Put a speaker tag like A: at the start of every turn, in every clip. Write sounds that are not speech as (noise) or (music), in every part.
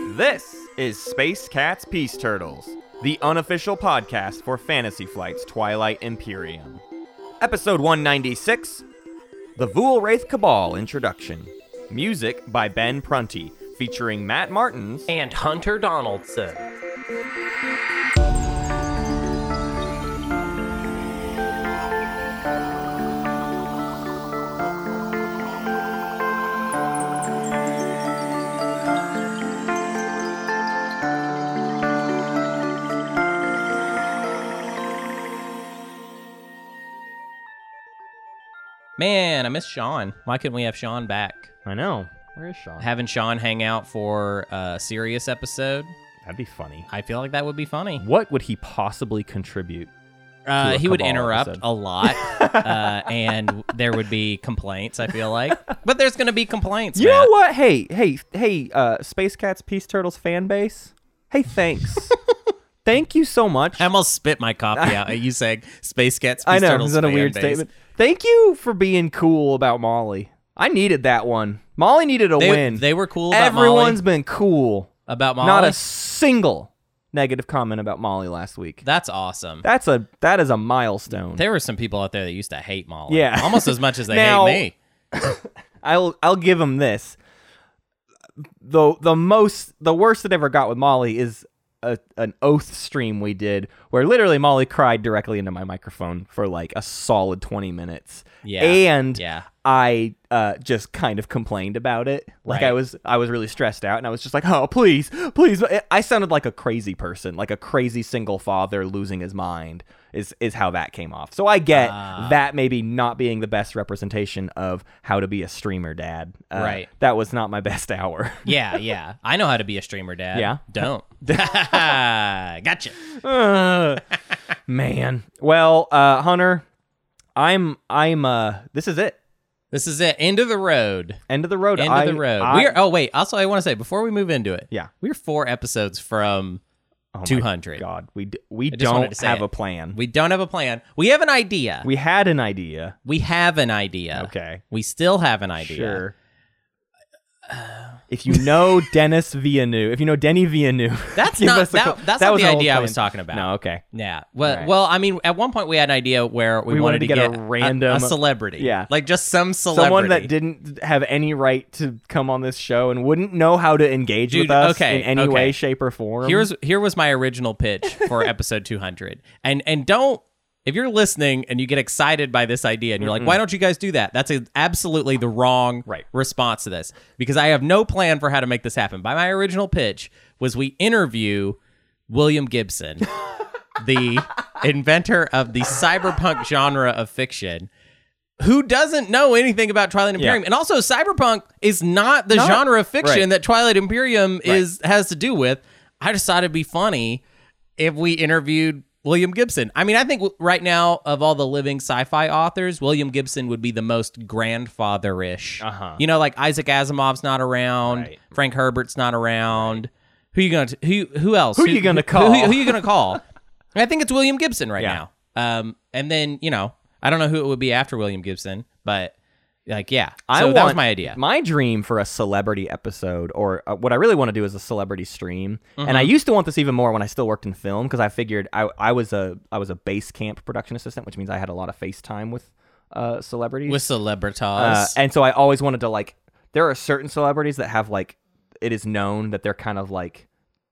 A: This is Space Cats Peace Turtles, the unofficial podcast for Fantasy Flight's Twilight Imperium. Episode 196 The Vul Wraith Cabal Introduction. Music by Ben Prunty, featuring Matt Martins
B: and Hunter Donaldson. Man, I miss Sean. Why couldn't we have Sean back?
A: I know. Where is Sean?
B: Having Sean hang out for a serious episode,
A: That'd be funny.
B: I feel like that would be funny.
A: What would he possibly contribute? Mm-hmm. To
B: Uh,
A: a
B: he would
A: cabal
B: interrupt
A: episode. (laughs)
B: a lot, uh, and there would be complaints. I feel like, but there's going to be complaints.
A: You know
B: Matt.
A: what? Hey, hey, hey, uh, Space Cats Peace Turtles fan base. Hey, (laughs) thanks. Thank you so much.
B: I almost spit my coffee out at you saying Space Cats.
A: I
B: Peace
A: know.
B: Turtles
A: Is that a
B: fan
A: weird
B: base."
A: statement? Thank you for being cool about Molly. I needed that one. Molly needed a
B: They,
A: win.
B: they were cool about
A: Everyone's
B: Molly.
A: been cool.
B: About Molly.
A: Not a single negative comment about Molly last week.
B: That's awesome.
A: That's a that is a milestone.
B: there were some people out there that used to hate Molly.
A: Yeah.
B: almost as much as they
A: Now-
B: hate me.
A: I'll I'll give him this. The the most the worst that ever got with Molly is a, an oath stream we did where literally Molly cried directly into my microphone for like a solid 20 minutes.
B: Yeah.
A: And
B: Yeah.
A: I uh, just kind of complained about it. Like I
B: Right.
A: was I was really stressed out and I was just like, "Oh, please. Please." I sounded like a crazy person, like a crazy single father losing his mind is is how that came off. So I get
B: Ah.
A: that maybe not being the best representation of how to be a streamer dad. Uh,
B: Right.
A: That was not my (laughs) best hour.
B: Yeah, yeah. I know how to be a streamer, Dad.
A: Yeah? (laughs)
B: Don't. (laughs) gotcha.
A: Uh, man. Well, uh Hunter, I'm I'm uh this is it.
B: This is it. End of the road.
A: End of the road.
B: End
A: I-
B: of the road.
A: I-
B: we are. Oh wait. Also, I want to say before we move into it.
A: Yeah.
B: We're four episodes from
A: Oh my
B: 200.
A: God, we d- we
B: just wanted
A: don't
B: to say
A: have
B: it.
A: a plan.
B: We don't have a plan. We have an idea. We,
A: We had an idea.
B: have an idea.
A: Okay.
B: We still have an idea. Uh,
A: Sure. If you know Dennis Villeneuve, if you know Denny Villeneuve,
B: (laughs)
A: (laughs)
B: That's
A: give
B: not
A: us a
B: that,
A: call.
B: that's not
A: was
B: the
A: an old
B: idea I
A: plan.
B: was talking about.
A: No, okay.
B: Yeah. Well,
A: Right.
B: well, I mean, at one point we had an idea where we,
A: We wanted to get a
B: get
A: random-
B: celebrity.
A: Yeah.
B: Like just some celebrity.
A: Someone that didn't have any right to come on this show and wouldn't know how to engage
B: Dude,
A: with us
B: okay,
A: in any
B: okay.
A: way, shape, or form.
B: Here's here was my original pitch
A: (laughs)
B: for episode 200. And and don't if you're listening and you get excited by this idea and you're like, why don't you guys do that? That's a, absolutely the wrong
A: Right.
B: response to this because I have no plan for how to make this happen. By my original pitch was we interview
A: (laughs)
B: William Gibson, the inventor of the cyberpunk genre of fiction. Who doesn't know anything about Twilight Imperium? And also, cyberpunk is not the
A: Not-
B: genre of fiction
A: right.
B: that Twilight Imperium is has to do with. I just thought it'd be funny if we interviewed William Gibson. I mean, I think w- right now of all the living sci-fi authors, William Gibson would be the most grandfatherish.
A: Uh-huh.
B: You know, like Isaac Asimov's not around,
A: Right.
B: Frank Herbert's not around. Who you gonna t- who who else? Who,
A: you gonna
B: Who, who,
A: call?
B: you
A: (laughs)
B: gonna call? I think it's William Gibson right
A: Yeah.
B: now. Um, and then you know, I don't know who it would be after William Gibson, but like yeah, so
A: I
B: that was
A: want-
B: my idea.
A: My dream for a celebrity episode, or uh, what I really want to do is a celebrity stream. And
B: Mm-hmm.
A: I used to want this even more when I still worked in film because I figured I, I was a I was a base camp production assistant, which means I had a lot of FaceTime with uh, celebrities.
B: With celebritas,
A: uh, and so I always wanted to like. There are certain celebrities that have like it is known that they're kind of like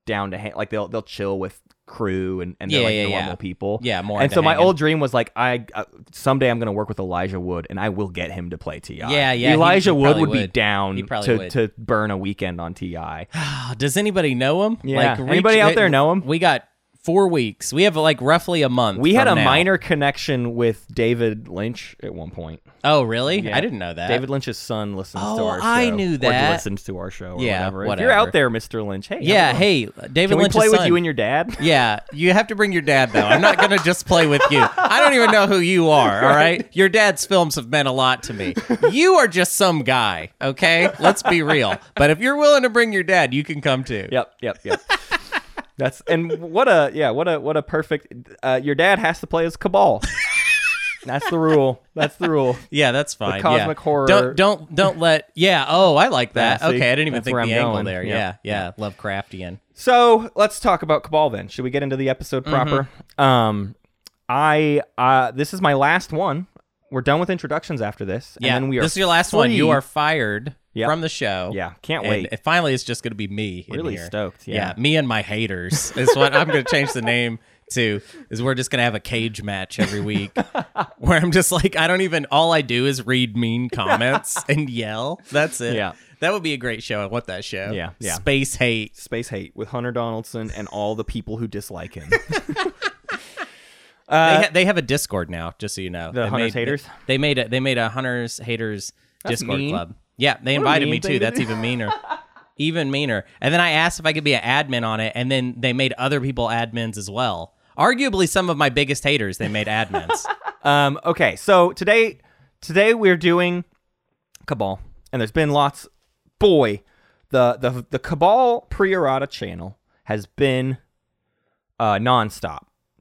A: down to hang, like they'll they'll chill with crew and, and they're
B: Yeah,
A: like
B: yeah, yeah.
A: normal people.
B: Yeah, more
A: And
B: into
A: so my
B: hanging.
A: old dream was like I uh, someday I'm gonna work with Elijah Wood and I will get him to play Ti.
B: Yeah, yeah, he-
A: Elijah
B: he
A: Wood
B: probably
A: would, be
B: would.
A: down
B: He probably
A: to
B: would.
A: to burn a weekend on Ti.
B: (sighs) does anybody know him?
A: Yeah. Anybody out there know him?
B: We got four weeks. We have like roughly a month.
A: We had
B: from
A: a
B: now.
A: minor connection with David Lynch at one point.
B: Oh, really?
A: Yeah.
B: I didn't know that.
A: David Lynch's son listens to
B: Uh, Oh,
A: our show.
B: I knew
A: Or
B: that.
A: listens to our show. Or
B: Yeah,
A: whatever. If
B: whatever.
A: you're out there, Mr. Lynch, hey,
B: yeah.
A: hello.
B: Hey, David
A: Can we
B: Lynch's
A: play with
B: son.
A: you and your dad?
B: Yeah, you have to bring your dad though. I'm not gonna just play with you. I don't even know who you are.
A: (laughs)
B: All right, your dad's films have meant a lot to me. You are just some guy. Okay, let's be real. But if you're willing to bring your dad, you can come too.
A: (laughs) Yep, yep, yep. That's and what a yeah, what a what a perfect. Uh, your dad has to play as Cabal. That's the rule. That's the rule.
B: Yeah, that's fine.
A: cosmic
B: yeah.
A: horror-
B: Don't don't don't let. Yeah. Oh, I like that.
A: Yeah, see?
B: okay, I didn't even
A: That's
B: think the
A: where I'm
B: angle
A: going.
B: there.
A: Yeah.
B: Yeah. yeah, Lovecraftian.
A: So let's talk about Cabal then. Should we get into the episode
B: Mm-hmm.
A: proper? Um, I uh, this is my last one. We're done with introductions after this.
B: Yeah.
A: and then we are
B: this is your last one. You
A: free-
B: are fired
A: Yep.
B: from the show.
A: Yeah, can't
B: And
A: wait.
B: it- finally, it's just going to be me. in
A: Really
B: here.
A: stoked, yeah.
B: me and my haters is what I'm going to change the name to. Is we're just going to have a cage match every week,
A: (laughs)
B: where I'm just like, I don't even. All I do is
A: (laughs)
B: read mean comments and yell. That's it.
A: Yeah.
B: That would be a great show. I want that show.
A: Yeah, yeah.
B: Space hate.
A: Space hate with Hunter Donaldson and all the people who dislike him.
B: they, ha- they have a Discord now, just so you know.
A: Uh, The
B: They
A: Hunters
B: made-
A: Haters?
B: They made a they made a Hunters Haters Discord
A: mean.
B: club. Yeah, they invited
A: mean
B: me
A: thing
B: too.
A: to
B: That's
A: do. (laughs)
B: even meaner. even meaner. And then I asked if I could be an admin on it, and then they made other people admins as well. Arguably, some of my biggest haters they
A: (laughs)
B: made admins.
A: um, okay, so today today we're doing Cabal, and there's been lots. Boy, the the the Cabal Priorata channel has been uh, nonstop.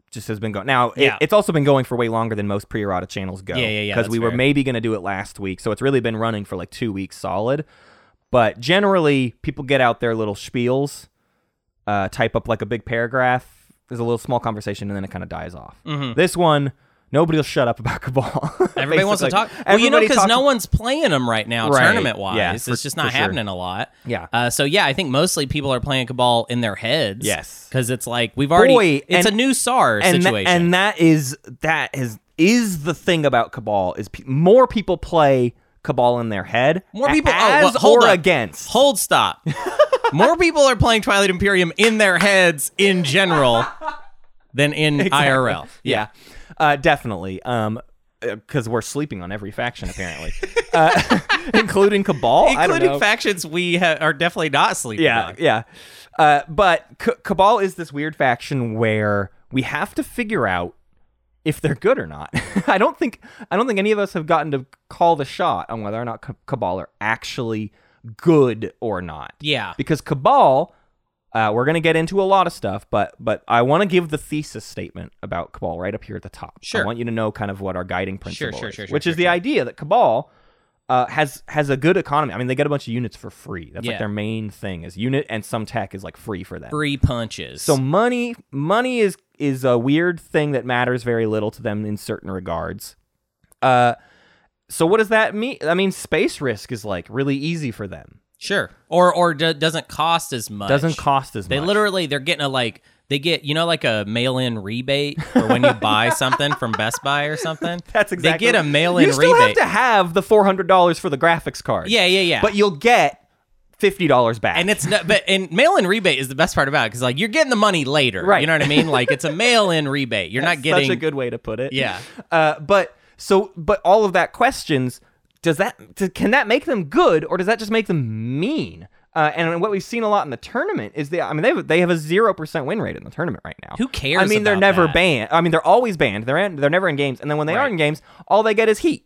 A: Just has been going. Now, it-
B: Yeah.
A: it's also been going for way longer than most Priorata channels go.
B: Yeah, yeah, yeah,
A: Because
B: that's
A: we were
B: fair.
A: maybe going to do it last week, so it's really been running for like two weeks solid. But generally, people get out their little spiels, uh, type up like a big paragraph. There's a little small conversation, and then it kind of dies off. This one, nobody will shut up about (laughs) Cabal.
B: Mm-hmm. Everybody wants to
A: Basically.
B: talk. Well, you know,
A: Everybody
B: because
A: talks-
B: no one's playing them right now,
A: Right.
B: tournament wise.
A: Yeah, for-
B: it's just not
A: for sure.
B: happening a lot.
A: Yeah.
B: Uh, so yeah, I think mostly people are playing Cabal in their heads.
A: Yes.
B: Because it's like we've already.
A: Boy,
B: it's
A: and-
B: a new SAR
A: and tha-
B: situation.
A: and that is that is is the thing about Cabal is pe- more people play Cabal in their head.
B: More
A: a-
B: people oh,
A: as
B: well, hold
A: or
B: up.
A: against.
B: Hold
A: (laughs)
B: stop. More people are playing Twilight Imperium in their heads in general
A: (laughs)
B: than in IRL.
A: Yeah, uh, definitely. Um, because we're sleeping on every faction
B: (laughs)
A: apparently, uh, (laughs) including Cabal. I don't know.
B: Including factions we ha- are definitely not sleeping
A: Yeah,
B: on.
A: yeah. Uh, but C- Cabal is this weird faction where we have to figure out if they're good or not. (laughs) I don't think I don't think any of us have gotten to call the shot on whether or not C- Cabal are actually good or not.
B: Yeah.
A: Because Cabal, uh, we're gonna get into a lot of stuff, but but I want to give the thesis statement about Cabal right up here at the top.
B: Sure.
A: I want you to know kind of what our guiding principle
B: sure,
A: is,
B: sure, sure,
A: which is
B: sure,
A: the
B: sure.
A: idea that Cabal uh, has has a good economy. I mean, they get a bunch of units for free. That's
B: Yeah.
A: like their main thing is unit and some tech is like free for them.
B: Three punches.
A: So money money is is a weird thing that matters very little to them in certain regards. Uh, so what does that mean? I mean, space risk is like really easy for them.
B: sure. Or or do- doesn't cost as much.
A: Doesn't cost as
B: They
A: much.
B: literally they're getting a like they get you know like a mail in rebate or when
A: (laughs)
B: you buy something from Best Buy or something.
A: That's exactly
B: They get a mail in
A: You still have
B: rebate.
A: to have the four hundred dollars for the graphics card.
B: yeah, yeah, yeah.
A: but you'll get fifty dollars back.
B: And it's no, but and mail in rebate is the best part about it because like you're getting the money later,
A: Right.
B: You know what I mean? Like it's a mail in rebate. You're not getting
A: such a good way to put it.
B: Yeah.
A: Uh, but so, but all of that questions. Does that t- can that make them good, or does that just make them mean? Uh, and what we've seen a lot in the tournament is they. I mean, they have, they have a zero percent win rate in the tournament right now.
B: Who cares
A: I mean, they're
B: about
A: never
B: that?
A: banned. I mean, they're always banned. They're in, they're never in games, and then when they are
B: Right.
A: in games, all they get is heat.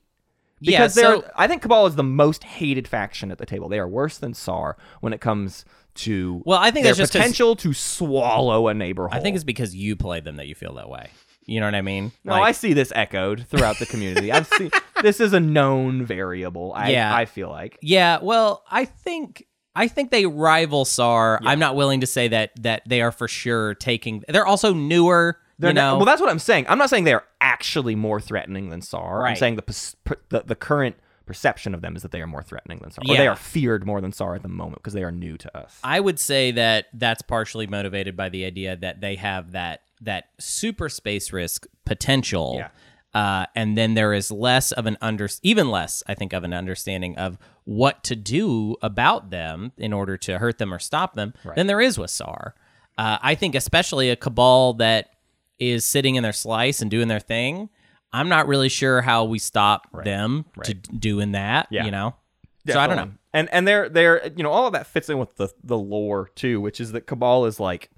B: yeah.
A: Because
B: So
A: they're, I think Cabal is the most hated faction at the table. They are worse than SAR when it comes to
B: Well, I think
A: their
B: that's just 'cause-
A: potential to swallow a neighborhood.
B: I think it's because you play them that you feel that way. You know what I mean?
A: No,
B: Like,
A: I see this echoed throughout the community. I've
B: (laughs)
A: seen this is a known variable. I,
B: Yeah.
A: I feel like
B: yeah. Well, I think. I think they rival SAR. I'm not willing to say that that they are for sure taking. They're also newer.
A: they're
B: you
A: not-
B: know,
A: well, that's what I'm saying. I'm not saying they're actually more threatening than SAR. I'm
B: Right.
A: saying the, pers- per- the the current perception of them is that they are more threatening than SAR, or they
B: Yeah.
A: are feared more than SAR at the moment because they are new to us.
B: I would say that that's partially motivated by the idea that they have that that super space risk potential.
A: Yeah.
B: Uh, and then there is less of an under, even less, I think, of an understanding of what to do about them in order to hurt them or stop them than there is with SAR. Uh, I think, especially a cabal that is sitting in their slice and doing their thing. I'm not really sure how we stop them to doing that.
A: Yeah.
B: You know, so I don't know.
A: Definitely. And and they're they're you know all of that fits in with the the lore too, which is that Cabal is like,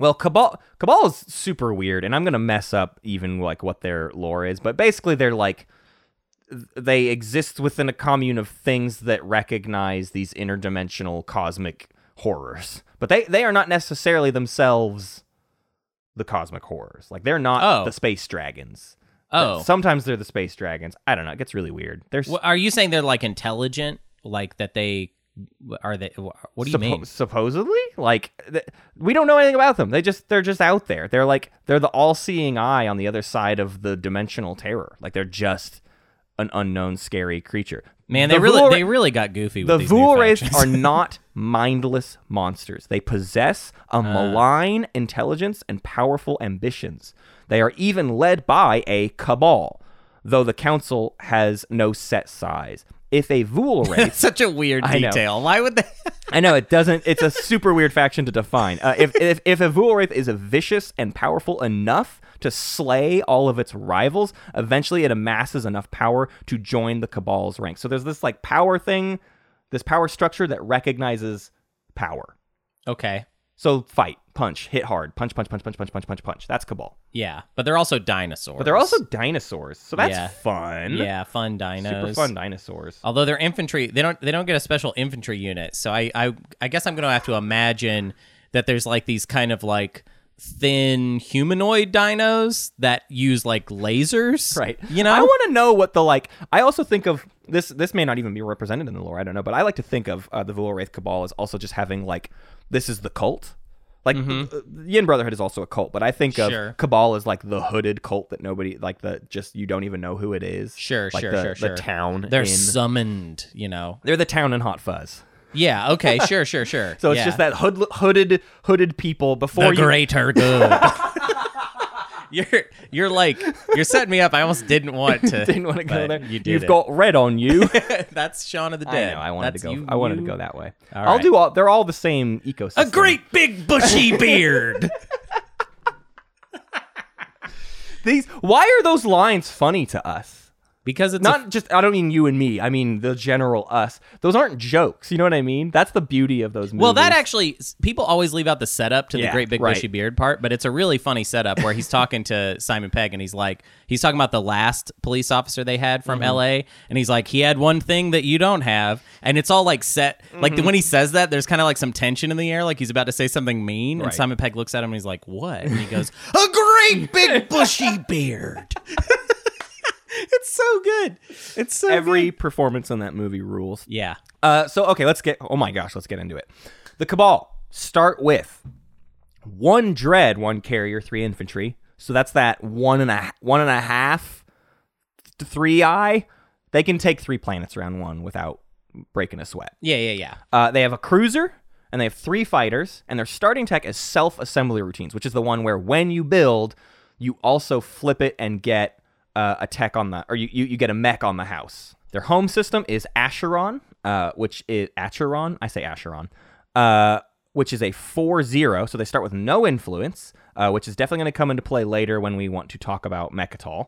A: well, Cabal Cabal is super weird, and I'm gonna mess up even like what their lore is, but basically they're like they exist within a commune of things that recognize these interdimensional cosmic horrors, but they they are not necessarily themselves the cosmic horrors. Like they're not
B: Oh.
A: the space dragons.
B: Oh.
A: Sometimes they're the space dragons. I don't know. It gets really weird. They're s-
B: Well, are you saying they're like intelligent? Like that they are they? What do
A: suppo-
B: you mean?
A: supposedly like th- we don't know anything about them. They just they're just out there. They're like they're the all-seeing eye on the other side of the dimensional terror. Like they're just an unknown scary creature.
B: Man,
A: The
B: they really
A: Vuul-
B: they really got goofy with
A: the
B: these new
A: Vul Wraiths
B: (laughs) factions.
A: are not mindless monsters. They possess
B: Uh.
A: a malign intelligence and powerful ambitions. They are even led by a cabal, though the council has no set size. If a Vul Wraith
B: such a weird
A: know.
B: detail. Why would they? (laughs)
A: I know it doesn't. It's a super weird faction to define. Uh, if, if if a Vuorith is a vicious and powerful enough to slay all of its rivals, eventually it amasses enough power to join the Cabal's ranks. So there's this like power thing, this power structure that recognizes power.
B: okay,
A: So fight, punch, hit hard, punch, punch, punch, punch, punch, punch, punch, punch. That's Cabal.
B: yeah, but they're also dinosaurs.
A: But they're also dinosaurs, so that's
B: Yeah.
A: fun.
B: yeah, fun dinos.
A: super fun dinosaurs.
B: Although they're infantry, they don't they don't get a special infantry unit. So I I, I guess I'm going to have to imagine that there's like these kind of like thin humanoid dinos that use like lasers.
A: right
B: You know.
A: i want to know what the like i also think of this this may not even be represented in the lore i don't know but i like to think of uh, the Vuul wraith cabal as also just having like this is the cult like uh, the yin brotherhood is also a cult but i think of
B: Mm-hmm. Sure.
A: cabal as like the hooded cult that nobody like the just you don't even know who it is
B: Sure,
A: like
B: sure,
A: the,
B: sure,
A: the
B: sure.
A: town
B: they're
A: in-
B: summoned. You know.
A: they're the town in hot fuzz
B: Yeah. Okay. Sure. Sure. Sure.
A: (laughs) so it's
B: Yeah.
A: just that hood, hooded hooded people before
B: the
A: you
B: greater good. (laughs) you're you're like you're setting me up. I almost didn't want
A: (laughs) (laughs)
B: to.
A: didn't want to go
B: but
A: there
B: You did
A: you've
B: it.
A: got red on you
B: (laughs)
A: (laughs)
B: that's Shaun of the
A: I
B: Dead.
A: know. I wanted
B: That's
A: to go.
B: you-
A: I wanted to
B: you-
A: go that way.
B: All
A: I'll
B: right.
A: do all. They're all the same ecosystem.
B: A great big (laughs) bushy beard.
A: These. Why are those lines funny to us?
B: because it's a-
A: Not just. I don't mean you and me. I mean the general us. Those aren't jokes. You know what I mean? That's the beauty of those. Movies.
B: well, that actually s- people always leave out the setup to
A: Yeah,
B: the great big
A: right.
B: bushy beard part, but it's a really funny setup where he's talking to (laughs) Simon Pegg and he's like he's talking about the last police officer they had from LA and he's like he had one thing that you don't have and it's all like set like when he says that there's kind of like some tension in the air like he's about to say something mean and
A: Right.
B: Simon Pegg looks at him and he's like what and he goes a great (laughs) big bushy beard. (laughs) it's so good. It's so
A: every
B: good.
A: performance in that movie rules.
B: yeah.
A: Uh, so okay, let's get. Oh my gosh, let's get into it. The Cabal start with one dread, one carrier, three infantry. So that's that one and a one and a half, th- three eye. They can take three planets around one without breaking a sweat.
B: Yeah, yeah, yeah.
A: Uh, they have a cruiser and they have three fighters, and their starting tech is self assembly routines, which is the one where when you build, you also flip it and get uh, a tech on the, or you, you, you get a mech on the house. Their home system is Acheron, uh, which is Acheron. I say Acheron. Uh, which is a 4-0, so they start with no influence, uh, which is definitely going to come into play later when we want to talk about Mechatol.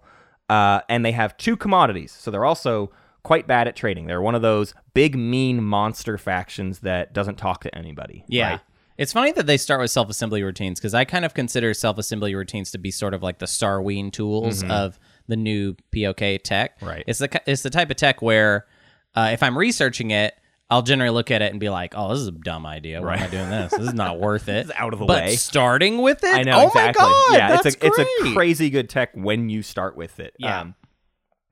A: Uh, and they have two commodities, so they're also quite bad at trading. They're one of those big, mean monster factions that doesn't talk to anybody.
B: Yeah.
A: right?
B: It's funny that they start with self assembly routines because I kind of consider self assembly routines to be sort of like the Starween tools of the new POK tech.
A: Mm-hmm. Right.
B: It's the ki- it's the type of tech where uh, if I'm researching it, I'll generally look at it and be like, "Oh, this is a dumb idea. Why am I doing this? This is
A: (laughs)
B: not worth it.
A: out of the
B: but
A: way.
B: starting with it,
A: I know.
B: Oh
A: exactly.
B: my god!
A: Yeah,
B: that's
A: it's a it's a
B: great.
A: crazy good tech when you start with it. Um,
B: Yeah.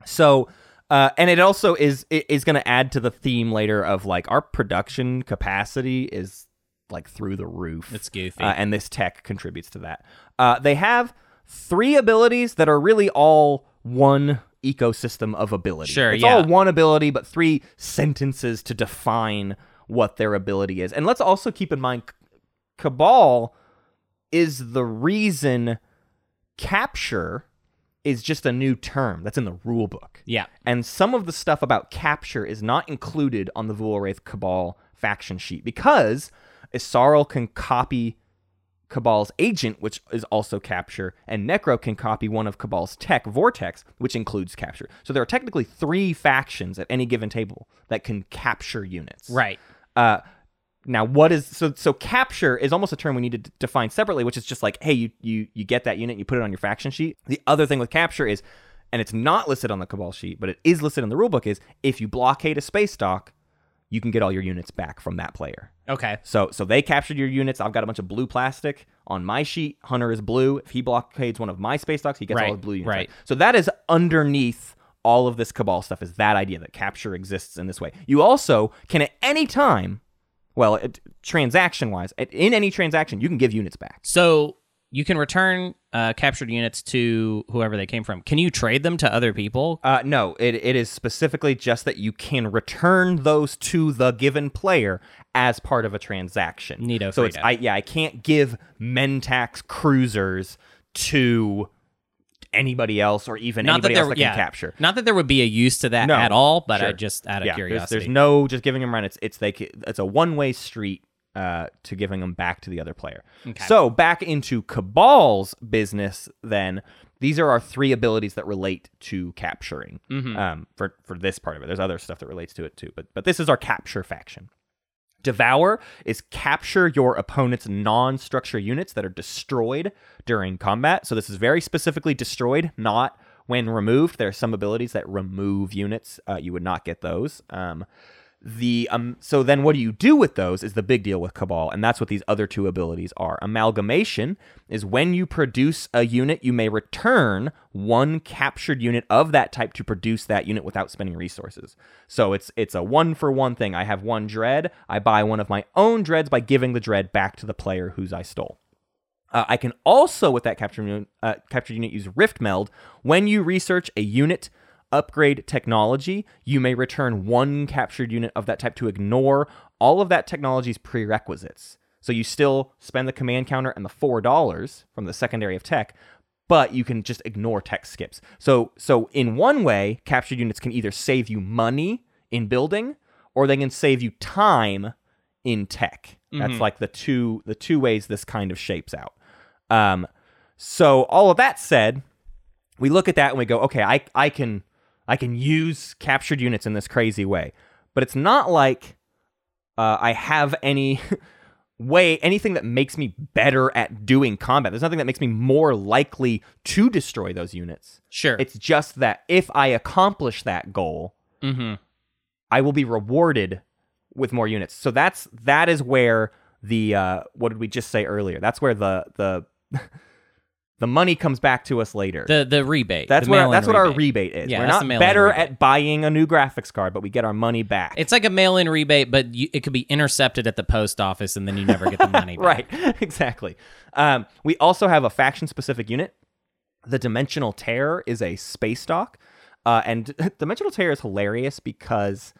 A: so. Uh, and it also is it is going to add to the theme later of like our production capacity is like through the roof.
B: It's goofy.
A: Uh, and this tech contributes to that. Uh, they have three abilities that are really all one ecosystem of ability.
B: Sure,
A: it's
B: yeah.
A: all one ability, but three sentences to define what their ability is. And let's also keep in mind, C- Cabal is the reason capture is just a new term that's in the rule book.
B: yeah.
A: And some of the stuff about capture is not included on the Vulwraith Cabal faction sheet because Isarl can copy Cabal's agent, which is also capture, and Necro can copy one of Cabal's tech, Vortex, which includes capture. So there are technically three factions at any given table that can capture units.
B: Right.
A: Uh, now, what is so? So capture is almost a term we need to d- define separately, which is just like, hey, you you you get that unit, you put it on your faction sheet. The other thing with capture is, and it's not listed on the Cabal sheet, but it is listed in the rulebook. Is if you blockade a space dock, you can get all your units back from that player.
B: Okay.
A: So so they captured your units. I've got a bunch of blue plastic on my sheet. Hunter is blue. If he blockades one of my space docks, he gets
B: Right,
A: all his blue units.
B: right.
A: So that is underneath all of this cabal stuff is that idea that capture exists in this way. You also can at any time, well, transaction wise, in any transaction, you can give units back.
B: So you can return uh, captured units to whoever they came from. Can you trade them to other people?
A: Uh, no, it, it is specifically just that you can return those to the given player as part of a transaction.
B: Neato
A: So it's
B: Frito.
A: I yeah I can't give Mentax cruisers to anybody else or even anybody else that
B: yeah,
A: can capture.
B: Not that there would be a use to that
A: No,
B: at all, but I
A: sure.
B: just out of
A: Yeah, there's,
B: curiosity.
A: there's no just giving them run. It's it's like it's a one way street uh, to giving them back to the other player. So back into Cabal's business then. These are our three abilities that relate to capturing.
B: Mm-hmm.
A: Um, for for this part of it, there's other stuff that relates to it too, but but this is our capture faction. Devour is capture your opponent's non structure units that are destroyed during combat. So, this is very specifically destroyed, not when removed. There are some abilities that remove units. Uh, you would not get those. Um, the um, so then what do you do with those is the big deal with cabal and that's what these other two abilities are amalgamation is when you produce a unit you may return one captured unit of that type to produce that unit without spending resources so it's it's a one for one thing i have one dread i buy one of my own dreads by giving the dread back to the player whose i stole uh, I can also, with that captured unit, uh, captured unit, use Rift Meld. When you research a unit upgrade technology, you may return one captured unit of that type to ignore all of that technology's prerequisites. So you still spend the command counter and the four dollars from the secondary of tech, but you can just ignore tech skips. So, so in one way, captured units can either save you money in building, or they can save you time in tech. That's like the two the two ways this kind of shapes out. Um, so all of that said, we look at that and we go, okay, I I can I can use captured units in this crazy way, but it's not like uh, I have any (laughs) way anything that makes me better at doing combat. There's nothing that makes me more likely to destroy those units.
B: sure.
A: It's just that if I accomplish that goal,
B: mm-hmm.
A: I will be rewarded with more units. So that's that is where the uh, what did we just say earlier? That's where the the (laughs) the money comes back to us later.
B: The the rebate.
A: that's
B: the
A: where
B: mail-in
A: that's what our
B: rebate.
A: rebate is.
B: Yeah,
A: We're
B: that's
A: not
B: the mail-in
A: better
B: rebate.
A: at buying a new graphics card, but we get our money back. (laughs)
B: It's like a mail-in rebate, but you, it could be intercepted at the post office, and then you never get
A: (laughs)
B: the money. back.
A: Right, exactly. Um, we also have a faction specific unit. The Dimensional Terror is a space dock. Uh, and (laughs) Dimensional Terror is hilarious because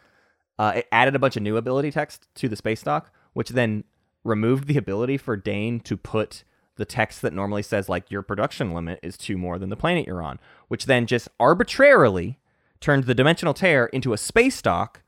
A: uh, it added a bunch of new ability text to the space dock, which then removed the ability for Dane to put the text that normally says, like, your production limit is two more than the planet you're on, which then just arbitrarily turned the Dimensional Terror into a space dock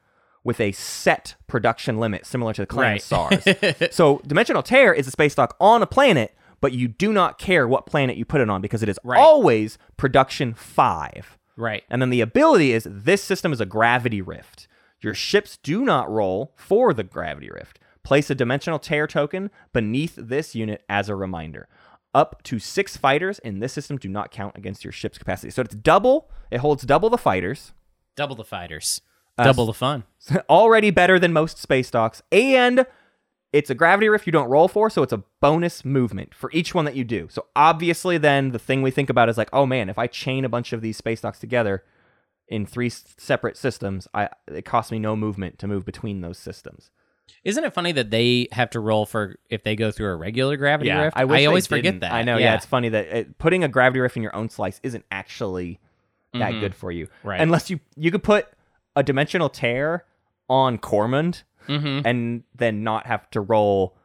A: with a set production limit similar to the Clan
B: Right.
A: SARS. so Dimensional Terror is a space dock on a planet, but you do not care what planet you put it on because it is always production five.
B: Right.
A: And then the ability is this system is a gravity rift. Your ships do not roll for the gravity rift. Place a dimensional tear token beneath this unit as a reminder. Up to six fighters in this system do not count against your ship's capacity. So it's double, it holds double the fighters,
B: Double the fighters. Double the fun.
A: (laughs) already better than most space docks, and it's a gravity rift you don't roll for, so it's a bonus movement for each one that you do. So obviously, then the thing we think about is like, oh man, if I chain a bunch of these space docks together in three s- separate systems, I it costs me no movement to move between those systems.
B: Isn't it funny that they have to roll for if they go through a regular gravity rift?
A: I, wish they
B: always forget
A: didn't.
B: that.
A: I know. Yeah, it's funny that it, putting a gravity rift in your own slice isn't actually that
B: Mm-hmm.
A: good for you,
B: Right.
A: Unless you you could put a dimensional tear on Cormund
B: Mhm.
A: and then not have to roll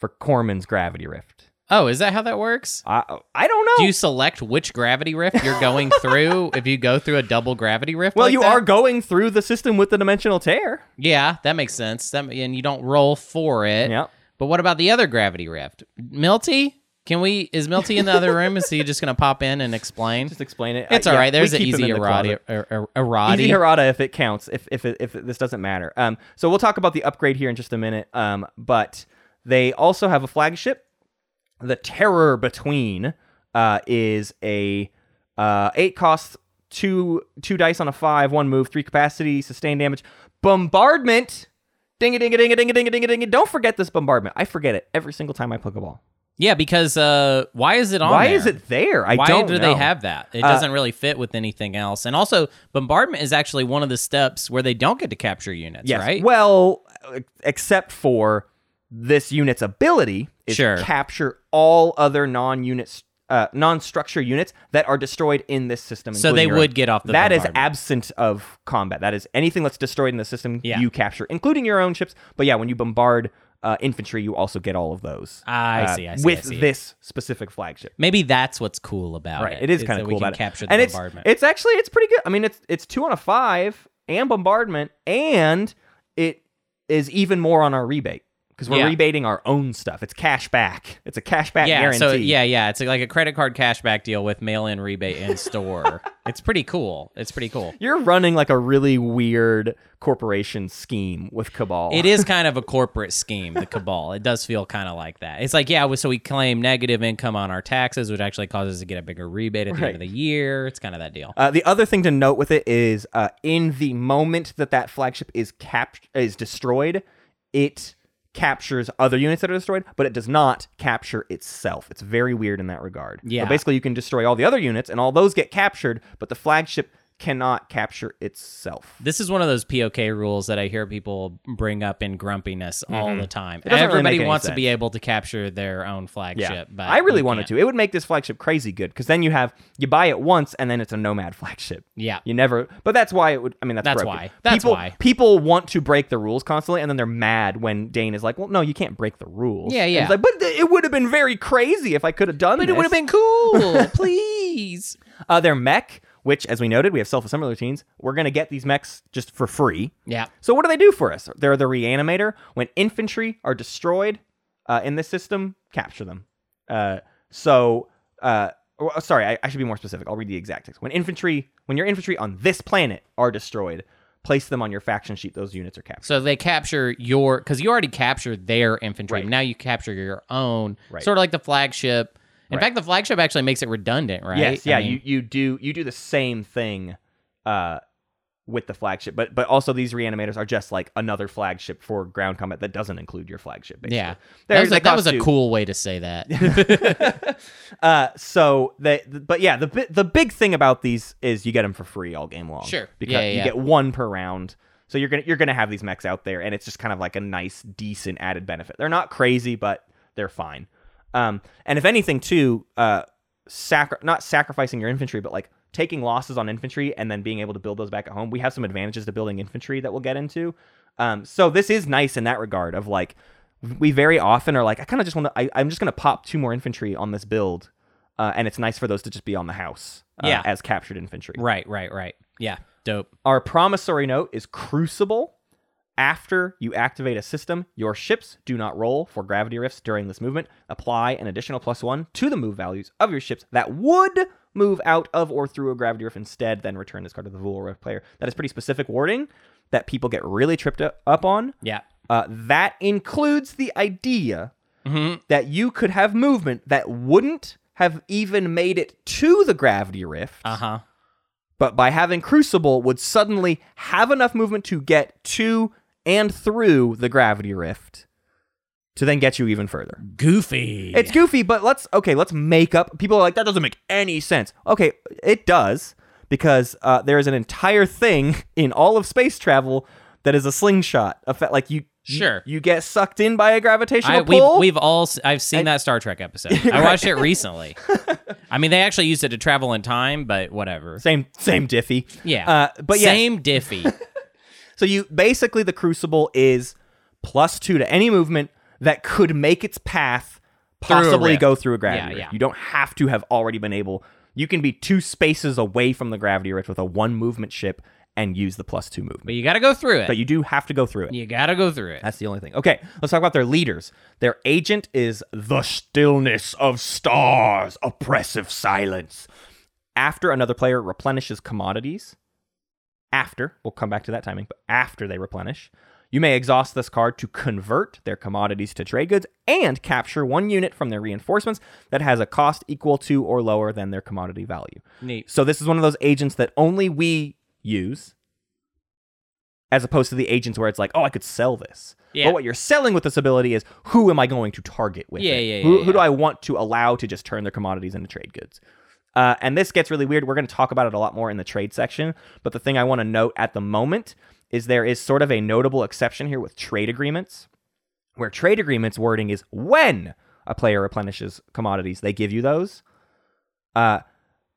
A: for Cormand's gravity rift.
B: Oh, is that how that works?
A: I I don't know.
B: Do you select which gravity rift you're going through if you go through a double gravity rift?
A: well,
B: like
A: you
B: that?
A: are going through the system with the dimensional tear.
B: Yeah, that makes sense. That, and you don't roll for it.
A: Yep.
B: But what about the other gravity rift? Milty? Can we? Is Milty in the other room? Is he just going to pop in and explain?
A: Just explain it.
B: It's
A: I-
B: all
A: yeah,
B: right. There's
A: we
B: an
A: keep him
B: easy
A: in the
B: errata.
A: closet.
B: er- er-
A: Easy
B: errata.
A: errata if it counts. If if it- if this doesn't matter. Um. So we'll talk about the upgrade here in just a minute. Um. But they also have a flagship. The Terror Between uh, is a uh, eight cost two two dice on a five one move three capacity sustained damage bombardment Ding a ding a ding a ding a ding a ding a ding. Don't forget this bombardment. I forget it every single time I plug a ball.
B: Yeah, because uh, why is it on?
A: Why
B: there?
A: is it there? I
B: why
A: don't know.
B: do
A: Uh,
B: they have that? It doesn't really fit with anything else. And also, bombardment is actually one of the steps where they don't get to capture units,
A: Yes.
B: right?
A: Well, e- except for this unit's ability is
B: Sure.
A: capture all other non-units, uh, non-structure units that are destroyed in this system.
B: so they
A: including your
B: would
A: own.
B: get off the
A: That is
B: bombardment.
A: absent of combat. That is anything that's destroyed in the system
B: Yeah.
A: you capture, including your own ships. But yeah, when you bombard uh, infantry, you also get all of those.
B: I
A: uh,
B: see, I see, I
A: With
B: see.
A: this specific flagship.
B: Maybe that's what's cool about
A: Right.
B: it.
A: It is kind
B: that
A: of
B: we
A: cool
B: can
A: about it.
B: capture the
A: and it's
B: bombardment.
A: it's actually it's pretty good. I mean, it's it's two on a five and bombardment, and it is even more on our rebate because we're
B: Yeah.
A: rebating our own stuff. It's cash back. It's a cash back
B: yeah,
A: guarantee.
B: so yeah, yeah, it's like a credit card cashback deal with mail-in rebate
A: (laughs)
B: in store. it's pretty cool. It's pretty cool.
A: You're running like a really weird corporation scheme with Cabal.
B: It is kind of a corporate scheme, the cabal. It does feel kind of like that. It's like, yeah, we- so we claim negative income on our taxes, which actually causes us to get a bigger rebate at the end of the
A: Right.
B: year. It's kind of that deal.
A: Uh, the other thing to note with it is, uh, in the moment that that flagship is cap is destroyed, it captures other units that are destroyed, but it does not capture itself. It's very weird in that regard.
B: Yeah.
A: So basically, you can destroy all the other units, and all those get captured, but the flagship cannot capture itself.
B: This is one of those POK rules that I hear people bring up in grumpiness all the time.
A: Mm-hmm. doesn't really
B: Everybody
A: make any
B: wants to
A: sense.
B: be able to capture their own flagship, but
A: I really
B: you
A: wanted
B: can't.
A: to. It would make this flagship crazy good because then you have you buy it once and then it's a nomad (laughs) flagship.
B: Yeah.
A: You never, but that's why it would. I mean, that's
B: That's
A: broken.
B: why. That's
A: people,
B: why.
A: people want to break the rules constantly, and then they're mad when Dane is like, "Well, no, you can't break the rules."
B: Yeah,
A: And
B: yeah.
A: It's like, but th- it would have been very crazy if I could have done.
B: But it would have been (laughs) cool. Please.
A: uh, their mech, which, as we noted, we have self-assembly routines. We're gonna get these mechs just for free.
B: Yeah.
A: So what do they do for us? They're the reanimator. When infantry are destroyed uh, in this system, capture them. Uh, so uh, or- sorry, I, I should be more specific. I'll read the exact text. When infantry, when your infantry on this planet are destroyed, place them on your faction sheet. Those units are captured.
B: So they capture your because you already captured their infantry.
A: Right.
B: Now you capture your own,
A: Right.
B: sort of like the flagship. In
A: Right.
B: fact, the flagship actually makes it redundant, right?
A: Yes, yeah.
B: I mean,
A: you you do you do the same thing. Uh, with the flagship, but but also these reanimators are just like another flagship for ground combat that doesn't include your flagship. Basically.
B: yeah.
A: They're-
B: That was,
A: they
B: a, that was
A: cost
B: a
A: two.
B: cool way to say that.
A: (laughs) Uh, so they, but yeah, the bi- the big thing about these is you get them for free all game long.
B: Sure.
A: because
B: Yeah, yeah,
A: you
B: yeah.
A: get one per round. So you're gonna you're gonna have these mechs out there, and it's just kind of like a nice, decent added benefit. They're not crazy, but they're fine. Um, and if anything, too, uh, sacri- not sacrificing your infantry, but like taking losses on infantry and then being able to build those back at home. We have some advantages to building infantry that we'll get into. Um, so this is nice in that regard of like we very often are like I kind of just want to I'm just gonna pop two more infantry on this build, uh, and it's nice for those to just be on the house uh,
B: Yeah.
A: as captured infantry.
B: right, right, right. Yeah. Dope.
A: Our promissory note is Crucible. After you activate a system, your ships do not roll for gravity rifts during this movement. Apply an additional plus one to the move values of your ships that would move out of or through a gravity rift instead, then return this card to the Vul Rift player. That is pretty specific wording that people get really tripped u- up on.
B: Yeah.
A: Uh, that includes the idea
B: Mhm.
A: that you could have movement that wouldn't have even made it to the gravity rift
B: Uh huh.
A: but by having Crucible would suddenly have enough movement to get to and through the gravity rift to then get you even further.
B: Goofy.
A: It's goofy, but let's okay, let's make up. People are like that doesn't make any sense. Okay, it does because uh, there is an entire thing (laughs) in all of space travel that is a slingshot effect. Like you,
B: Sure.
A: you, you get sucked in by a gravitational
B: I, we've,
A: pull.
B: we've all s- I've seen that Star
A: (laughs)
B: Trek episode. I watched it recently. I mean, they actually used it to travel in time, but whatever.
A: same, same diffy.
B: Yeah.
A: uh, but yes.
B: same
A: (laughs)
B: Diffy.
A: So you basically the crucible is plus two to any movement that could make its path
B: a
A: possibly
B: rift.
A: go through a gravity
B: Yeah,
A: rift.
B: yeah.
A: You don't have to have already been able. You can be two spaces away from the gravity rift with a one movement ship and use the plus two movement.
B: but you got to go through it.
A: But Uh, you do have to go through it.
B: you got to go through it.
A: That's the only thing. Okay, let's talk about their leaders. Their agent is the stillness of stars, oppressive silence. After another player replenishes commodities, after, we'll come back to that timing, but after they replenish, you may exhaust this card to convert their commodities to trade goods and capture one unit from their reinforcements that has a cost equal to or lower than their commodity value.
B: Neat.
A: So this is one of those agents that only we use. as opposed to the agents where it's like, oh, I could sell this.
B: Yeah.
A: But what you're selling with this ability is who am I going to target with?
B: Yeah,
A: it?
B: yeah,
A: who,
B: yeah,
A: who do
B: yeah.
A: I want to allow to just turn their commodities into trade goods? Uh, and this gets really weird. We're going to talk about it a lot more in the trade section. But the thing I want to note at the moment is there is sort of a notable exception here with trade agreements, where trade agreements wording is when a player replenishes commodities, they give you those. Uh,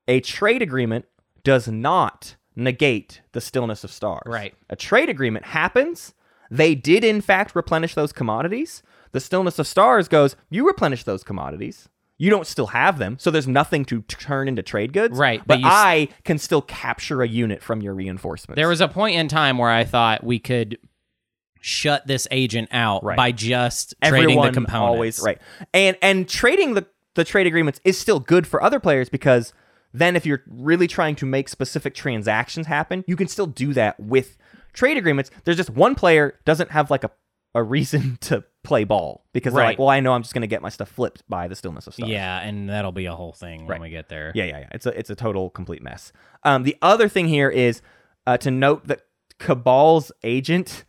A: a trade agreement does not negate the stillness of stars.
B: Right.
A: A trade agreement happens. They did, in fact, replenish those commodities. The stillness of stars goes, you replenish those commodities. You don't still have them, so there's nothing to t- turn into trade goods.
B: Right,
A: But,
B: but you s-
A: I can still capture a unit from your reinforcements.
B: There was a point in time where I thought we could shut this agent out
A: Right.
B: by just trading
A: everyone
B: the components.
A: always right. And and trading the the trade agreements is still good for other players because then if you're really trying to make specific transactions happen, you can still do that with trade agreements. There's just one player doesn't have like a a reason (laughs) to play ball because they're
B: Right.
A: like, well, I know I'm just gonna get my stuff flipped by the stillness of stars.
B: Yeah, and that'll be a whole thing
A: Right.
B: when we get there.
A: Yeah, yeah, yeah. It's a it's a total complete mess. Um, the other thing here is uh, to note that Cabal's agent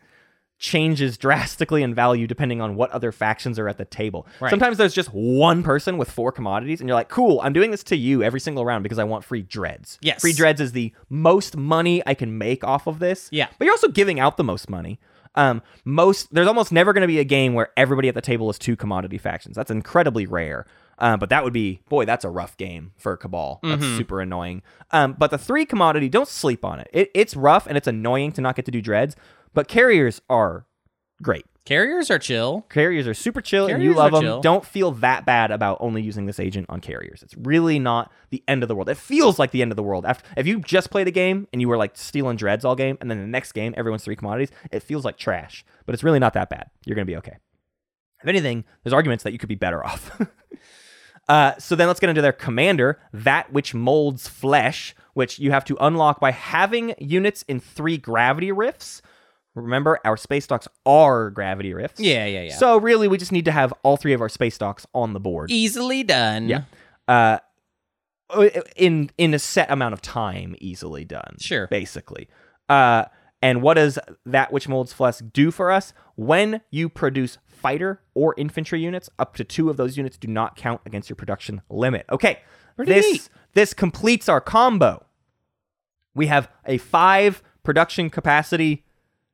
A: changes drastically in value depending on what other factions are at the table.
B: Right.
A: Sometimes there's just one person with four commodities, and you're like, "Cool, I'm doing this to you every single round because I want free dreads."
B: Yes.
A: free dreads is the most money I can make off of this.
B: Yeah.
A: but you're also giving out the most money. Um, most there's almost never going to be a game where everybody at the table is two commodity factions. That's incredibly rare. Um, but that would be boy, that's a rough game for Cabal. That's
B: Mm-hmm.
A: super annoying. Um, but the three commodity, don't sleep on it. it. It's rough and it's annoying to not get to do dreads. But carriers are great.
B: Carriers are chill.
A: Carriers are super chill and you
B: Carriers
A: love
B: are
A: them.
B: chill.
A: Don't feel that bad about only using this agent on carriers. It's really not the end of the world. It feels like the end of the world. After if you just played a game and you were like stealing dreads all game and then the next game everyone's three commodities, it feels like trash. But it's really not that bad. You're going to be okay. If anything, there's arguments that you could be better off. (laughs) Uh, so then let's get into their commander, that which molds flesh, which you have to unlock by having units in three gravity rifts. Remember, our space stocks are gravity rifts.
B: Yeah, yeah, yeah. E-
A: So really, we just need to have all three of our space stocks on the board.
B: Easily done.
A: Yeah. Uh, in in a set amount of time, easily done.
B: Sure.
A: Basically. Uh, and what does that which molds flesh do for us? When you produce fighter or infantry units, up to two of those units do not count against your production limit. Okay.
B: Pretty
A: this
B: neat.
A: this completes our combo. We have a five production capacity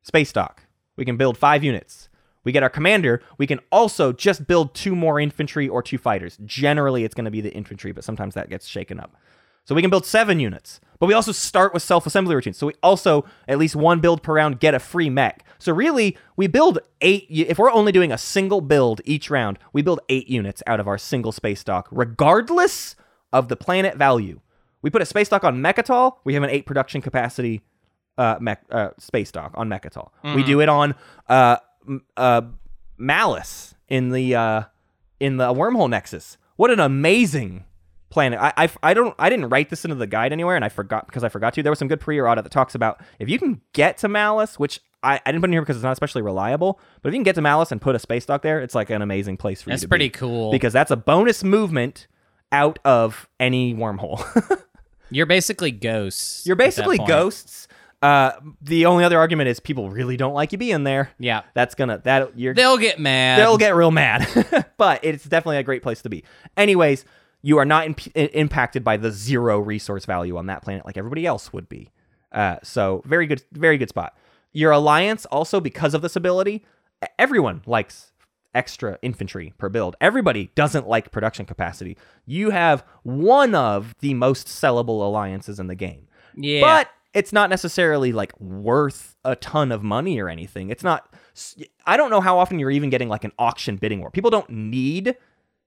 A: space dock. We can build five units. We get our commander. We can also just build two more infantry or two fighters. Generally, it's going to be the infantry, but sometimes that gets shaken up. So we can build seven units. But we also start with self assembly routines. So we also, at least one build per round, get a free mech. So really, we build eight. If we're only doing a single build each round, we build eight units out of our single space dock, regardless of the planet value. We put a space dock on Mechatol, we have an eight production capacity uh, mech, uh, space dock on Mechatol.
B: Mm-hmm.
A: We do it on uh, m- uh, Malice in the uh, in the Wormhole Nexus. What an amazing planet! I, I I don't I didn't write this into the guide anywhere, and I forgot because I forgot to. There was some good pre-errata that talks about if you can get to Malice, which I, I didn't put in here because it's not especially reliable. But if you can get to Malice and put a space dock there, it's like an amazing place for you.
B: That's
A: to be
B: pretty cool.
A: because that's a bonus movement out of any wormhole. (laughs)
B: You're basically ghosts.
A: You're
B: at that
A: basically
B: point.
A: ghosts. Uh, the only other argument is people really don't like you being there.
B: Yeah.
A: That's gonna that you're
B: They'll get mad.
A: they'll get real mad. (laughs) but it's definitely a great place to be. Anyways, you are not imp- i- impacted by the zero resource value on that planet like everybody else would be. Uh, so very good, very good spot. Your alliance also because of this ability, e- everyone likes extra infantry per build. Everybody doesn't like production capacity. You have one of the most sellable alliances in the game
B: yeah.
A: but it's not necessarily like worth a ton of money or anything. It's not. I don't know how often you're even getting like an auction bidding war. People don't need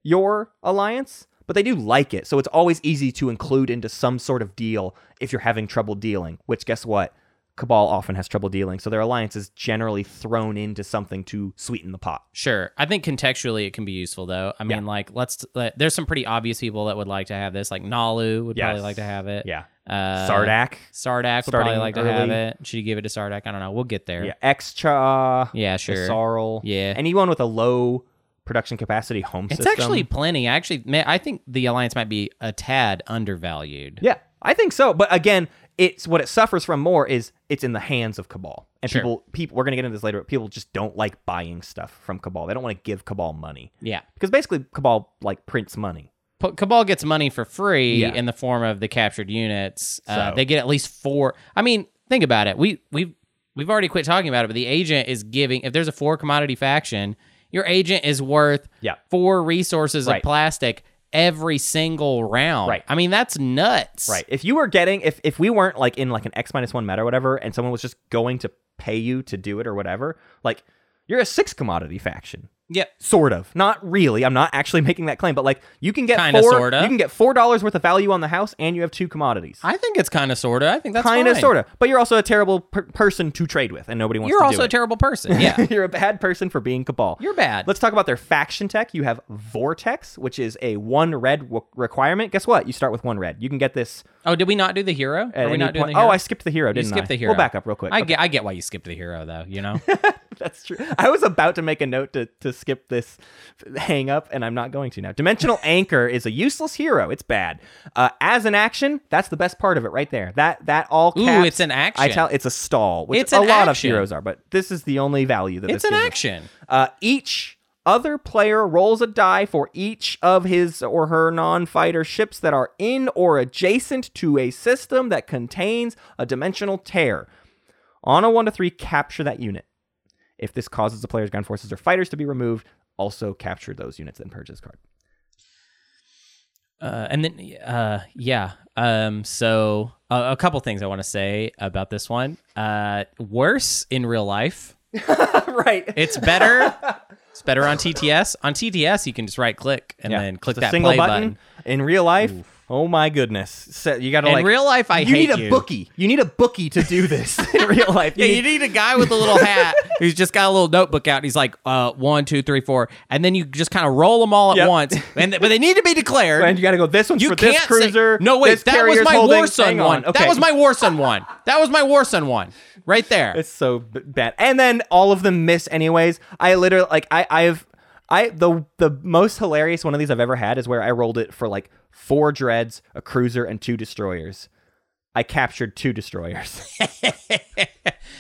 A: your alliance, but they do like it. So it's always easy to include into some sort of deal if you're having trouble dealing. Which guess what? Cabal often has trouble dealing, so their alliance is generally thrown into something to sweeten the pot.
B: Sure. I think contextually it can be useful though. I mean, like let's let, there's some pretty obvious people that would like to have this. Like Nalu would probably
A: Yes.
B: like to have it.
A: Yeah,
B: Uh,
A: Sardak.
B: Sardak would
A: starting
B: probably like to have
A: early.
B: it. Should you give it to Sardak? I don't know. We'll get there.
A: Yeah, Extra.
B: Yeah, sure.
A: Sorrel.
B: Yeah.
A: anyone with a low production capacity home
B: it's
A: system.
B: actually plenty. I actually, man, I think the alliance might be a tad undervalued.
A: Yeah, I think so. But again, it's what it suffers from more is it's in the hands of Cabal. And
B: Sure.
A: people people we're gonna get into this later, but people just don't like buying stuff from Cabal. They don't want to give Cabal money.
B: Yeah.
A: Because basically Cabal like prints money.
B: P- Cabal gets money for free
A: Yeah.
B: in the form of the captured units. Uh,
A: So-
B: they get at least four. I mean, think about it. We we've we've already quit talking about it, but the agent is giving. If there's a four commodity faction, your agent is worth
A: Yeah.
B: four resources
A: Right.
B: of plastic every single round.
A: Right.
B: I mean, that's nuts.
A: Right. If you were getting if if we weren't like in like an X minus one meta or whatever, and someone was just going to pay you to do it or whatever, like you're a six commodity faction.
B: Yep.
A: Sort of. Not really. I'm not actually (laughs) making that claim, but like you can get
B: Kinda,
A: four
B: sorta.
A: you can get four dollars worth of value on the house and you have two commodities.
B: I think it's kind of sorta. I think that's
A: Kind of,
B: fine.
A: sort of, but you're also a terrible per- person to trade with, and nobody wants
B: You're
A: to
B: also
A: do
B: a
A: it. (laughs)
B: terrible person. Yeah.
A: You're a bad person for being Cabal.
B: You're bad.
A: Let's talk about their faction tech. You have Vortex, which is a one red w- requirement. Guess what? You start with one red. You can get this
B: oh, did we not do the hero?
A: at
B: Are we
A: any
B: not doing
A: point-
B: the hero?
A: Oh, I skipped the hero,
B: you
A: didn't
B: skipped
A: I?
B: the hero.
A: We'll back up real quick.
B: I
A: Okay,
B: get, I get why you skipped the hero though.
A: (laughs)
B: You know.
A: that's true. I was about to make a note to, to skip this hang up, and I'm not going to now.
B: (laughs)
A: Dimensional Anchor is a useless hero. It's bad. Uh, as an action, that's the best part of it right there. That that all
B: Ooh,
A: caps,
B: it's an action.
A: I tell it's a stall, which
B: It's
A: a
B: an
A: lot of
B: action.
A: heroes are, but this is the only value that
B: it's
A: this
B: an
A: gives us.
B: action.
A: Uh, each other player rolls a die for each of his or her non fighter ships that are in or adjacent to a system that contains a dimensional tear. On a 1 to 3, capture that unit. If this causes the player's ground forces or fighters to be removed, also capture those units and purge this card.
B: Uh, and then, uh, yeah. Um, so uh, a couple things I want to say about this one. Uh, worse in real life.
A: right. (laughs)
B: It's better. it's better on TTS. On TTS, you can just right click and then click
A: Just a
B: that
A: single
B: play button.
A: button. In real life, oh my goodness. So you gotta
B: In
A: like.
B: real life, I
A: you
B: hate
A: need a
B: you.
A: bookie. You need a bookie to do this (laughs) in real life.
B: Yeah, you need a guy with a little
A: (laughs)
B: hat who's just got a little notebook out. And he's like, uh, one, two, three, four, and then you just kind of roll them all at
A: Yep.
B: once. And th- but they need to be
A: (laughs)
B: declared.
A: And you got to go. This one's
B: you
A: for
B: can't
A: this
B: say-
A: cruiser.
B: no, wait,
A: this
B: that was
A: carrier's
B: my
A: holding-
B: War Sun
A: hang on,
B: one.
A: okay.
B: That was my War Sun one. That was my War Sun one. Right
A: (laughs)
B: there.
A: It's so b- bad. And then all of them miss anyways. I literally like I I've I the the most hilarious one of these I've ever had is where I rolled it for like four dreads, a cruiser, and two destroyers. I captured two
B: (laughs)
A: destroyers.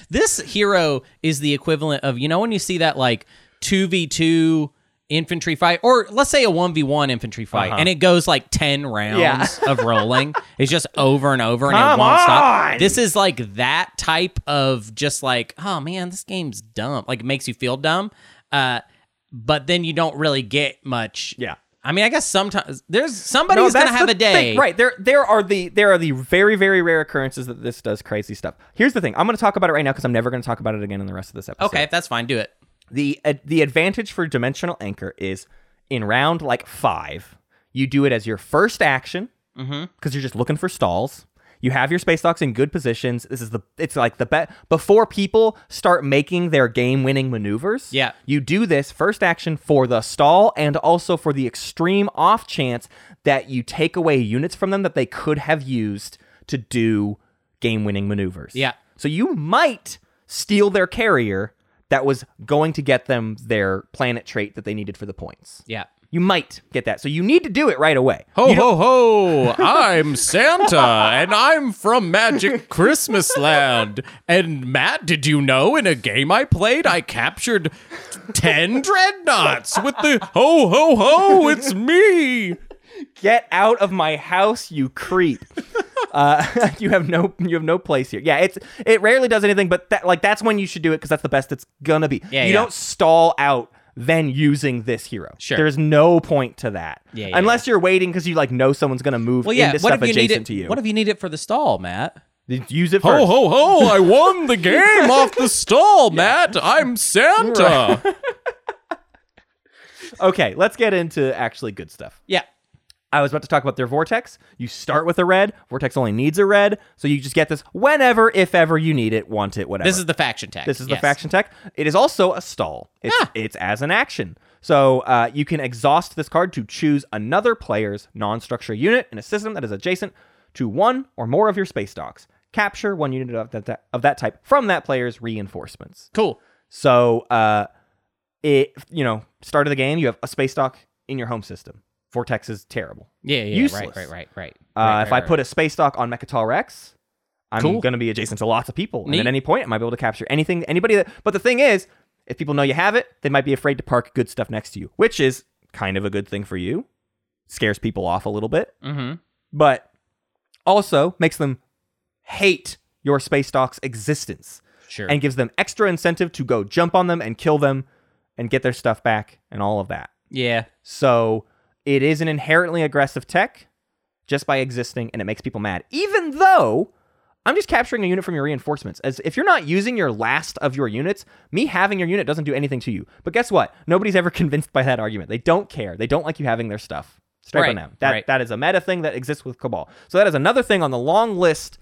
B: this hero is the equivalent of you know when you see that like 2v2 infantry fight or let's say a 1v1 infantry fight
A: Uh-huh.
B: and it goes like 10 rounds
A: Yeah.
B: (laughs) of rolling it's just over and over and
A: Come
B: it won't
A: on!
B: stop this is like that type of just like oh man this game's dumb like it makes you feel dumb uh but then you don't really get much
A: Yeah.
B: i mean i guess sometimes there's somebody's
A: No,
B: gonna
A: that's
B: have
A: the
B: a day
A: thing, Right. There there are the there are the very, very rare occurrences that this does crazy stuff. Here's the thing. I'm gonna talk about it right now because I'm never gonna talk about it again in the rest of this episode.
B: okay if that's fine do it
A: the ad- the advantage for dimensional anchor is in round like five you do it as your first action because
B: Mm-hmm.
A: you're just looking for stalls you have your space docks in good positions this is the it's like the bet before people start making their game winning maneuvers
B: Yeah.
A: you do this first action for the stall and also for the extreme off chance that you take away units from them that they could have used to do game winning maneuvers
B: Yeah.
A: so you might steal their carrier that was going to get them their planet trait that they needed for the points.
B: yeah
A: You might get that. So you need to do it right away.
B: Ho ho ho! I'm Santa, and I'm from Magic Christmas Land. And Matt, did you know in a game I played, I captured ten dreadnoughts with the ho ho ho? It's me.
A: Get out of my house, you creep.
B: (laughs)
A: Uh, (laughs) you have no you have no place here. Yeah, it's it rarely does anything, but that like that's when you should do it because that's the best it's gonna be.
B: Yeah,
A: you
B: yeah.
A: don't stall out then using this hero.
B: Sure.
A: There's no point to that.
B: Yeah, yeah,
A: Unless you're waiting because you like know someone's gonna move
B: Well, yeah.
A: into
B: what
A: stuff
B: if you
A: adjacent to
B: need it?
A: you.
B: What if you need it for the stall, Matt?
A: use it first?
B: ho ho! I won the (laughs) game off the stall, Matt. I'm Santa.
A: Okay, let's get into actually good stuff.
B: (laughs) Yeah.
A: I was about to talk about their vortex. You start with a red. Vortex only needs a red, so you just get this whenever, if ever you need it, want it, whatever.
B: This is the faction tech.
A: This is the
B: Yes.
A: faction tech. It is also a stall. It's,
B: Ah.
A: it's as an action. So uh, you can exhaust this card to choose another player's non-structure unit in a system that is adjacent to one or more of your space docks. Capture one unit of that, of that type from that player's reinforcements.
B: Cool.
A: So uh it you know, start of the game, you have a space dock in your home system. Vortex is terrible.
B: Yeah. Yeah.
A: Useless.
B: Right. Right. Right. Right.
A: Uh,
B: right,
A: if
B: right,
A: I put a space dock on Mechatal Rex, I'm
B: Cool.
A: going to be adjacent to lots of people, and
B: Neat.
A: at any point, I might be able to capture anything, anybody that. But the thing is, if people know you have it, they might be afraid to park good stuff next to you, which is kind of a good thing for you. Scares people off a little bit,
B: Mm-hmm.
A: but also makes them hate your space dock's existence
B: Sure.
A: and gives them extra incentive to go jump on them and kill them and get their stuff back and all of that.
B: yeah.
A: So it is an inherently aggressive tech just by existing, and it makes people mad. Even though I'm just capturing a unit from your reinforcements. As if you're not using your last of your units, me having your unit doesn't do anything to you. But guess what? Nobody's ever (laughs) convinced by that argument. They don't care. They don't like you having their stuff. Straight
B: Right,
A: on them. That
B: right.
A: that is a meta thing that exists with Cabal. So that is another thing on the long list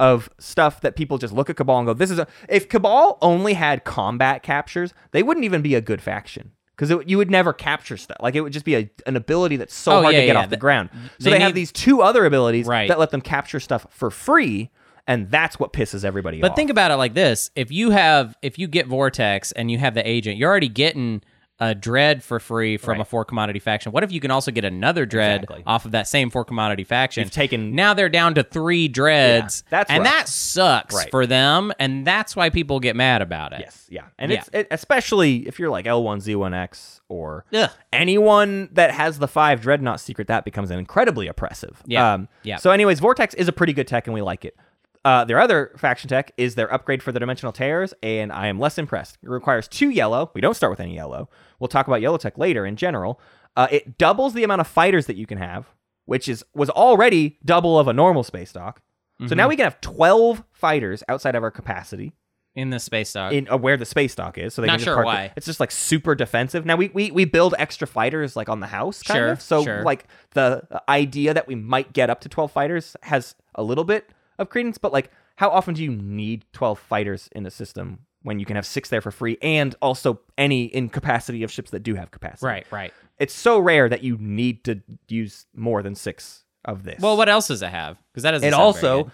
A: of stuff that people just look at Cabal and go, "This is a." If Cabal only had combat captures, they wouldn't even be a good faction because you would never capture stuff. Like it would just be a, an ability that's so
B: Oh,
A: hard
B: yeah,
A: to get
B: yeah.
A: off the
B: Th-
A: ground. So
B: they
A: they, have
B: need-
A: these two other abilities
B: Right.
A: that let them capture stuff for free, and that's what pisses everybody
B: But
A: off.
B: think about it like this: if you have, if you get Vortex and you have the agent, you're already getting a dread for free from a four commodity faction. What if you can also get another dread
A: Exactly.
B: off of that same four commodity faction?
A: You've taken-
B: now they're down to three dreads.
A: Yeah, that's
B: and
A: rough.
B: that sucks
A: Right.
B: for them, and that's why people get mad about it.
A: yes, yeah, and
B: Yeah.
A: it's it, especially if you're like L1Z1X or
B: Ugh.
A: anyone that has the five dreadnought secret that becomes incredibly oppressive. Um,
B: Yeah, yeah.
A: So, anyways, Vortex is a pretty good tech, and we like it. Uh, their other faction tech is their upgrade for the dimensional tears, and I am less impressed. It requires two yellow. We don't start with any yellow. We'll talk about yellow tech later in general. Uh, it doubles the amount of fighters that you can have, which is was already double of a normal space dock. So
B: Mm-hmm.
A: now we can have twelve fighters outside of our capacity
B: In the space dog.
A: in uh, where the space dock is. So they
B: Not
A: can just
B: sure
A: park
B: why.
A: It. It's just like super defensive. Now we, we we build extra fighters like on the house, kind
B: Sure,
A: of. So
B: sure.
A: like the idea that we might get up to twelve fighters has a little bit of credence, but like how often do you need twelve fighters in a system when you can have six there for free and also any incapacity of ships that do have capacity?
B: right, right.
A: It's so rare that you need to use more than six of this.
B: Well, what else does it have? Because that doesn't.
A: it
B: sound very
A: also
B: good.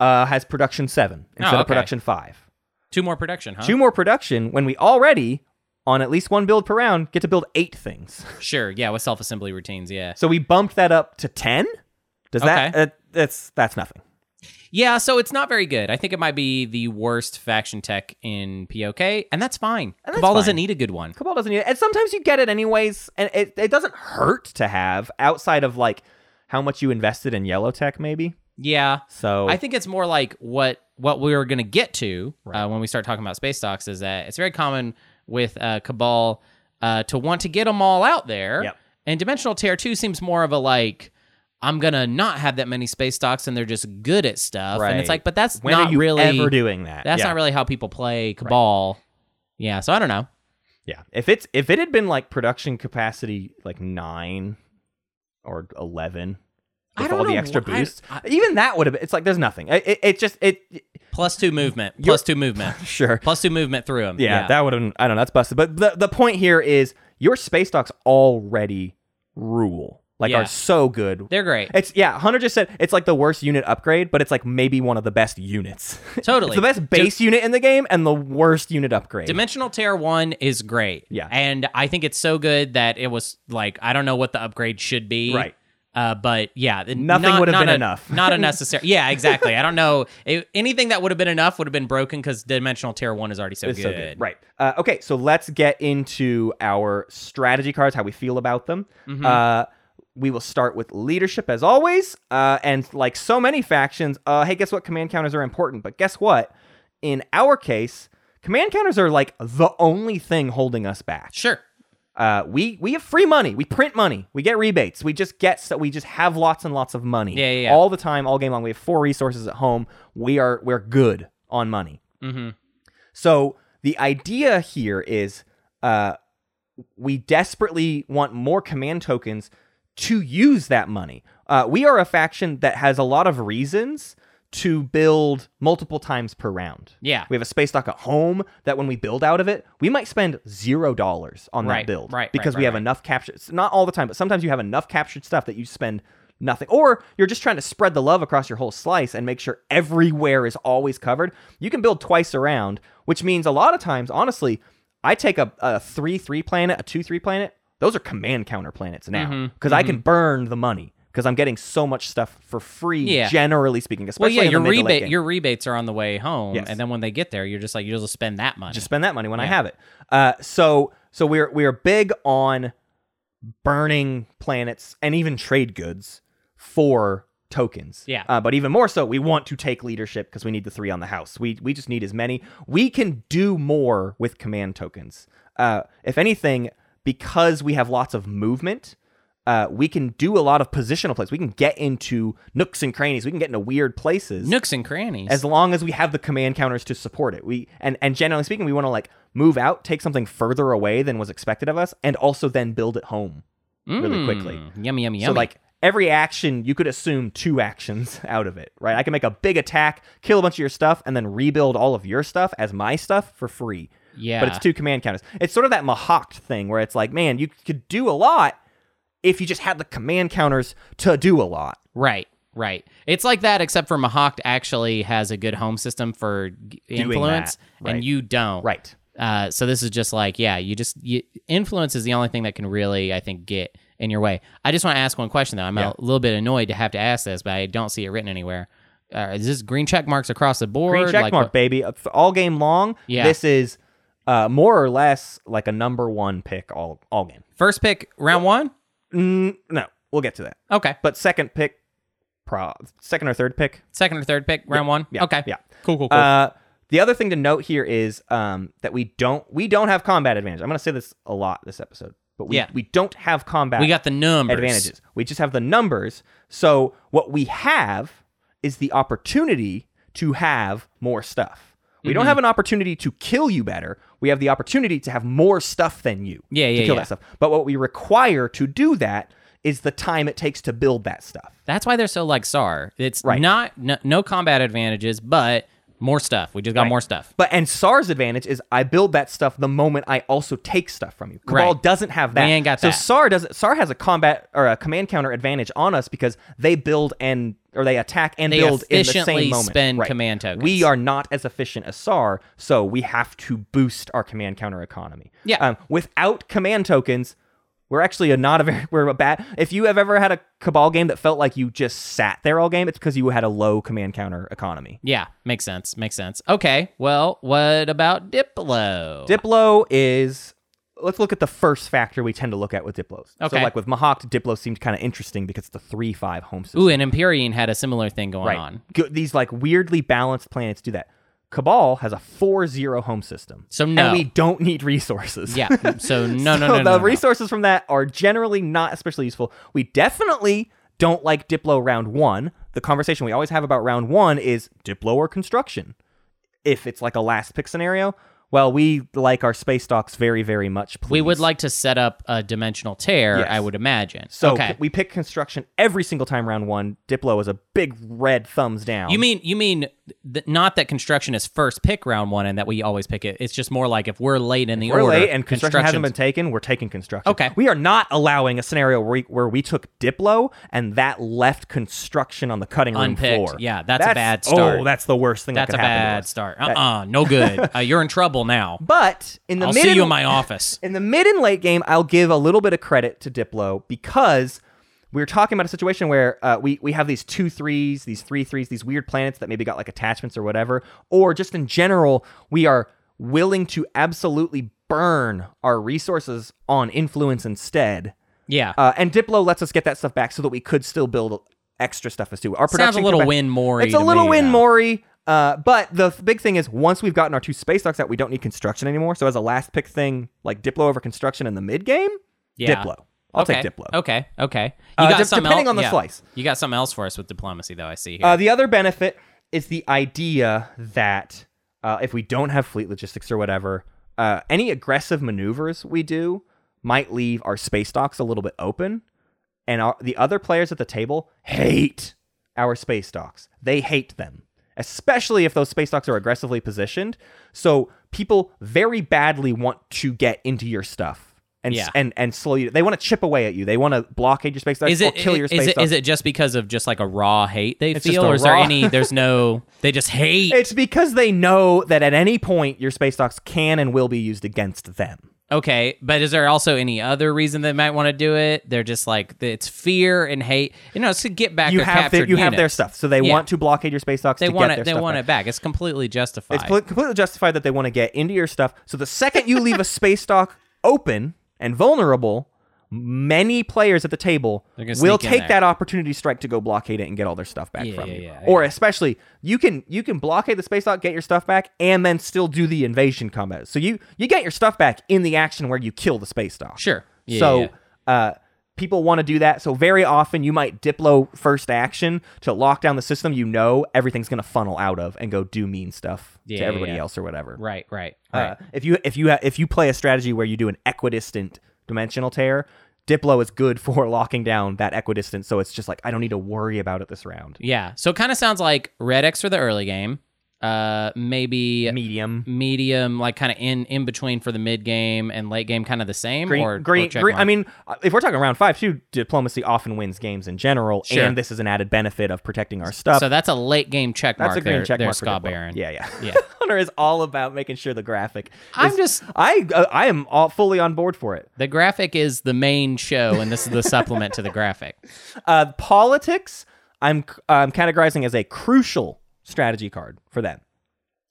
A: uh, has production seven instead of
B: okay.
A: production five
B: two more production, huh?
A: two more production when we already on at least one build per round get to build eight things
B: Sure. Yeah, with self assembly routines. Yeah.
A: so we bumped that up to 10 does that
B: Okay.
A: uh, that's that's nothing
B: Yeah, so it's not very good. I think it might be the worst faction tech in POK, and that's fine.
A: that's
B: Cabal doesn't
A: fine.
B: need a good one.
A: cabal doesn't need it and sometimes you get it anyways and it, it doesn't hurt to have outside of like how much you invested in yellow tech maybe
B: Yeah.
A: so
B: I think it's more like what what we are going to get to uh, when we start talking about space stocks is that it's very common with uh, Cabal uh, to want to get them all out there.
A: Yep.
B: And Dimensional Tear 2 seems more of a like, I'm going to not have that many space stocks and they're just good at stuff. And
A: Right.
B: it's like, but that's
A: when
B: not
A: are you
B: really.
A: ever doing that
B: that's
A: yeah.
B: not really how people play Cabal. Yeah, so I don't know.
A: yeah if it's if it had been like production capacity like 9 or 11
B: I
A: with
B: don't
A: all the
B: know
A: extra
B: why-
A: boosts
B: I-
A: even that would have been it's like there's nothing it, it, it just it
B: Plus two movement. Plus two movement.
A: sure
B: Plus two movement through him.
A: Yeah, that would have. I don't know. That's busted. But the the point here is your space docs already rule. Like
B: Yeah.
A: are so good.
B: they're great.
A: It's yeah. Hunter just said it's like the worst unit upgrade, but it's like maybe one of the best units. (laughs)
B: Totally.
A: it's the best base unit in the game and the worst unit upgrade.
B: Dimensional Tear One is great.
A: Yeah.
B: and I think it's so good that it was like I don't know what the upgrade should be.
A: Right.
B: Uh, but yeah, th-
A: Nothing
B: not-
A: would have
B: not
A: been
B: a-
A: enough.
B: (laughs)
A: (laughs)
B: Not a necessary. Yeah, exactly. I don't know. It- anything that would have been enough would have been broken because Dimensional Tear One is already so,
A: It's
B: good.
A: so good. Right. Uh, okay, so let's get into our strategy cards, how we feel about them. Uh, we will start with leadership as always. Uh, and like so many factions, uh, hey, guess what? Command counters are important. But guess what? In our case, command counters are like the only thing holding us back.
B: Sure.
A: Uh, we we have free money. We print money. We get rebates. We just get so we just have lots and lots of money.
B: Yeah, yeah, yeah.
A: All the time, all game long. We have four resources at home. We are we're good on money.
B: Mm-hmm.
A: So the idea here is uh, we desperately want more command tokens to use that money. Uh, we are a faction that has a lot of reasons to build multiple times per round.
B: Yeah.
A: We have a space dock at home that when we build out of it, we might spend zero dollars on
B: Right,
A: that build.
B: right, right,
A: Because
B: right,
A: we have
B: right.
A: enough captured not all the time, but sometimes you have enough captured stuff that you spend nothing. Or you're just trying to spread the love across your whole slice and make sure everywhere is always covered. You can build twice around, which means a lot of times, honestly, I take a, a
B: Mm-hmm,
A: three three planet, a two three planet, those are command counter planets now. Because I can burn the money. because I'm getting so much stuff for free.
B: Yeah.
A: Generally speaking,
B: Well,
A: especially
B: yeah,
A: in the
B: your
A: mid to late
B: rebate
A: game.
B: your rebates are on the way home,
A: Yes.
B: and then when they get there, you're just like you'll just spend that money.
A: just spend that money when I
B: Yeah.
A: have it. Uh, so so we're we are big on burning planets and even trade goods for tokens.
B: Yeah.
A: Uh, but even more so, we want to take leadership because we need the three on the house. We we just need as many. We can do more with command tokens. Uh, if anything, because we have lots of movement. Uh, we can do a lot of positional plays. We can get into nooks and crannies. We can get into weird places
B: nooks and crannies.
A: as long as we have the command counters to support it. We and and generally speaking, we want to like move out, take something further away than was expected of us, and also then build it home really quickly.
B: Mm, Yummy, yummy, yummy.
A: So like every action, you could assume two actions (laughs) out of it, right? I can make a big attack, kill a bunch of your stuff, and then rebuild all of your stuff as my stuff for free.
B: yeah,
A: But it's two command counters. It's sort of that Mahawk thing where it's like, man, you could do a lot if you just had the command counters to do a lot.
B: Right, right. It's like that, except for Mahawk actually has a good home system for g- influence,
A: that, right.
B: and you don't.
A: Right.
B: Uh, so this is just like, yeah, you just you, influence is the only thing that can really, I think, get in your way. I just want to ask one question though. I'm
A: Yeah.
B: a little bit annoyed to have to ask this, but I don't see it written anywhere. Uh, is this green check marks across the board?
A: Green check
B: Like,
A: mark,
B: what-
A: baby. Uh, for All game long.
B: Yeah.
A: This is uh, more or less like a number one pick all all game.
B: First pick, round one.
A: Mm, no, we'll get to that.
B: Okay,
A: But second pick, pro second or third pick.
B: second or third pick, round one.
A: Yeah,
B: okay,
A: yeah.
B: cool, cool, cool.
A: Uh, the other thing to note here is um, that we don't we don't have combat advantage. I'm going to say this a lot this episode, but we
B: Yeah.
A: we don't have combat.
B: we got the numbers.
A: advantages. We just have the numbers. So what we have is the opportunity to have more stuff. We
B: Mm-hmm.
A: don't have an opportunity to kill you better. We have the opportunity to have more stuff than you.
B: Yeah,
A: to
B: yeah,
A: kill
B: yeah.
A: that stuff. But what we require to do that is the time it takes to build that stuff.
B: That's why they're so like SAR. It's
A: Right.
B: not no, no combat advantages, but more stuff. We just got more stuff.
A: But and SAR's advantage is I build that stuff the moment I also take stuff from you. Cabal
B: Right.
A: doesn't have that.
B: ain't got
A: so
B: that.
A: SAR doesn't SAR has a combat or a command counter advantage on us because they build and or they attack and
B: They
A: build in the
B: efficiently
A: same moment.
B: spend command tokens.
A: We are not as efficient as SAR, so we have to boost our command counter economy.
B: Yeah.
A: Um, without command tokens, we're actually a not a very (laughs) we're a bad. If you have ever had a Cabal game that felt like you just sat there all game, it's because you had a low command counter economy.
B: Yeah, makes sense. Makes sense. Okay, well, what about Diplo?
A: Diplo is. Let's look at the first factor we tend to look at with Diplos. So,
B: Okay.
A: like with Mahawk, Diplo seemed kind of interesting because it's the three five home system.
B: Ooh, and Empyrean had a similar thing going
A: right.
B: on.
A: Go- these like weirdly balanced planets do that. Cabal has a four zero home system.
B: So no.
A: and we don't need resources. (laughs)
B: Yeah. So no, no,
A: So
B: no, no,
A: the
B: no, no.
A: resources from that are generally not especially useful. We definitely don't like Diplo round one. The conversation we always have about round one is Diplo or construction. If it's like a last pick scenario, well, we like our space docks very, very much. Please.
B: We would like to set up a dimensional tear,
A: Yes.
B: I would imagine.
A: So
B: okay.
A: we pick construction every single time round one. Diplo is a big red thumbs down.
B: you mean you mean th- not that construction is first pick round one and that we always pick it. It's just more like if we're late in the
A: we're
B: order
A: late and construction hasn't
B: construction's-
A: been taken. We're taking construction.
B: Okay.
A: We are not allowing a scenario where we, where we took Diplo and that left construction on the cutting room
B: Unpicked.
A: floor.
B: Yeah, that's a bad start.
A: Oh, that's the worst thing. that
B: That's a
A: could happen to
B: bad
A: us.
B: start. Uh uh
A: (laughs)
B: no good. uh, you're in trouble now.
A: But in the
B: I'll
A: mid
B: see
A: and,
B: you in my (laughs) office.
A: in the mid and late game, I'll give a little bit of credit to Diplo because we were talking about a situation where uh, we we have these two threes, these three threes, these weird planets that maybe got like attachments or whatever, or just in general, we are willing to absolutely burn our resources on influence instead.
B: Yeah.
A: Uh, and Diplo lets us get that stuff back so that we could still build extra stuff as too. Our production
B: Sounds a little
A: capa-
B: win more.
A: It's a little win morey. Uh, but the th- big thing is once we've gotten our two space docks out, we don't need construction anymore. So as a last pick thing, like Diplo over construction in the mid game,
B: Yeah.
A: Diplo. I'll
B: okay.
A: take Diplo.
B: Okay. Okay. You
A: Uh,
B: got
A: de-
B: something
A: depending
B: el-
A: on the
B: yeah.
A: slice.
B: You got something else for us with diplomacy, though. I see here.
A: Uh, the other benefit is the idea that uh, if we don't have fleet logistics or whatever, uh, any aggressive maneuvers we do might leave our space docks a little bit open, and our, the other players at the table hate our space docks. They hate them, especially if those space docks are aggressively positioned. So people very badly want to get into your stuff. And, s-
B: Yeah.
A: and and slow you. They want to chip away at you. They want to blockade your space docks
B: is it
A: or kill your
B: is
A: space
B: it-
A: docks.
B: is it just because of just like a raw hate they
A: just
B: feel,
A: a
B: or is there
A: raw- (laughs)
B: any? There's no. They just hate.
A: It's because they know that at any point your space docks can and will be used against them.
B: Okay, but is there also any other reason they might want to do it? They're just like it's fear and hate. You know, it's to get back.
A: You
B: their
A: have their,
B: captured
A: you have their
B: units.
A: stuff, so they
B: Yeah.
A: want to blockade your space docks.
B: They
A: to
B: want
A: get their
B: it. They
A: stuff
B: want
A: back.
B: it back. It's completely justified.
A: It's poli- completely justified that they want to get into your stuff. So the second you leave a space dock open and vulnerable, many players at the table
B: gonna
A: will
B: sneak in
A: take
B: there.
A: that opportunity strike to go blockade it and get all their stuff back
B: Yeah,
A: from
B: yeah,
A: you.
B: yeah, I
A: or especially you can you can blockade the space dock, get your stuff back, and then still do the invasion combat. So you you get your stuff back in the action where you kill the space dock.
B: sure. Yeah,
A: so
B: yeah,
A: uh people want to do that. So very often you might diplo first action to lock down the system you know everything's gonna funnel out of and go do mean stuff
B: Yeah,
A: to
B: yeah,
A: everybody
B: yeah.
A: else or whatever.
B: right, right, right.
A: Uh, if you if you ha- if you play a strategy where you do an equidistant dimensional tear, Diplo is good (laughs) for locking down that equidistant, so it's just like I don't need to worry about it this round.
B: yeah. So it kind of sounds like Red X for the early game. Uh, maybe
A: Medium,
B: medium, like kind of in in between for the mid game and late game, kind of the same.
A: green,
B: or
A: green,
B: or check
A: green. I
B: mark?
A: mean, uh, if we're talking round five, too, diplomacy often wins games in general,
B: Sure.
A: and this is an added benefit of protecting our stuff.
B: so that's a late game check
A: uh, That's
B: mark.
A: a green
B: there,
A: check
B: there,
A: mark for
B: Scott
A: Diplo.
B: Baron.
A: Yeah, yeah,
B: Yeah.
A: (laughs) Hunter is all about making sure the graphic.
B: I'm
A: is-
B: just
A: I uh, I am all fully on board for it.
B: The graphic is the main show, and this is the supplement to
A: (laughs)
B: the graphic.
A: Uh, politics, I'm um, categorizing as a crucial strategy card for them.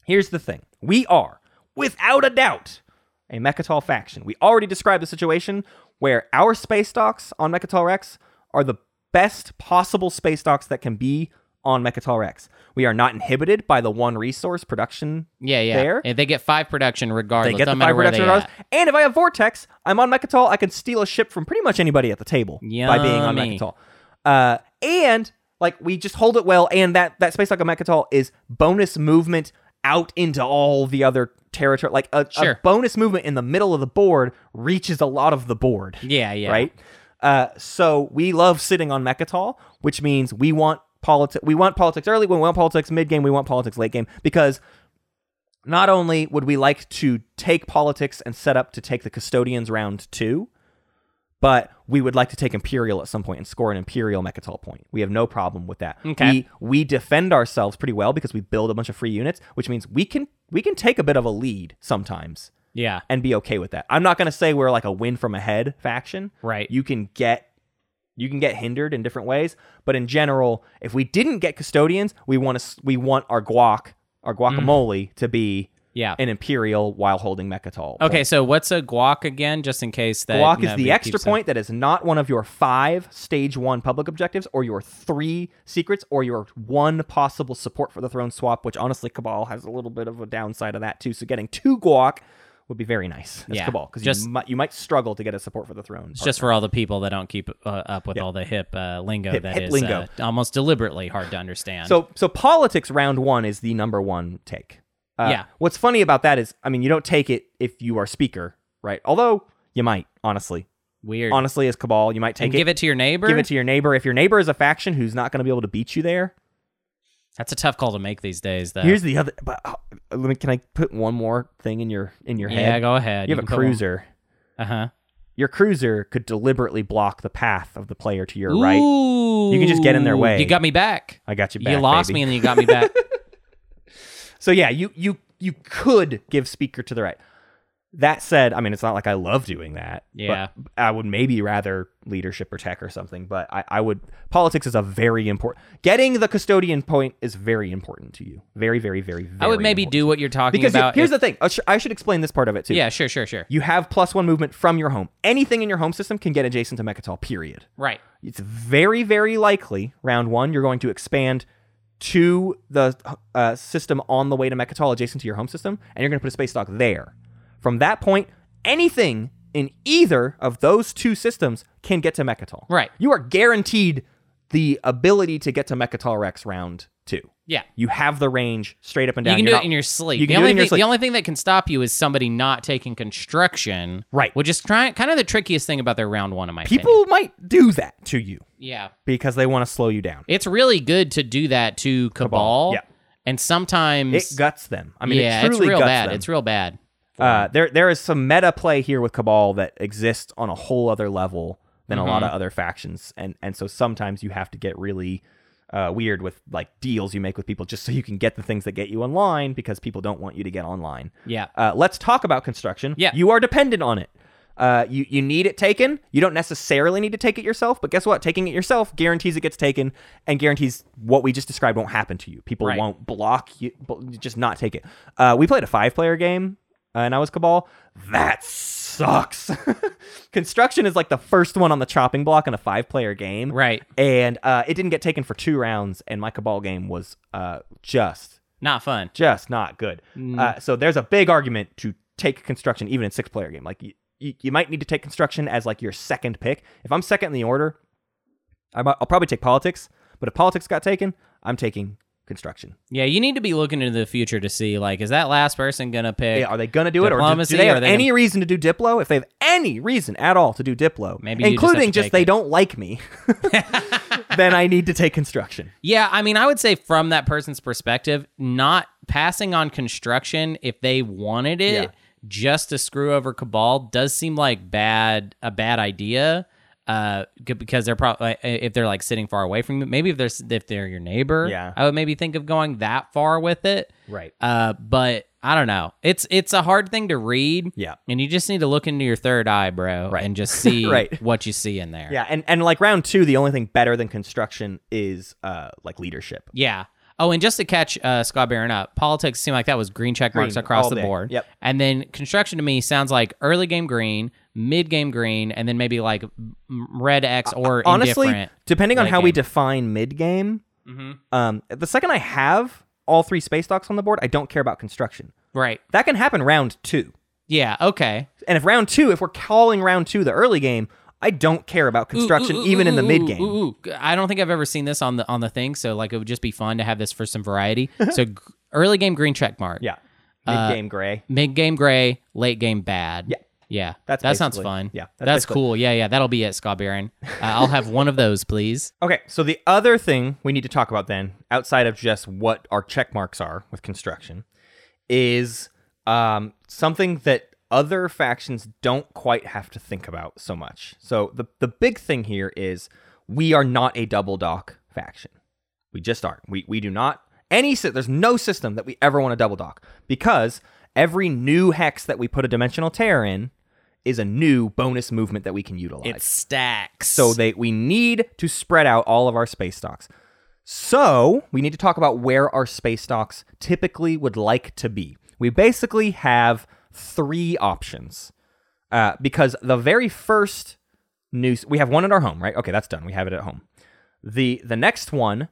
A: Here's the thing we are, without a doubt, a Mechatol faction. We already described the situation where our space docks on Mechatol Rex are the best possible space docks that can be on Mechatol Rex. We are not inhibited by the one resource production
B: Yeah, yeah.
A: There?
B: And they get five production
A: They
B: regardless.
A: get
B: no
A: the
B: matter
A: five
B: where they
A: reduction dollars.
B: at.
A: And if I have Vortex, I'm on Mechatol. I can steal a ship from pretty much anybody at the table by being on
B: Yummy.
A: Mechatol. Uh, and like we just hold it well, and that that space like a Mechatol is bonus movement out into all the other territory. Like a, a
B: Sure.
A: bonus movement in the middle of the board reaches a lot of the board.
B: Yeah, yeah.
A: Right. Uh, so we love sitting on Mechatol, which means we want politics. We want politics early. We want politics mid game. We want politics late game because not only would we like to take politics and set up to take the custodians round two, but we would like to take Imperial at some point and score an Imperial Mechatol point. We have no problem with that.
B: Okay.
A: We, we defend ourselves pretty well because we build a bunch of free units, which means we can we can take a bit of a lead sometimes
B: Yeah.
A: and be okay with that. I'm not going to say we're like a win from ahead faction.
B: Right.
A: You can get you can get hindered in different ways, but in general, if we didn't get custodians, we want to we want our guac, our guacamole to be
B: Mm-hmm. Yeah.
A: an imperial while holding mechatol.
B: Okay, so what's a guac again, just in case that
A: Guac is
B: nobody
A: the extra
B: keeps up-
A: point that is not one of your five stage one public objectives or your three secrets or your one possible support for the throne swap, which honestly, Cabal has a little bit of a downside of that too. So getting two Guac would be very nice as
B: Yeah,
A: Cabal because
B: just-
A: you, might, you might struggle to get a support for the throne.
B: It's just for all the people that don't keep uh, up with all the hip uh, lingo that is
A: hip lingo.
B: uh, almost deliberately hard to understand.
A: So so politics round one is the number one take. Uh,
B: Yeah.
A: What's funny about that is, I mean, you don't take it if you are speaker, right? Although you might, honestly,
B: weird.
A: honestly, as Cabal, you might take
B: and
A: it,
B: give it to your neighbor.
A: give it to your neighbor. If your neighbor is a faction who's not going to be able to beat you there,
B: That's a tough call to make these days, though.
A: here's the other. But uh, let me. Can I put one more thing in your in your
B: yeah,
A: head?
B: go ahead.
A: you have a cruiser.
B: Uh huh.
A: Your cruiser could deliberately block the path of the player to your right. You can just get in their way.
B: You got me back.
A: I got you back.
B: you lost
A: baby.
B: me and then you got
A: (laughs)
B: me back.
A: So yeah, you you you could give speaker to the right. That said, I mean it's not like I love doing that. but
B: Yeah.
A: I would maybe rather leadership or tech or something, but I, I would politics is a very important getting the custodian point is very important to you. Very, very, very, very
B: I would maybe
A: important.
B: do what you're talking
A: because you-
B: about.
A: here's
B: if-
A: the thing. I sh- I should explain this part of it too.
B: yeah, sure, sure, sure.
A: You have plus one movement from your home. Anything in your home system can get adjacent to Mechatol, period
B: Right.
A: it's very very likely round one you're going to expand to the uh, system on the way to Mechatol adjacent to your home system, and you're going to put a space dock there. From that point, anything in either of those two systems can get to Mechatol.
B: Right.
A: You are guaranteed the ability to get to Mechatol Rex round two.
B: Yeah.
A: You have the range straight up and
B: You
A: down.
B: can do
A: You're
B: it
A: not-
B: in your sleep.
A: You
B: the
A: can do
B: only
A: it in your
B: thing,
A: sleep.
B: the only thing that can stop you is somebody not taking construction.
A: Right.
B: Which is try, kind of the trickiest thing about their round one, in my opinion.
A: People might do that to you
B: Yeah.
A: because they want to slow you down.
B: It's really good to do that to Cabal.
A: yeah.
B: And sometimes,
A: It guts them. I mean,
B: yeah,
A: it truly
B: it's real
A: guts
B: bad.
A: them.
B: It's real bad.
A: Uh, there there is some meta play here with Cabal that exists on a whole other level than a lot of other factions, and and so sometimes you have to get really uh, weird with like deals you make with people just so you can get the things that get you online because people don't want you to get online.
B: Yeah.
A: Uh, let's talk about construction.
B: Yeah.
A: You are dependent on it. Uh, you, you need it taken. You don't necessarily need to take it yourself, but guess what? Taking it yourself guarantees it gets taken and guarantees what we just described won't happen to you. People
B: Right.
A: won't block you, bu- just not take it. Uh, we played a five player game uh, and I was Cabal. That sucks. (laughs) Construction is like the first one on the chopping block in a five player game
B: Right.
A: and uh, it didn't get taken for two rounds, and my Cabal game was uh, just
B: Not fun.
A: just not good.
B: Mm.
A: Uh, so there's a big argument to take construction even in six player game. Like you, you, you might need to take construction as like your second pick. If I'm second in the order, I'm, I'll probably take politics. But if politics got taken, I'm taking construction.
B: Yeah, you need to be looking into the future to see like is that last person gonna pick?
A: Yeah, are they going to do it, or do,
B: Diplomacy,
A: do they
B: or
A: have
B: are they
A: any reason to do Diplo? If they have any reason at all to do Diplo,
B: Maybe you just have
A: including
B: to
A: just,
B: take
A: they
B: it.
A: don't like me, (laughs) then I need to take
B: (laughs)
A: construction.
B: Yeah, I mean, I would say from that person's perspective, not passing on construction if they wanted it
A: Yeah.
B: just to screw over Cabal does seem like bad a bad idea. Uh, g- because they're probably if they're like sitting far away from you, maybe if they're s- if they're your neighbor,
A: Yeah.
B: I would maybe think of going that far with it.
A: Right.
B: Uh, but I don't know. It's it's a hard thing to read.
A: Yeah.
B: and you just need to look into your third eye, bro,
A: Right. (laughs)
B: and just see
A: Right.
B: what you see in there.
A: Yeah, and and like round two, the only thing better than construction is uh like leadership.
B: Yeah. Oh, and just to catch uh, Scott Barron up, politics seemed like that was green check marks
A: Green,
B: across
A: all
B: the
A: day.
B: board.
A: Yep.
B: And then construction to me sounds like early game green, mid game green, and then maybe like m- red X or
A: Uh, Honestly,
B: indifferent.
A: depending on
B: late
A: how we
B: game.
A: define mid game, um, the second I have all three space docks on the board, I don't care about construction.
B: Right.
A: That can happen round two,
B: Yeah. Okay.
A: and if round two, if we're calling round two the early game, I don't care about
B: Ooh,
A: construction
B: ooh,
A: even
B: ooh,
A: in the
B: ooh,
A: mid game.
B: ooh, ooh. I don't think I've ever seen this on the on the thing, so like it would just be fun to have this for some
A: (laughs)
B: variety. so g- early game green check mark.
A: Yeah,
B: Uh,
A: mid game gray.
B: Mid game gray, late game bad.
A: Yeah.
B: Yeah.
A: That's
B: that sounds
A: basically-
B: fun.
A: yeah, that's
B: That's,
A: basically-
B: cool. Yeah. Yeah. That'll be it, Scott Barron. Uh, I'll have one of those, please.
A: Okay, so the other thing we need to talk about then, outside of just what our check marks are with construction, is um, something that other factions don't quite have to think about so much. So the the big thing here is we are not a double dock faction. We just aren't. We we do not any sy- there's no system that we ever want to double dock because every new hex that we put a dimensional tear in is a new bonus movement that we can utilize.
B: It stacks.
A: So they we need to spread out all of our space stocks. So we need to talk about where our space stocks typically would like to be. We basically have three options uh, because the very first news we have one at our home, right? Okay, that's done. We have it at home. the The next one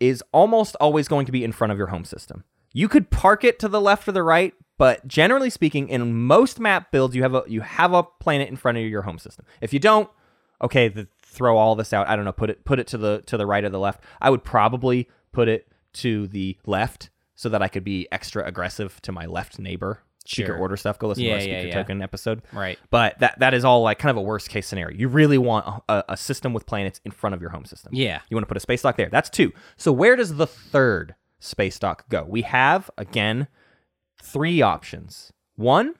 A: is almost always going to be in front of your home system. You could park it to the left or the right, but generally speaking, in most map builds, you have a you have a planet in front of your home system. If you don't, okay, th throw all this out. I don't know, put it put it to the to the right or the left. I would probably put it to the left so that I could be extra aggressive to my left neighbor. Speaker
B: Sure.
A: order stuff. Go listen
B: Yeah,
A: to our
B: yeah,
A: speaker
B: yeah.
A: token episode.
B: Right.
A: But that that is all like kind of a worst case scenario. You really want a, a system with planets in front of your home system.
B: Yeah.
A: You want to put a space dock there. That's two. So where does the third space dock go? We have again three options. One,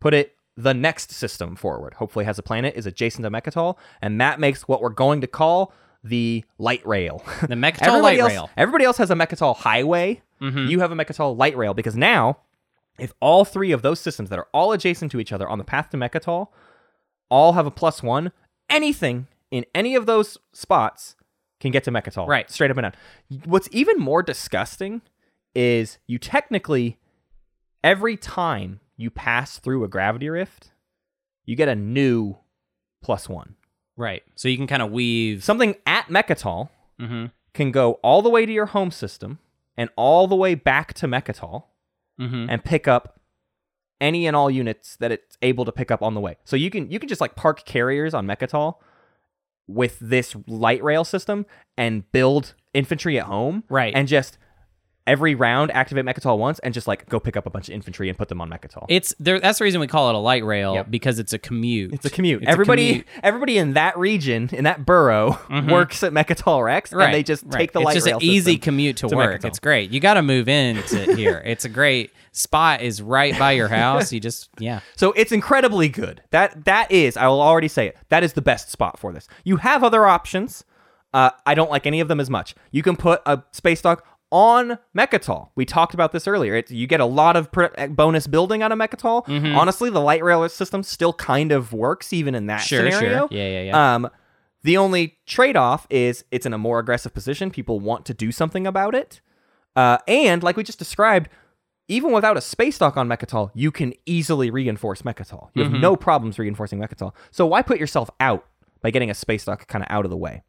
A: put it the next system forward. Hopefully has a planet is adjacent to Mechatol, and that makes what we're going to call the light rail. (laughs)
B: The Mechatol
A: Everybody
B: light
A: else,
B: rail. Mm-hmm.
A: Everybody else has a Mechatol highway. You have a Mechatol light rail because now, if all three of those systems that are all adjacent to each other on the path to Mechatol all have a plus one, anything in any of those spots can get to Mechatol.
B: Right.
A: Straight up and down. What's even more disgusting is you technically, every time you pass through a gravity rift, you get a new plus one.
B: Right. So you can kind of weave.
A: Something at Mechatol
B: Mm-hmm.
A: can go all the way to your home system and all the way back to Mechatol
B: Mm-hmm.
A: and pick up any and all units that it's able to pick up on the way. So you can you can just like park carriers on Mechatol with this light rail system and build infantry at home.
B: Right.
A: And just every round activate Mechatol once and just like go pick up a bunch of infantry and put them on Mechatol.
B: It's there. That's the reason we call it a light rail
A: Yep.
B: because it's a commute.
A: It's a commute.
B: It's a
A: everybody,
B: commute. Mm-hmm.
A: everybody in that region, in that borough, works at Mechatol Rex,
B: Right.
A: and they just
B: right.
A: take the
B: it's
A: light
B: just
A: rail
B: an easy
A: system.
B: commute to,
A: to
B: work.
A: Mechatol.
B: It's great. You got to move in
A: (laughs)
B: to here. It's a great spot. Is right by your house. You just yeah.
A: So it's incredibly good. That that is, I will already say it. That is the best spot for this. You have other options, Uh, I don't like any of them as much. You can put a space dock on Mechatol. We talked about this earlier. It's, you get a lot of pr- eh, bonus building out of Mechatol.
B: Mm-hmm.
A: Honestly, the light rail system still kind of works even in that
B: Sure, sure.
A: scenario.
B: Yeah, yeah, yeah.
A: Um, the only trade off is it's in a more aggressive position. People want to do something about it. Uh, and like we just described, even without a space dock on Mechatol, you can easily reinforce Mechatol. You have no problems reinforcing Mechatol. So why put yourself out by getting a space dock kind of out of the way?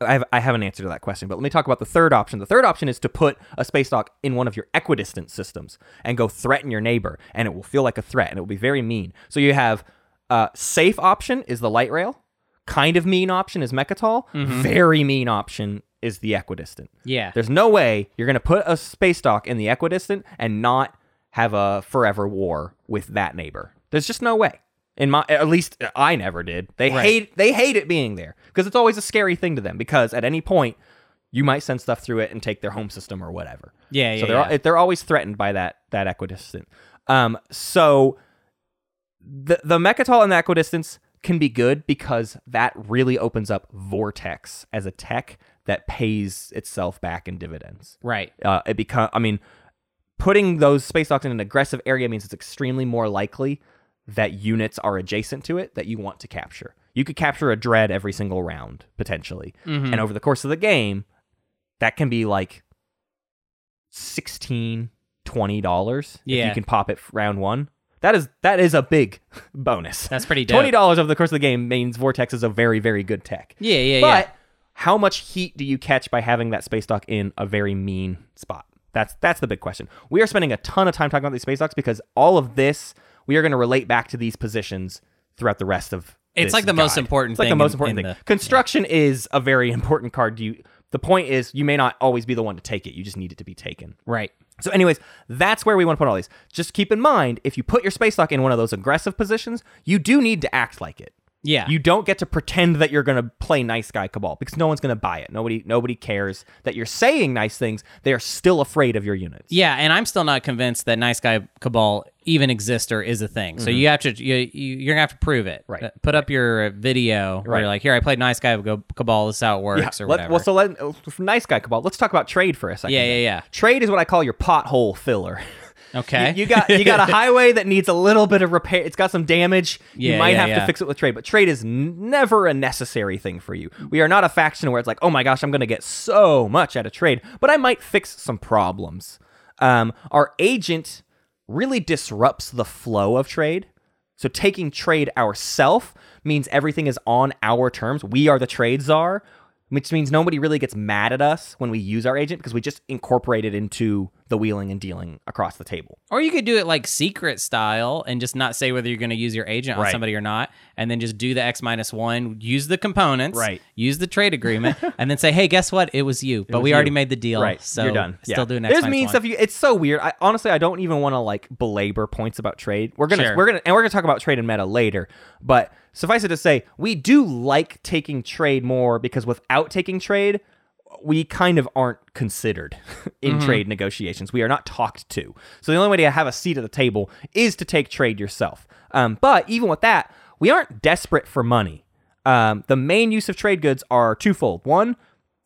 A: I have, I have an answer to that question, but let me talk about the third option. The third option is to put a space dock in one of your equidistant systems and go threaten your neighbor, and it will feel like a threat and it will be very mean. So you have uh, safe option is the light rail, kind of mean option is Mechatol, very mean option is the equidistant. (laughs)
B: Yeah.
A: There's no way you're going to put a space dock in the equidistant and not have a forever war with that neighbor. There's just no way. In my at least I never did. They
B: Right.
A: hate they hate it being there because it's always a scary thing to them because at any point you might send stuff through it and take their home system or whatever.
B: Yeah,
A: So
B: yeah,
A: they're
B: yeah.
A: al- they're always threatened by that that equidistant. Um so the the Mechatol and the Equidistance can be good because that really opens up Vortex as a tech that pays itself back in dividends.
B: right.
A: Uh, it become I mean, putting those space docks in an aggressive area means it's extremely more likely that units are adjacent to it that you want to capture. You could capture a dread every single round potentially,
B: Mm-hmm.
A: and over the course of the game, that can be like 16 20 dollars if
B: Yeah.
A: you can pop it f- round one that is that is a big (laughs) bonus
B: That's pretty dope.
A: twenty dollars over the course of the game means vortex is a very very good tech
B: Yeah, yeah, yeah.
A: but how much heat do you catch by having that space dock in a very mean spot that's that's the big question we are spending a ton of time talking about these space docks because all of this we are going to relate back to these positions throughout the rest of
B: It's
A: this
B: like the most
A: guide.
B: important
A: it's like the
B: thing
A: most
B: in-
A: important
B: in
A: thing
B: the-
A: construction is a very important card do you the point is you may not always be the one to take it you just need it to be taken
B: Right.
A: so, anyways, that's where we want to put all these. Just keep in mind, if you put your space dock in one of those aggressive positions, you do need to act like it.
B: Yeah.
A: You don't get to pretend that you're going to play nice guy cabal because no one's going to buy it. Nobody, nobody cares that you're saying nice things. They are still afraid of your units.
B: Yeah, and I'm still not convinced that Nice Guy Cabal even exists or is a thing. So you have to you, you you're gonna have to prove it.
A: Mm-hmm. Right.
B: Uh, Put up your video where
A: Right.
B: you're like, here I played Nice Guy Go- Cabal. This is how it
A: Yeah,
B: works or
A: let-
B: whatever.
A: well, so let, uh, nice guy cabal. Let's talk about trade for a second.
B: yeah, yeah, yeah.
A: Trade is what I call your pothole filler. (laughs)
B: Okay.
A: You, you got you
B: (laughs)
A: got a highway that needs a little bit of repair. It's got some damage. you
B: Yeah,
A: might
B: yeah,
A: have to
B: yeah.
A: fix it with trade, but trade is n- never a necessary thing for you. We are not a faction where it's like, oh my gosh, I'm going to get so much out of trade, but I might fix some problems. Um, our agent really disrupts the flow of trade. So taking trade ourself means everything is on our terms. We are the trade czar, which means nobody really gets mad at us when we use our agent because we just incorporate it into the wheeling and dealing across the table.
B: or you could do it like secret style and just not say whether you're gonna use your agent
A: Right.
B: on somebody or not, and then just do the X minus one, use the components,
A: Right.
B: use the trade
A: (laughs)
B: agreement, and then say, Hey, guess what? It was you. But we
A: you.
B: already made the deal.
A: Right.
B: So
A: you're done.
B: Still
A: yeah.
B: doing X
A: There's
B: minus
A: mean
B: one.
A: stuff. You, it's so weird. I honestly, I don't even want to like belabor points about trade. We're gonna
B: Sure.
A: we're gonna and we're gonna talk about trade and meta later. But suffice it to say, we do like taking trade more because without taking trade, we kind of aren't considered (laughs) in trade negotiations. We are not talked to. So the only way to have a seat at the table is to take trade yourself. Um, but even with that, we aren't desperate for money. Um, the main use of trade goods are twofold. One,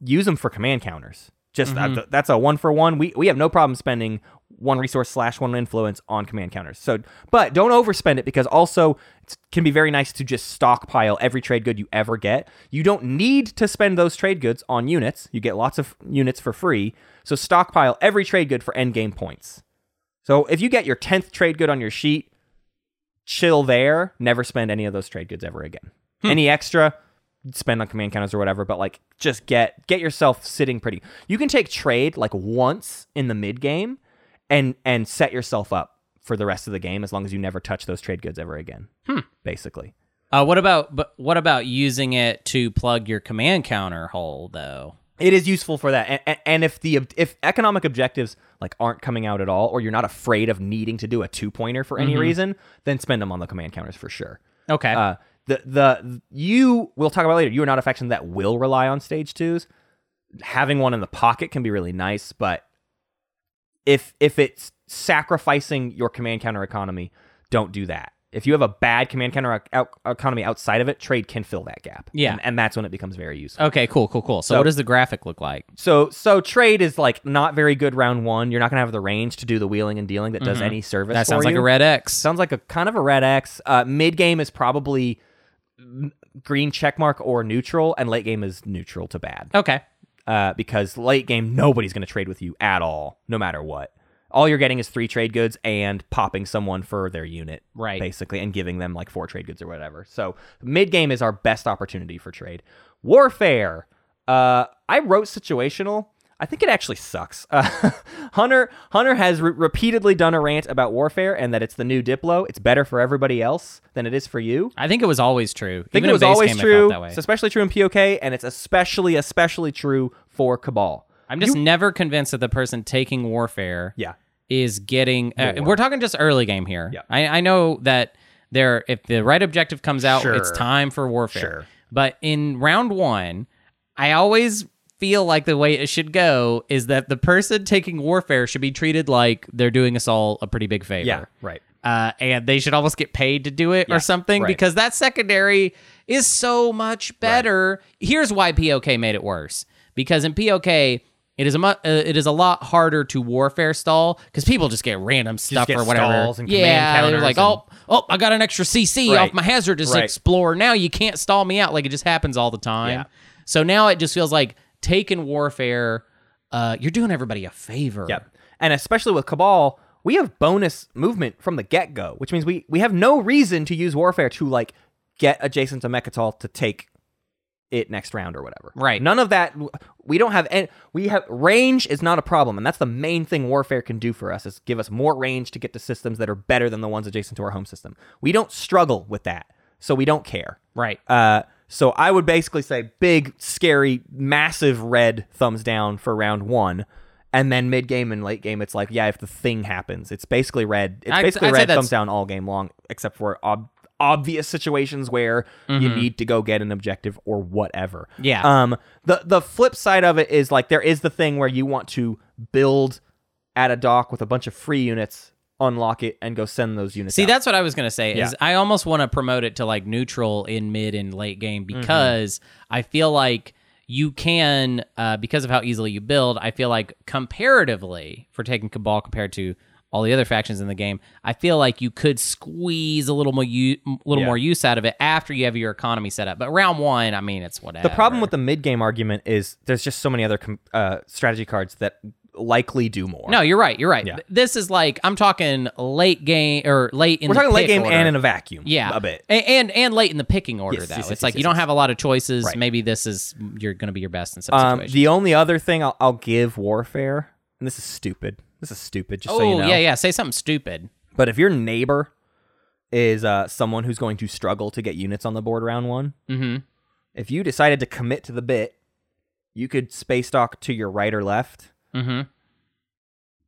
A: use them for command counters. Just uh, th- that's a one for one. We we have no problem spending one resource slash one influence on command counters. So, but don't overspend it because also it can be very nice to just stockpile every trade good you ever get. You don't need to spend those trade goods on units. You get lots of units for free. So stockpile every trade good for end game points. So if you get your tenth trade good on your sheet, chill there. Never spend any of those trade goods ever again. Any extra, spend on command counters or whatever. But like, just get get yourself sitting pretty. You can take trade like once in the mid game, and and set yourself up for the rest of the game as long as you never touch those trade goods ever again. Basically,
B: Uh, what about but what about using it to plug your command counter hole though?
A: it is useful for that. And, and, and if the ob- if economic objectives like aren't coming out at all, or you're not afraid of needing to do a two pointer for any reason, then spend them on the command counters for sure.
B: Okay.
A: Uh, the the you we'll talk about it later. You are not a faction that will rely on stage twos. Having one in the pocket can be really nice, but if if it's sacrificing your command counter economy, don't do that. If you have a bad command counter ac- out- economy outside of it, trade can fill that gap.
B: Yeah.
A: and, and that's when it becomes very useful.
B: Okay, cool, cool, cool. So,
A: So-
B: what does the graphic look like?
A: So so trade is like not very good round one. You're not gonna have the range to do the wheeling and dealing that does any service.
B: Mm-hmm. That
A: for
B: sounds like
A: you.
B: a red X.
A: Sounds like a kind of a red X. Uh, mid game is probably mm, green checkmark or neutral, and late game is neutral to bad.
B: Okay.
A: Uh, because late game nobody's gonna trade with you at all, no matter what. All you're getting is three trade goods and popping someone for their unit,
B: Right.
A: Basically, and giving them like four trade goods or whatever. So mid game is our best opportunity for trade. Warfare. Uh, I wrote situational. I think it actually sucks. (laughs) Uh, Hunter Hunter has re- repeatedly done a rant about warfare and that it's the new Diplo. It's better for everybody else than it is for you.
B: I think it was always true.
A: I think
B: Even
A: it
B: in
A: was
B: base
A: always
B: game, I felt
A: true.
B: that way.
A: It's especially true in POK, and it's especially especially true for Cabal.
B: I'm just never convinced that the person taking warfare
A: Yeah.
B: is getting. Uh, we're talking just early game here.
A: Yeah.
B: I, I know that there, if the right objective comes out,
A: Sure.
B: it's time for warfare.
A: Sure.
B: But in round one, I always feel like the way it should go is that the person taking warfare should be treated like they're doing us all a pretty big favor.
A: Yeah. Right.
B: uh, and they should almost get paid to do it
A: Yeah,
B: or something
A: right.
B: because that secondary is so much better. Here's why POK made it worse because in POK it is a mu- uh, it is a lot harder to warfare stall because people just get random stuff
A: get
B: or whatever.
A: stalls and
B: yeah,
A: command
B: they're like,
A: counters
B: oh, oh, I got an extra CC
A: Right.
B: off my hazardous
A: Right.
B: explorer. Now you can't stall me out. Like it just happens all the time.
A: Yeah.
B: So now it just feels like taking warfare. Uh, you're doing everybody a favor.
A: Yep. And especially with Cabal, we have bonus movement from the get go, which means we we have no reason to use warfare to like get adjacent to Mechatol to take it next round or whatever.
B: Right.
A: None of that. We don't have any. We have range is not a problem, and that's the main thing warfare can do for us is give us more range to get to systems that are better than the ones adjacent to our home system. We don't struggle with that, so we don't care.
B: Right.
A: Uh, so I would basically say big, scary, massive red thumbs down for round one. And then mid game and late game, it's like, yeah, if the thing happens, it's basically red. It's
B: I'd-
A: basically
B: I'd say
A: red
B: that's-
A: thumbs down all game long, except for ob- obvious situations where you need to go get an objective or whatever.
B: Mm-hmm. Yeah.
A: Um. The the flip side of it is like there is the thing where you want to build at a dock with a bunch of free units, unlock it, and go send those units.
B: See,
A: out.
B: that's what I was gonna say.
A: Yeah.
B: Is I almost want to promote it to like neutral in mid and late game
A: Mm-hmm.
B: because I feel like you can, uh, because of how easily you build. I feel like comparatively for taking Cabal compared to all the other factions in the game, I feel like you could squeeze a little more, u- little
A: Yeah.
B: more use out of it after you have your economy set up. But round one, I mean, it's whatever.
A: The problem with the mid game argument is there's just so many other com- uh, strategy cards that likely do more.
B: no, you're right. You're right.
A: Yeah.
B: This is like I'm talking late game or late in.
A: we're
B: the
A: talking late
B: pick
A: game
B: order.
A: and in a vacuum.
B: Yeah,
A: a bit.
B: A- and and, late in the picking order
A: Yes,
B: though.
A: yes, yes,
B: it's like
A: yes,
B: you don't
A: yes.
B: have a lot of choices.
A: Right.
B: Maybe this is you're going to be your best in some
A: Um,
B: situations.
A: the only other thing I'll, I'll give warfare, and this is stupid. This is stupid. Just
B: oh
A: so you know.
B: yeah, yeah. Say something stupid.
A: But if your neighbor is uh, someone who's going to struggle to get units on the board round one,
B: hmm
A: if you decided to commit to the bit, you could space dock to your right or left,
B: hmm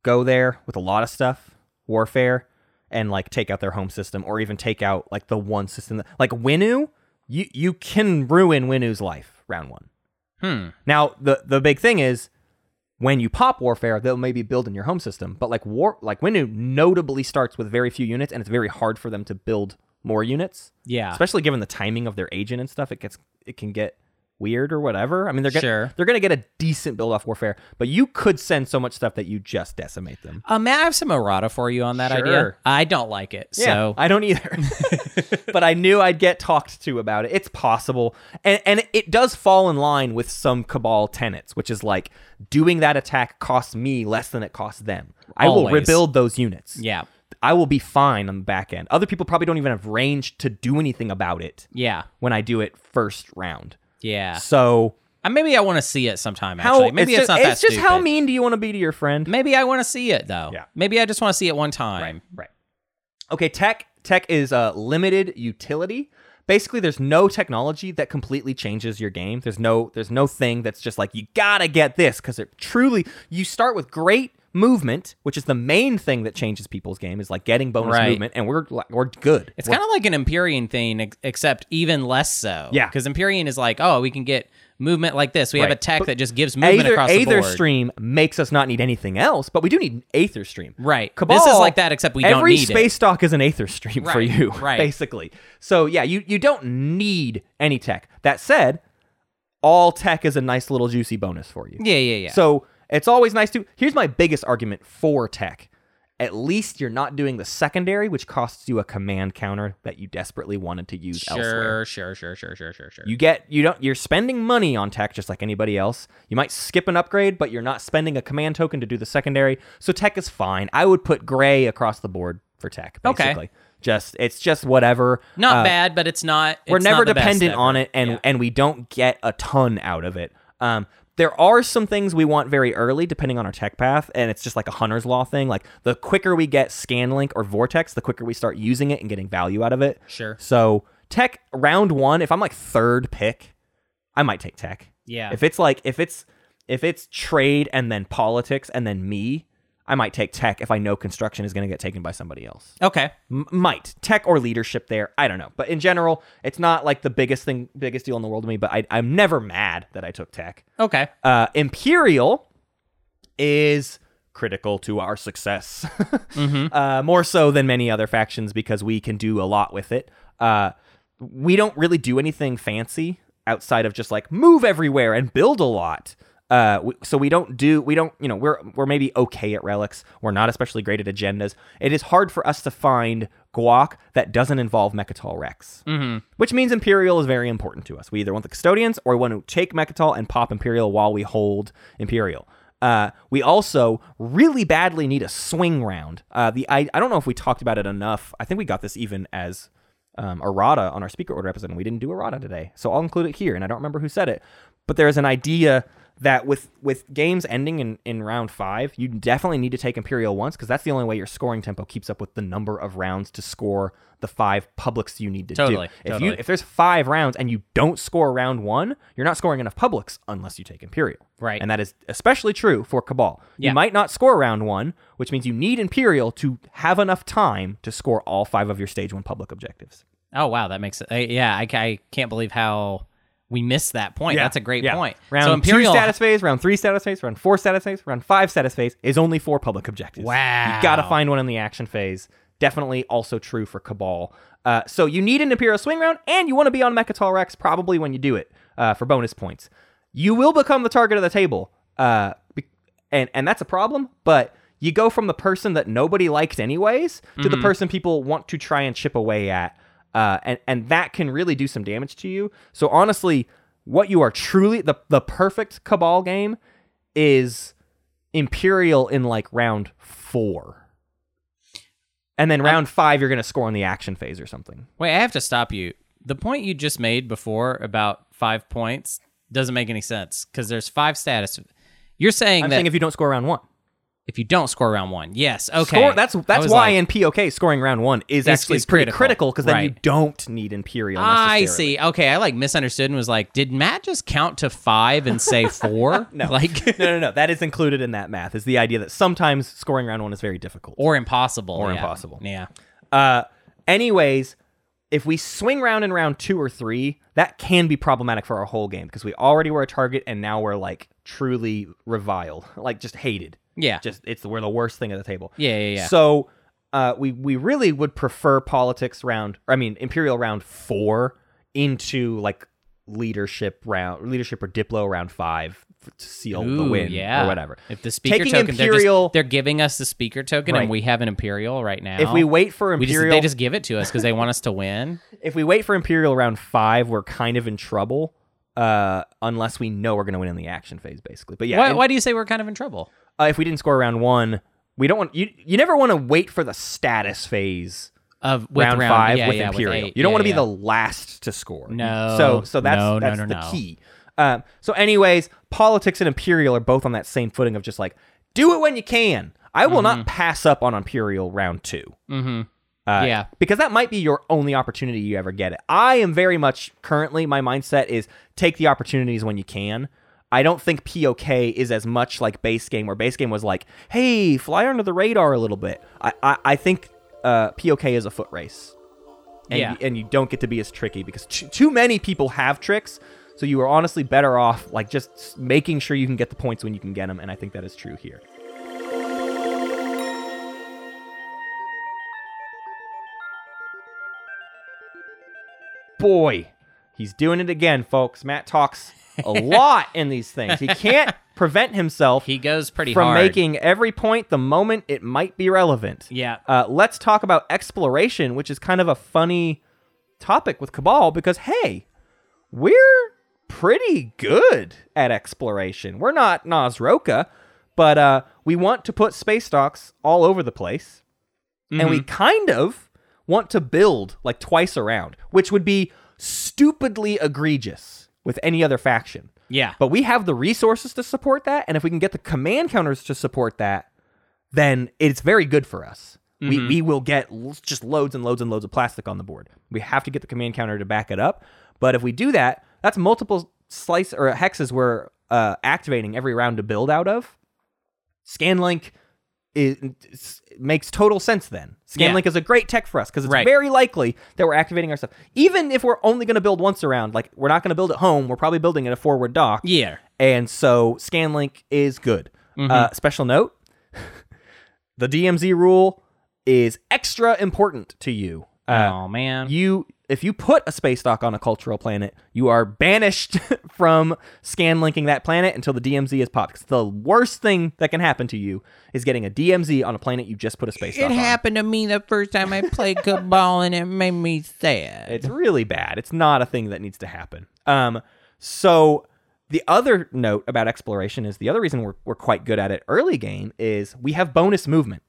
A: go there with a lot of stuff, warfare, and like take out their home system or even take out like the one system that, like Winu, you you can ruin Winu's life round one.
B: Hmm.
A: Now the the big thing is when you pop warfare, they'll maybe build in your home system, but like war like Winu notably starts with very few units and it's very hard for them to build more units,
B: Yeah.
A: especially given the timing of their agent and stuff. It gets it can get weird or whatever. I mean they're gonna,
B: Sure.
A: they're going to get a decent build off warfare, but you could send so much stuff that you just decimate them.
B: Uh, Matt, I have some errata for you on that idea.
A: Sure.
B: I don't like it.
A: Yeah,
B: So
A: I don't
B: (laughs)
A: either. but I knew I'd get talked to about it. It's possible, and and it does fall in line with some cabal tenets, which is like doing that attack costs me less than it costs them. I will
B: Always.
A: rebuild those units.
B: yeah,
A: I will be fine on the back end. Other people probably don't even have range to do anything about it
B: yeah,
A: when I do it first round.
B: yeah.
A: So
B: Uh, maybe I want to see it sometime.
A: how
B: Actually, maybe it's,
A: just,
B: not that
A: it's just
B: stupid.
A: how mean do you want to be to your friend?
B: Maybe I want to see it though.
A: Yeah.
B: Maybe I just want to see it one time.
A: Right. Okay, tech tech is uh, limited utility. Basically, there's no technology that completely changes your game. There's no there's no thing that's just like you gotta get this because it truly you start with great movement, which is the main thing that changes people's game, is like getting bonus
B: Right.
A: movement, and we're like, we're good.
B: It's kind of like an Empyrean thing, ex- except even less so.
A: Yeah.
B: Because Empyrean is like, oh, we can get movement like this. We have
A: Right.
B: a tech that just gives movement
A: Aether,
B: across the
A: Aether
B: board.
A: Stream makes us not need anything else, but we do need an Aether Stream.
B: Right.
A: Cabal,
B: This is like that, except we don't
A: every
B: need it.
A: space stock is an Aether Stream for
B: Right,
A: you, (laughs)
B: right.
A: basically. So yeah, you you don't need any tech. That said, all tech is a nice little juicy bonus for you.
B: Yeah, yeah, yeah.
A: So it's always nice to. Here's my biggest argument for tech. At least you're not doing the secondary, which costs you a command counter that you desperately wanted to use
B: sure,
A: elsewhere.
B: sure, sure, sure, sure, sure, sure.
A: You get you don't you're spending money on tech just like anybody else. You might skip an upgrade, but you're not spending a command token to do the secondary. So tech is fine. I would put gray across the board for tech,
B: Okay.
A: basically. Just it's just whatever.
B: not
A: Uh,
B: bad, but it's not.
A: we're
B: it's
A: never
B: not the best
A: dependent
B: ever.
A: on it and
B: Yeah.
A: and we don't get a ton out of it um there are some things we want very early depending on our tech path and it's just like a hunter's law thing like the quicker we get scanlink or vortex the quicker we start using it and getting value out of it
B: Sure.
A: so tech round one if i'm like third pick i might take tech
B: Yeah.
A: if it's like if it's if it's trade and then politics and then me i might take tech if i know construction is going to get taken by somebody else
B: Okay.
A: M- might tech or leadership there i don't know but in general it's not like the biggest thing biggest deal in the world to me but I, i'm never mad that i took tech
B: Okay.
A: uh, imperial is critical to our success (laughs) uh, more so than many other factions because we can do a lot with it uh, we don't really do anything fancy outside of just like move everywhere and build a lot uh, we, so we don't do we don't you know we're we're maybe okay at relics we're not especially great at agendas it is hard for us to find guac that doesn't involve mechatol rex which means Imperial is very important to us. We either want the custodians or we want to take Mechatol and pop Imperial while we hold Imperial. Uh, we also really badly need a swing round. Uh, the I, I don't know if we talked about it enough. I think we got this even as um, errata on our speaker order episode, and we didn't do errata today, so I'll include it here. And I don't remember who said it, but there is an idea that with with games ending in, in round five, you definitely need to take Imperial once because that's the only way your scoring tempo keeps up with the number of rounds to score the five publics you need to do.
B: Totally,
A: If you
B: totally.
A: if there's five rounds and you don't score round one, you're not scoring enough publics unless you take Imperial.
B: Right.
A: And that is especially true for Cabal.
B: Yeah.
A: You might not score round one, which means you need Imperial to have enough time to score all five of your stage one public objectives.
B: Oh wow, that makes it. I yeah, I, I can't believe how we missed that point. That's a great
A: Yeah.
B: point.
A: Round
B: so Imperial
A: two status phase, round three status phase, round four status phase, round five status phase is only four public objectives.
B: Wow.
A: You gotta find one in the action phase. Definitely also true for Cabal. Uh, so you need an Imperial swing round, and you want to be on Mechatol Rex probably when you do it uh, for bonus points. You will become the target of the table, uh, be- and and that's a problem. But you go from the person that nobody liked anyways to the person people want to try and chip away at, uh, and and that can really do some damage to you. So honestly, what you are truly the the perfect Cabal game is Imperial in like round four. And then round five, you're going to score in the action phase or something.
B: Wait, I have to stop you. The point you just made before about five points doesn't make any sense because there's five status. You're saying
A: I'm
B: that
A: saying
B: if,
A: if you don't score round one,
B: you don't score round one, yes, okay,
A: score, that's
B: I
A: that's
B: was
A: why
B: like,
A: in POK scoring round one is actually
B: is
A: pretty critical
B: critical.
A: because then you
B: Right.
A: don't need Imperial.
B: I
A: necessarily.
B: see. Okay, I like misunderstood and was like, did Matt just count to five
A: (laughs)
B: and say four? no, like
A: no, no, no. That is included in that math. Is the idea that sometimes scoring round one is very difficult.
B: or impossible or
A: impossible.
B: Yeah.
A: Uh, anyways, if we swing round in round two or three, that can be problematic for our whole game because we already were a target and now we're like truly reviled, like just hated.
B: Yeah.
A: Just it's we're the worst thing at the table.
B: Yeah, yeah, yeah.
A: So uh, we we really would prefer politics round. Or, I mean imperial round four into like leadership round, leadership or diplo round five f- to seal the
B: Ooh,
A: win
B: yeah.
A: or whatever.
B: If the speaker
A: Taking
B: token, they're,
A: Imperial-
B: just, they're giving us the speaker token,
A: Right.
B: and we have an imperial right now.
A: If we wait for
B: we just,
A: imperial,
B: they just give it to us because they want us
A: (laughs)
B: to win.
A: if we wait for Imperial round five, we're kind of in trouble. Uh, unless we know we're going to win in the action phase, basically. But yeah,
B: why,
A: and,
B: why do you say we're kind of in trouble?
A: uh, if we didn't score round one, we don't want you. You never want to wait for the status phase
B: Of with
A: round, five
B: yeah,
A: with
B: yeah,
A: Imperial.
B: eight,
A: you don't
B: yeah,
A: want to
B: yeah.
A: be the last to score. You-
B: No,
A: So so that's
B: no, no,
A: that's
B: no,
A: the
B: no.
A: key. Um, so anyways, politics and Imperial are both on that same footing of just like do it when you can. I will
B: Mm-hmm.
A: not pass up on Imperial round two. Uh,
B: Yeah.
A: Because that might be your only opportunity you ever get it. I am very much currently, my mindset is take the opportunities when you can. I don't think POK is as much like base game, where base game was like, hey, fly under the radar a little bit. I I, I think uh, POK is a foot race, and
B: Yeah.
A: and you don't get to be as tricky because t- too many people have tricks. So you are honestly better off like just s- making sure you can get the points when you can get them, and I think that is true here. boy, he's doing it again, folks. Matt talks
B: (laughs)
A: a lot in these things. He can't prevent himself
B: He goes pretty
A: from
B: hard.
A: making every point the moment it might be relevant.
B: Yeah.
A: Uh, let's talk about exploration, which is kind of a funny topic with Cabal because, hey, we're pretty good at exploration. We're not Nasroka, but uh, we want to put space docks all over the place. And we kind of want to build like twice around, which would be stupidly egregious with any other faction.
B: Yeah.
A: But we have the resources to support that, and if we can get the command counters to support that, then it's very good for us. We, we will get l- just loads and loads and loads of plastic on the board. We have to get the command counter to back it up. But if we do that, that's multiple slice or hexes we're uh, activating every round to build out of. Scanlink is, s- makes total sense then.
B: Yeah.
A: Scanlink is a great tech for us because it's
B: Right.
A: very likely that we're activating our stuff. Even if we're only going to build once around, like we're not going to build at home, we're probably building at a forward dock.
B: Yeah.
A: And so Scanlink is good. Uh, special note (laughs) the DMZ rule is extra important to you. Uh,
B: oh man.
A: you if you put a space dock on a cultural planet, you are banished (laughs) from scanlinking that planet until the DMZ is popped. 'Cause the worst thing that can happen to you is getting a DMZ on a planet you just put a space dock
C: It
A: on.
C: happened to me the first time I played
A: (laughs)
C: Cabal, and it made me sad.
A: It's really bad. It's not a thing that needs to happen. Um, so the other note about exploration is the other reason we're, we're quite good at it early game is we have bonus movement.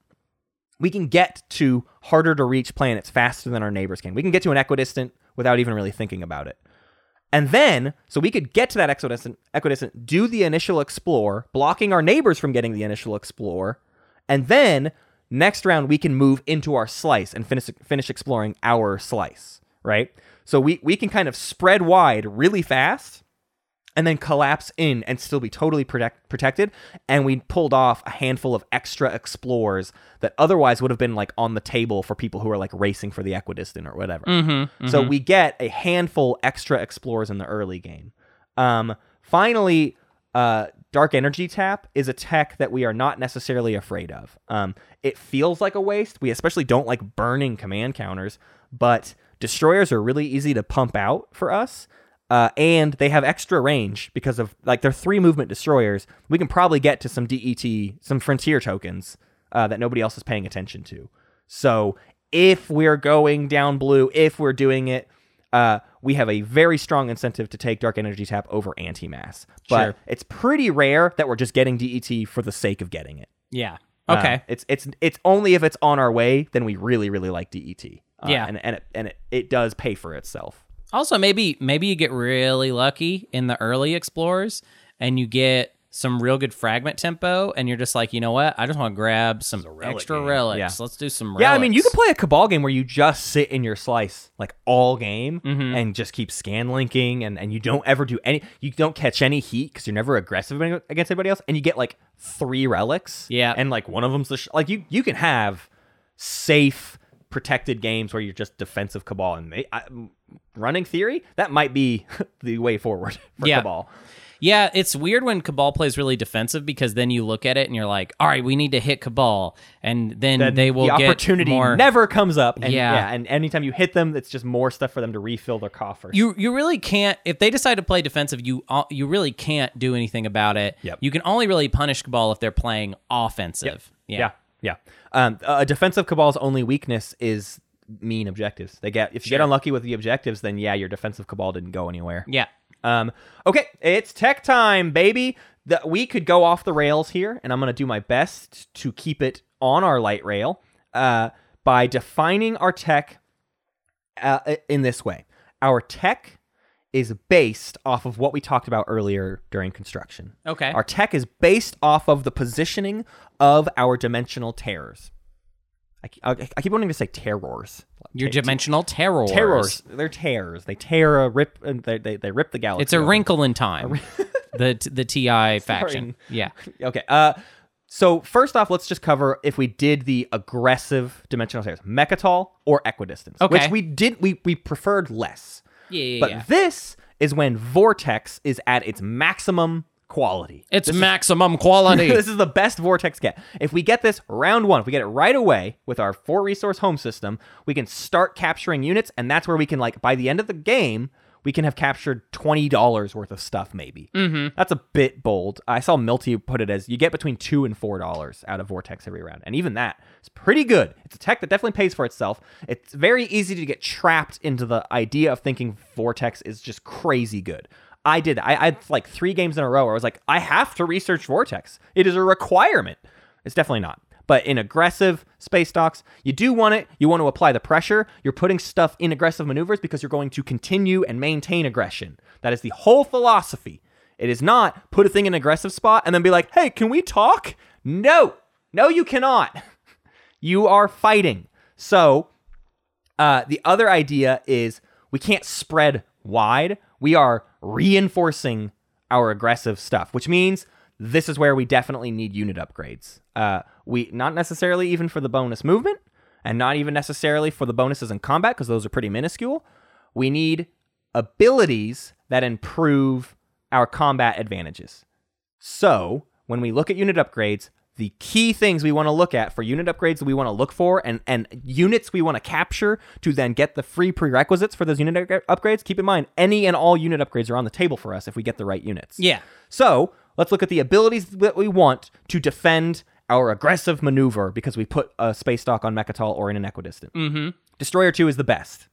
A: We can get to harder to reach planets faster than our neighbors can. We can get to an equidistant without even really thinking about it. And then, so we could get to that equidistant, equidistant, do the initial explore, blocking our neighbors from getting the initial explore, and then next round we can move into our slice and finish finish exploring our slice, right? So we we can kind of spread wide really fast, and then collapse in and still be totally protect- protected. And we pulled off a handful of extra explores that otherwise would have been like on the table for people who are like racing for the equidistant or whatever. So we get a handful extra explores in the early game. Um, finally, uh, Dark Energy Tap is a tech that we are not necessarily afraid of. Um, it feels like a waste. We especially don't like burning command counters, but destroyers are really easy to pump out for us. Uh, and they have extra range because of like they're three movement destroyers. We can probably get to some DET, some frontier tokens uh, that nobody else is paying attention to. So if we're going down blue, if we're doing it, uh, we have a very strong incentive to take Dark Energy Tap over Anti-Mass. But
B: Sure.
A: it's pretty rare that we're just getting DET for the sake of getting it.
B: yeah.
A: Uh,
B: Okay.
A: it's it's it's only if it's on our way, then we really really like DET. Uh,
B: Yeah.
A: and and it, and it, it does pay for itself.
B: Also, maybe maybe you get really lucky in the early explorers and you get some real good fragment tempo, and you're just like, you know what? I just want to grab some extra relics.
A: Yeah.
B: Let's do some. relics.
A: Yeah, I mean, you can play a Cabal game where you just sit in your slice like all game
B: Mhm.
A: and just keep scan linking, and, and you don't ever do any, you don't catch any heat because you're never aggressive any- against anybody else, and you get like three relics.
B: Yeah.
A: and like one of them's the sh- like you you can have safe protected games where you're just defensive Cabal and may- I, running theory that might be (laughs) the way forward for
B: Yeah.
A: Cabal.
B: Yeah, it's weird when Cabal plays really defensive because then you look at it and you're like, all right, we need to hit Cabal, and then,
A: then
B: they will
A: the
B: get
A: opportunity
B: more.
A: never comes up. And,
B: Yeah.
A: yeah. and anytime you hit them, it's just more stuff for them to refill their coffers.
B: you you really can't if they decide to play defensive you al- you really can't do anything about it
A: Yep.
B: you can only really punish cabal if they're playing offensive
A: yeah, yeah. Um, a defensive cabal's only weakness is mean objectives. They get if you get unlucky with the objectives, then yeah, your defensive cabal didn't go anywhere.
B: yeah
A: Um, okay, it's tech time, baby. The, we could go off the rails here, and I'm going to do my best to keep it on our light rail uh, by defining our tech uh, in this way. Our tech is based off of what we talked about earlier during construction.
B: okay
A: Our tech is based off of the positioning of our dimensional terrors. I, ke- I- I keep wanting to say terrors.
B: your
A: Ta-
B: dimensional terror
A: terrors. They're terrors. uh, They tear a rip. and They, they, they rip the galaxy.
B: it's a
A: open.
B: (laughs) wrinkle in time
D: the t- the TI faction.
A: Starring-
D: Yeah.
A: Okay. Uh, so first off, let's just cover if we did the aggressive dimensional stairs, Mechatol or Equidistance,
D: Okay.
A: which we did we we preferred less.
D: Yeah, yeah,
A: but
D: yeah.
A: this is when Vortex is at its maximum quality.
D: It's maximum quality.
A: (laughs) this is the best Vortex get. If we get this round one, if we get it right away with our four resource home system, we can start capturing units, and that's where we can like by the end of the game. We can have captured twenty dollars worth of stuff, maybe. Mm-hmm. That's a bit bold. I saw Milty put it as you get between two and four dollars out of Vortex every round, and even that is pretty good. It's a tech that definitely pays for itself. It's very easy to get trapped into the idea of thinking Vortex is just crazy good. I did. I, I had like three games in a row where I was like, I have to research Vortex. It is a requirement. It's definitely not. But in aggressive space docks, you do want it. You want to apply the pressure. You're putting stuff in aggressive maneuvers because you're going to continue and maintain aggression. That is the whole philosophy. It is not put a thing in an aggressive spot and then be like, hey, can we talk? No. No, you cannot. (laughs) you are fighting. So uh, the other idea is we can't spread wide. We are reinforcing our aggressive stuff, which means this is where we definitely need unit upgrades. Uh, we not necessarily even for the bonus movement, and not even necessarily for the bonuses in combat because those are pretty minuscule. We need abilities that improve our combat advantages. So, when we look at unit upgrades, the key things we want to look at for unit upgrades that we want to look for and, and units we want to capture to then get the free prerequisites for those unit upgra- upgrades, keep in mind any and all unit upgrades are on the table for us if we get the right units.
D: yeah.
A: So let's look at the abilities that we want to defend our aggressive maneuver because we put a space dock on Mechatol or in an equidistant. Mm-hmm. Destroyer 2 is the best,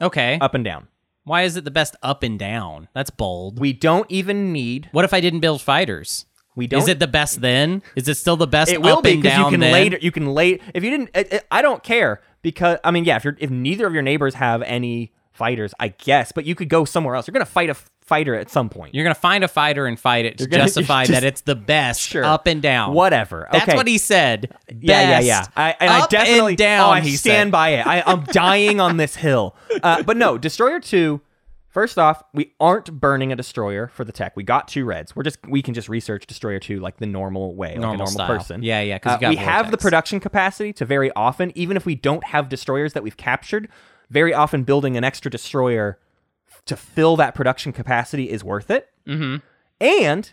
B: Okay.
A: up and down.
B: Why is it the best up and down?
D: That's bold.
A: We don't even need.
B: What if I didn't build fighters?
A: We don't.
B: Is it the best then? Is it still the best?
A: It will
B: up
A: be
B: and
A: because you
B: down
A: can
B: then?
A: later. You can late. If you didn't, I- I I don't care because I mean, yeah. If you're, if neither of your neighbors have any fighters, I guess, but you could go somewhere else. You're gonna fight a f- fighter at some point.
B: You're gonna find a fighter and fight it to
A: gonna- (laughs)
B: justify
A: just-
B: that it's the best
A: Sure.
B: up and down.
A: Whatever.
B: That's
A: okay.
B: what he said.
A: Yeah, yeah,
B: Best
A: yeah. I, and I
B: up
A: definitely
B: and down.
A: Oh, I
B: he
A: stand
B: said.
A: by it. I, I'm dying on this hill. Uh, but no, Destroyer Two. First off, we aren't burning a destroyer for the tech. We got two reds. We're just we can just research Destroyer Two like the normal way, like a
B: Normal
A: normal
B: style.
A: person. Uh,
B: Yeah, yeah, 'cause you got
A: we have the
B: Vortex.
A: production capacity to very often, even if we don't have destroyers that we've captured, very often building an extra destroyer to fill that production capacity is worth it.
B: Mm-hmm.
A: And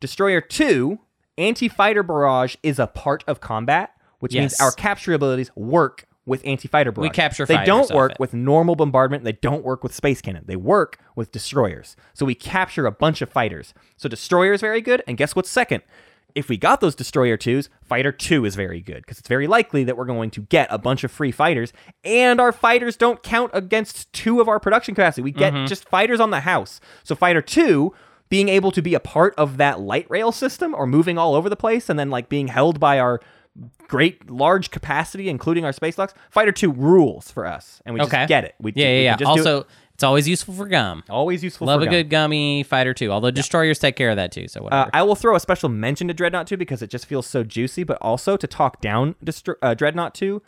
A: Destroyer 2, Anti Fighter Barrage is a part of combat, which
B: Yes.
A: means our capture abilities work with Anti Fighter Barrage.
B: capture
A: They
B: fighters
A: don't
B: off
A: work
B: it.
A: with normal bombardment, they don't work with space cannon. They work with destroyers. So we capture a bunch of fighters. So Destroyer is very good, and guess what's second? If we got those Destroyer 2s, Fighter 2 is very good because it's very likely that we're going to get a bunch of free fighters, and our fighters don't count against two of our production capacity. We get just fighters on the house. So Fighter 2 being able to be a part of that light rail system or moving all over the place and then like being held by our great large capacity including our space locks fighter 2 rules for us and we
D: Okay.
A: just get it we
B: Yeah,
A: we
B: yeah,
A: can
B: yeah.
A: just do it.
B: Also, it's always useful for gum.
A: always useful
B: Love
A: for
B: a
A: gun.
B: good gummy fighter too. Although destroyers take care of that too. So
A: uh,
B: whatever.
A: I will throw a special mention to Dreadnought 2 because it just feels so juicy, but also to talk down Destro- uh, Dreadnought 2.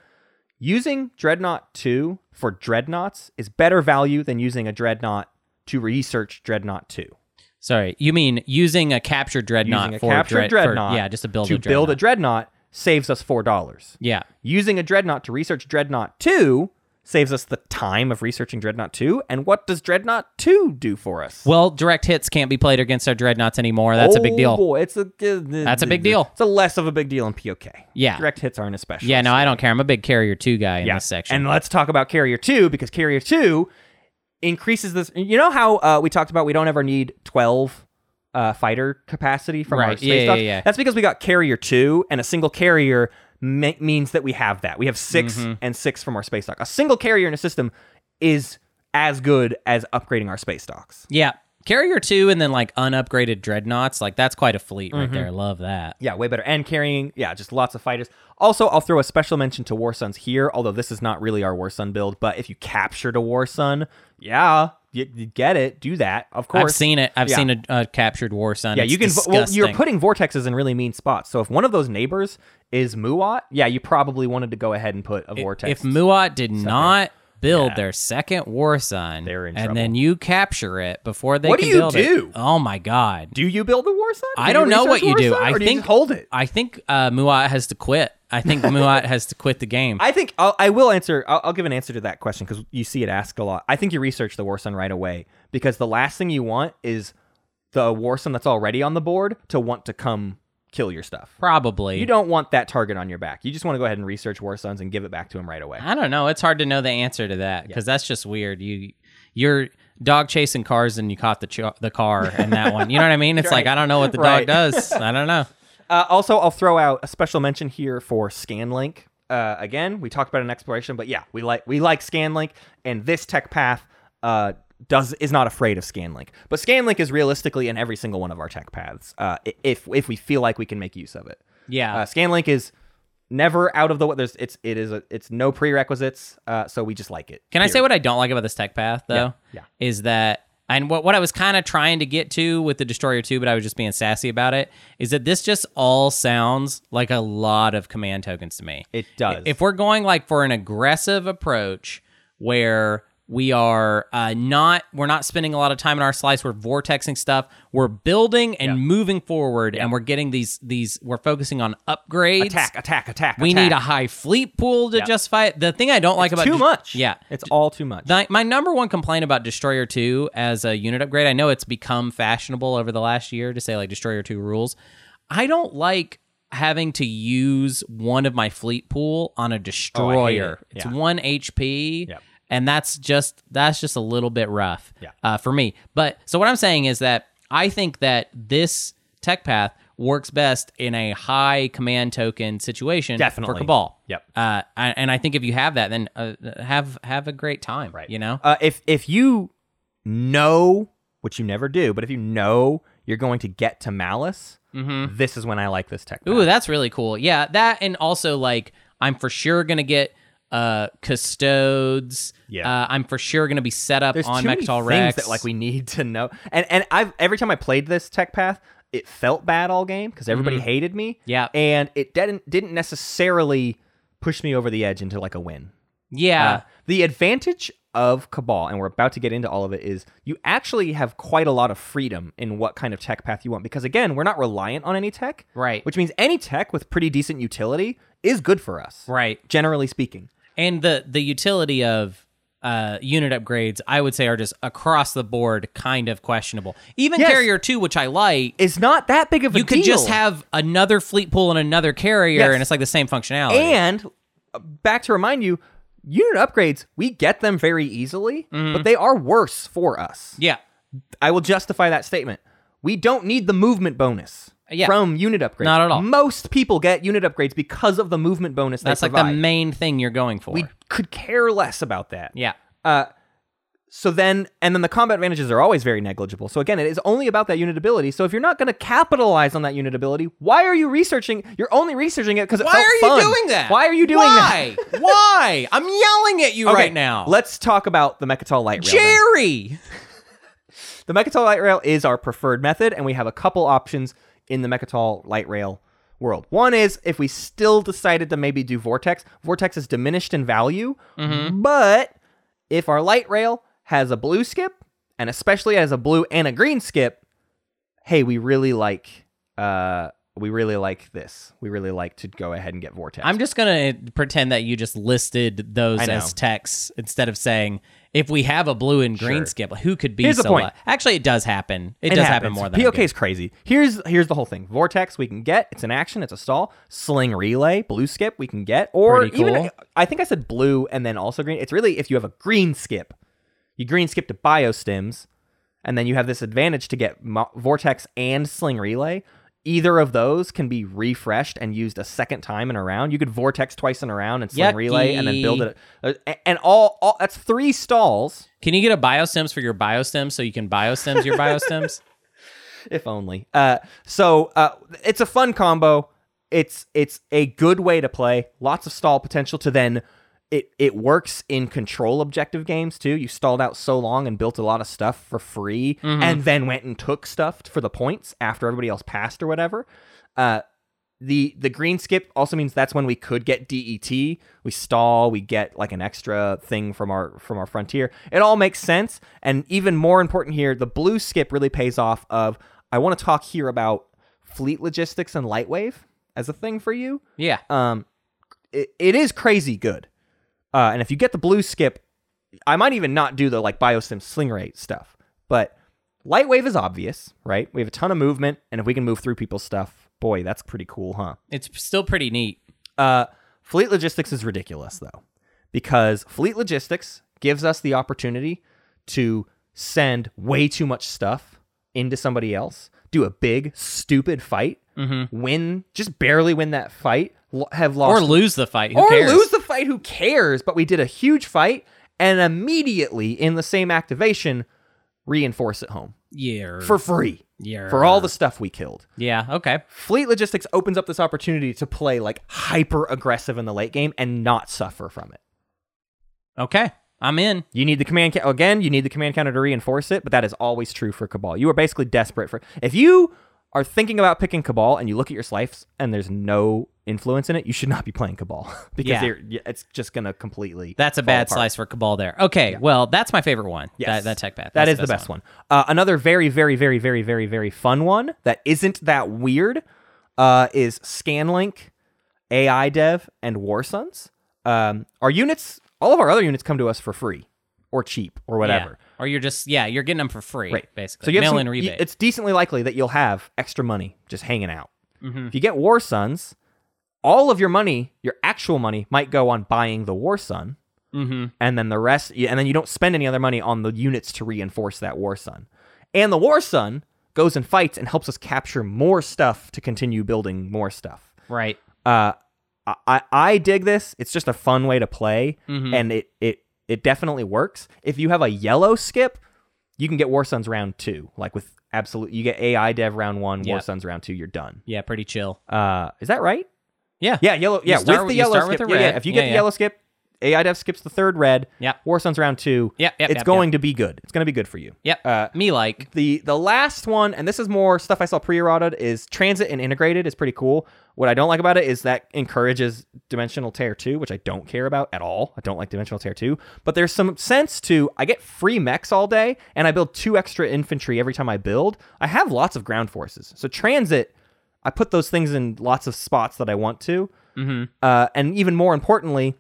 A: Using Dreadnought 2 for Dreadnoughts is better value than using a Dreadnought to research Dreadnought 2.
B: Sorry, you mean using a captured dreadnought
A: Using a
B: for
A: captured
B: dread- for-
A: Dreadnought
B: yeah, just to build
A: to
B: a
A: build a
B: dreadnought.
A: Dreadnought saves us $4.
B: yeah.
A: Using a Dreadnought to research Dreadnought 2 saves us the time of researching Dreadnought 2. And what does Dreadnought 2 do for us?
B: Well, direct hits can't be played against our dreadnoughts anymore. That's a big
A: Oh,
B: deal.
A: Boy, it's a,
B: That's a big deal.
A: It's a less of a big deal in POK.
B: Yeah.
A: Direct hits aren't especially.
B: Yeah, no, I don't care. I'm a big carrier two guy in this section.
A: And let's talk about Carrier 2 because Carrier 2 increases this. You know how uh, we talked about we don't ever need 12 uh, fighter capacity from our
B: Right.
A: space
B: Yeah, yeah,
A: docks?
B: yeah.
A: That's because we got Carrier 2 and a single carrier ma- means that we have that. We have 6
B: Mm-hmm.
A: and 6 from our space dock. A single carrier in a system is as good as upgrading our space docks.
B: yeah, carrier two, and then like unupgraded dreadnoughts. Like that's quite a fleet
A: Mm-hmm.
B: right there. Love that.
A: Yeah, way better. And carrying, yeah, just lots of fighters. Also, I'll throw a special mention to War Suns here, although this is not really our War Sun build, but if you captured a War Sun, yeah, you, you get it. Do that, of course.
B: I've seen it. I've
A: Yeah.
B: seen a, a captured war sun.
A: Yeah,
B: It's
A: you can. vo- Well,
B: disgusting.
A: you're putting vortexes in really mean spots. So if one of those neighbors is Muat, yeah, you probably wanted to go ahead and put a vortex.
B: If Muat did not build
A: Yeah.
B: their second war sign,
A: They're in
B: and
A: trouble.
B: then you capture it before they
A: What do
B: can
A: you
B: build
A: do?
B: it. Oh my god!
A: Do you build a war sign?
B: I don't know
A: research
B: what you
A: war
B: do.
A: sign,
B: I
A: or do you
B: think
A: just hold it.
B: I think uh, Muat has to quit. I
A: (laughs)
B: think Muat has to quit the game.
A: I think I'll, I will answer. I'll, I'll give an answer to that question because you see it asked a lot. I think you research the war sun right away because the last thing you want is the war sun that's already on the board to want to come kill your stuff.
B: Probably.
A: You don't want that target on your back. You just want to go ahead and research war suns and give it back to him right away.
B: I don't know. It's hard to know the answer to that because that's just weird. You you're dog chasing cars and you caught the ch- the car and that one. You know what I mean? It's like I don't know what the
A: (laughs) Right.
B: dog does. I don't know.
A: Uh, also, I'll throw out a special mention here for Scanlink. Uh, again, we talked about an exploration, but yeah, we like we like Scanlink, and this tech path uh, does is not afraid of Scanlink. But Scanlink is realistically in every single one of our tech paths, uh, i- if if we feel like we can make use of it.
B: Yeah.
A: Uh, Scanlink is never out of the way. There's it's it is a, it's no prerequisites, uh, so we just like it.
B: Can I say what I don't like about this tech path though?
A: Yeah,
B: Is that and what what I was kind of trying to get to with the destroyer 2 but I was just being sassy about it is that this just all sounds like a lot of command tokens to me.
A: It does.
B: If we're going like for an aggressive approach where we are uh, not we're not spending a lot of time in our slice we're vortexing stuff we're building and moving forward and we're getting these these we're focusing on upgrades
A: attack, attack, attack.
B: we need a
A: attack.
B: high fleet pool to justify it the thing i don't like about
A: too
B: de-
A: much.
B: yeah
A: it's all too much.
B: my, my number one complaint about Destroyer 2 as a unit upgrade, I know it's become fashionable over the last year to say like Destroyer 2 rules. I don't like having to use one of my fleet pool on a destroyer.
A: Oh, it.
B: It's
A: Yeah.
B: one HP.
A: Yep.
B: And that's just that's just a little bit rough
A: Yeah.
B: uh, for me. But so what I'm saying is that I think that this tech path works best in a high command token situation
A: Definitely.
B: for Cabal.
A: Yep.
B: Uh, I, and I think if you have that, then uh, have have a great time.
A: Right.
B: You know.
A: uh, if if you know, which you never do, but if you know you're going to get to malice, this is when I like this tech.
B: Mm-hmm. Ooh,
A: path.
B: that's really cool. Yeah, that and also like I'm for sure gonna get uh custodes.
A: Yeah.
B: Uh, I'm for sure gonna be set up
A: There's
B: on
A: too many things
B: Mechatol Rex.
A: that like we need to know. And and I've every time I played this tech path, it felt bad all game because everybody hated me.
B: Mm-hmm. Yeah.
A: and it didn't didn't necessarily push me over the edge into like a win.
B: yeah.
A: Uh, the advantage of Cabal, and we're about to get into all of it, is you actually have quite a lot of freedom in what kind of tech path you want. Because again, we're not reliant on any tech,
B: Right.
A: Which means any tech with pretty decent utility is good for us,
B: right.
A: Generally speaking,
B: And the the utility of uh, unit upgrades, I would say, are just across the board kind of questionable. Even
A: Yes.
B: Carrier Two, which I like,
A: it's not that big of a
B: you could just
A: deal.
B: have another fleet pool and another carrier,
A: Yes.
B: and it's like the same functionality.
A: And uh, back to remind you, unit upgrades we get them very easily,
B: Mm-hmm.
A: but they are worse for us.
B: yeah,
A: I will justify that statement. We don't need the movement bonus
B: Yeah.
A: from unit upgrades.
B: Not at all.
A: Most people get unit upgrades because of the movement bonus.
B: that's
A: they
B: like the
A: provide.
B: main thing you're going for.
A: We could care less about that.
B: yeah.
A: So then, and then the combat advantages are always very negligible. So again, it is only about that unit ability. So if you're not going to capitalize on that unit ability, why are you researching? You're only researching it because it
B: Why
A: felt
B: are you
A: fun.
B: doing that?
A: Why are you doing
B: Why?
A: that?
B: (laughs) Why? I'm yelling at you
A: Okay,
B: right now.
A: Let's talk about the Mechatol light rail. then.
B: Jerry.
A: The Mechatol light rail is our preferred method, and we have a couple options in the Mechatol light rail world. One is if we still decided to maybe do Vortex, Vortex is diminished in value, but if our light rail has a blue skip, and especially has a blue and a green skip, hey, we really like uh we really like this. We really like to go ahead and get Vortex.
B: I'm just gonna pretend that you just listed those
A: I know.
B: as texts instead of saying if we have a blue and green
A: Sure.
B: skip, who could be
A: Here's the
B: so
A: point.
B: lu-" Actually, it does happen. It, does happen more than I
A: POK
B: do.
A: is crazy. Here's here's the whole thing. Vortex we can get. It's an action. It's a stall. Sling relay, blue skip we can get, or
B: Pretty cool.
A: even I think I said blue and then also green. It's really if you have a green skip, you green skip to biostims, and then you have this advantage to get mo- vortex and sling relay. Either of those can be refreshed and used a second time in a round. You could vortex twice in a round and sling relay, and then build
B: Yucky.
A: it. uh, a- And all, all that's three stalls.
B: Can you get a biostims for your biostims so you can biostims your biostims?
A: if only. Uh, so uh, it's a fun combo. It's it's a good way to play. Lots of stall potential to then. It it works in control objective games too. You stalled out so long and built a lot of stuff for free, and then went and took stuff for the points after everybody else passed or whatever. Uh, the the green skip also means that's when we could get DET. We stall, we get like an extra thing from our from our frontier. It all makes sense, and even more important here, the blue skip really pays off. Of I want to talk here about fleet logistics and lightwave as a thing for you.
B: Yeah.
A: Um, it, it is crazy good. Uh, and if you get the blue skip, I might even not do the like biosim sling rate stuff, but lightwave is obvious, right? We have a ton of movement, and if we can move through people's stuff, boy, that's pretty cool, huh?
B: It's still pretty neat.
A: Uh, fleet logistics is ridiculous though, because fleet logistics gives us the opportunity to send way too much stuff into somebody else, do a big stupid fight, win just barely win that fight, lo- have
B: Or
A: lost
B: lose the fight. Who
A: or
B: cares?
A: lose the fight. Who cares? But we did a huge fight, and immediately in the same activation, reinforce at home
B: yeah.
A: for free
B: yeah.
A: for all the stuff we killed.
B: Yeah. Okay.
A: Fleet logistics opens up this opportunity to play like hyper aggressive in the late game and not suffer from it.
B: Okay. I'm in.
A: You need the command ca- again. You need the command counter to reinforce it, but that is always true for Cabal. You are basically desperate for if you are thinking about picking Cabal and you look at your slice and there's no influence in it, you should not be playing Cabal (laughs) because
B: Yeah.
A: you're- y- it's just gonna completely.
B: That's a
A: fall
B: bad
A: apart.
B: slice for Cabal there. Okay. Well, that's my favorite one.
A: Yes.
B: That, that tech path.
A: That
B: That's
A: is the best one. Uh, another very, very, very, very, very, very fun one that isn't that weird uh, is Scanlink, AI Dev, and War Sons. Um, our units, all of our other units come to us for free or cheap or
B: Yeah.
A: whatever.
B: Or you're just, yeah, you're getting them for free, basically.
A: So you have
B: Mail
A: some-
B: in
A: y-
B: rebate.
A: It's decently likely that you'll have extra money just hanging out. If you get War Sons, all of your money, your actual money, might go on buying the War Sun, mm-hmm. and then the rest, y- and then you don't spend any other money on the units to reinforce that War Sun. And the War Sun goes and fights and helps us capture more stuff to continue building more stuff.
B: right.
A: Uh, I- I I dig this. It's just a fun way to play,
B: Mm-hmm.
A: and it it it definitely works. If you have a yellow skip, you can get War Suns round two, like with absolute. You get AI Dev round one, War
B: Yep.
A: Suns round two. You're done.
B: Yeah. Pretty chill.
A: Uh, is that right?
B: Yeah.
A: Yeah, yellow. Yeah,
B: start
A: with
B: with-
A: the
B: you
A: yellow
B: start with
A: skip.
B: the
A: yeah, yeah,
B: red.
A: if you
B: Yeah,
A: get the
B: yeah.
A: yellow skip, AI Dev skips the third red.
B: Yep.
A: War Suns round two.
B: Yep, yep,
A: it's
B: yep,
A: going to be good. It's going to be good for you.
B: Yep.
A: Uh,
B: Me like.
A: the the last one, and this is more stuff I saw pre-eroded, is transit and integrated is pretty cool. What I don't like about it is that encourages dimensional tear two, which I don't care about at all. I don't like dimensional tear two, but there's some sense to I get free mechs all day, and I build two extra infantry every time I build. I have lots of ground forces, so transit. I put those things in lots of spots that I want to, mm-hmm. uh, and even more importantly,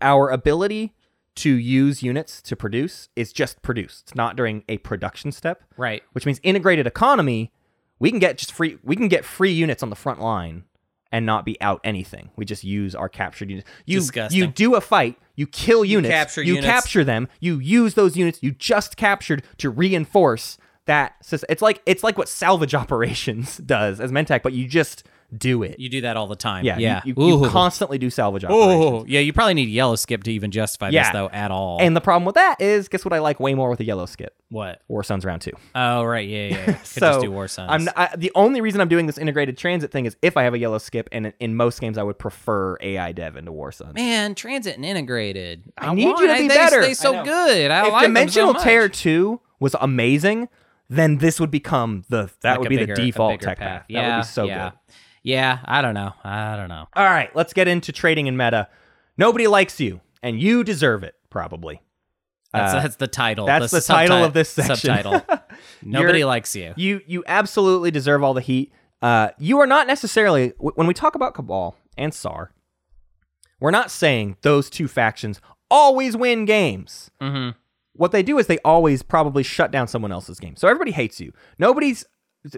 A: our ability to use units to produce is just produced. It's not during a production step.
B: Right.
A: Which means integrated economy, we can get just free we can get free units on the front line and not be out anything. We just use our captured units. You
B: Disgusting.
A: you do a fight, you kill units,
B: capture
A: you
B: units.
A: capture them, you use those units you just captured to reinforce that sys- it's like it's like what salvage (laughs) operations does as Mentec, but you just do it.
B: You do that all the time.
A: yeah, you-
B: Yeah.
A: You, you
B: Ooh.
A: constantly do salvage operations.
B: Oh, yeah. You probably need yellow skip to even justify
A: Yeah.
B: this though at all.
A: And the problem with that is, guess what? I like way more with a yellow skip.
B: what?
A: War Suns round two.
B: Oh, right. Yeah,
A: (laughs)
B: yeah. yeah. Could
A: so
B: just do War Sons.
A: I'm I, the only reason I'm doing this integrated transit thing is if I have a yellow skip, and in, in most games I would prefer AI Dev into War Suns.
B: Man, transit and integrated. I,
A: need
B: want-
A: you to
B: I-
A: be
B: they,
A: better.
B: They so
A: I know.
B: good. I
A: if
B: like
A: Dimensional
B: them so much.
A: Tear two was amazing, then this would become the that
B: Like
A: would
B: a
A: be
B: bigger-
A: the
B: a
A: default
B: bigger
A: tech path. that would be so
B: yeah.
A: good.
B: Yeah, I don't know. I don't know.
A: All right, let's get into trading in meta. Nobody likes you, and you deserve it probably.
B: That's, that's the title.
A: Uh, that's the title
B: subti-
A: of this section.
B: Subtitle.
A: (laughs)
B: Nobody
A: You're-
B: likes you.
A: You you absolutely deserve all the heat. Uh, you are not necessarily wh- when we talk about Cabal and Sar, we're not saying those two factions always win games. Mm-hmm. What they do is they always probably shut down someone else's game. So everybody hates you. Nobody's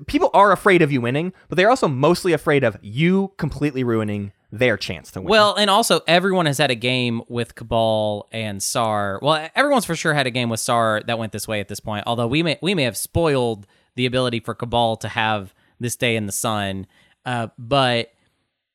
A: people are afraid of you winning, but they're also mostly afraid of you completely ruining their chance to win.
B: Well, and also everyone has had a game with Cabal and Sar. Well, everyone's for sure had a game with Sar that went this way at this point. Although we may we may have spoiled the ability for Cabal to have this day in the sun. Uh, but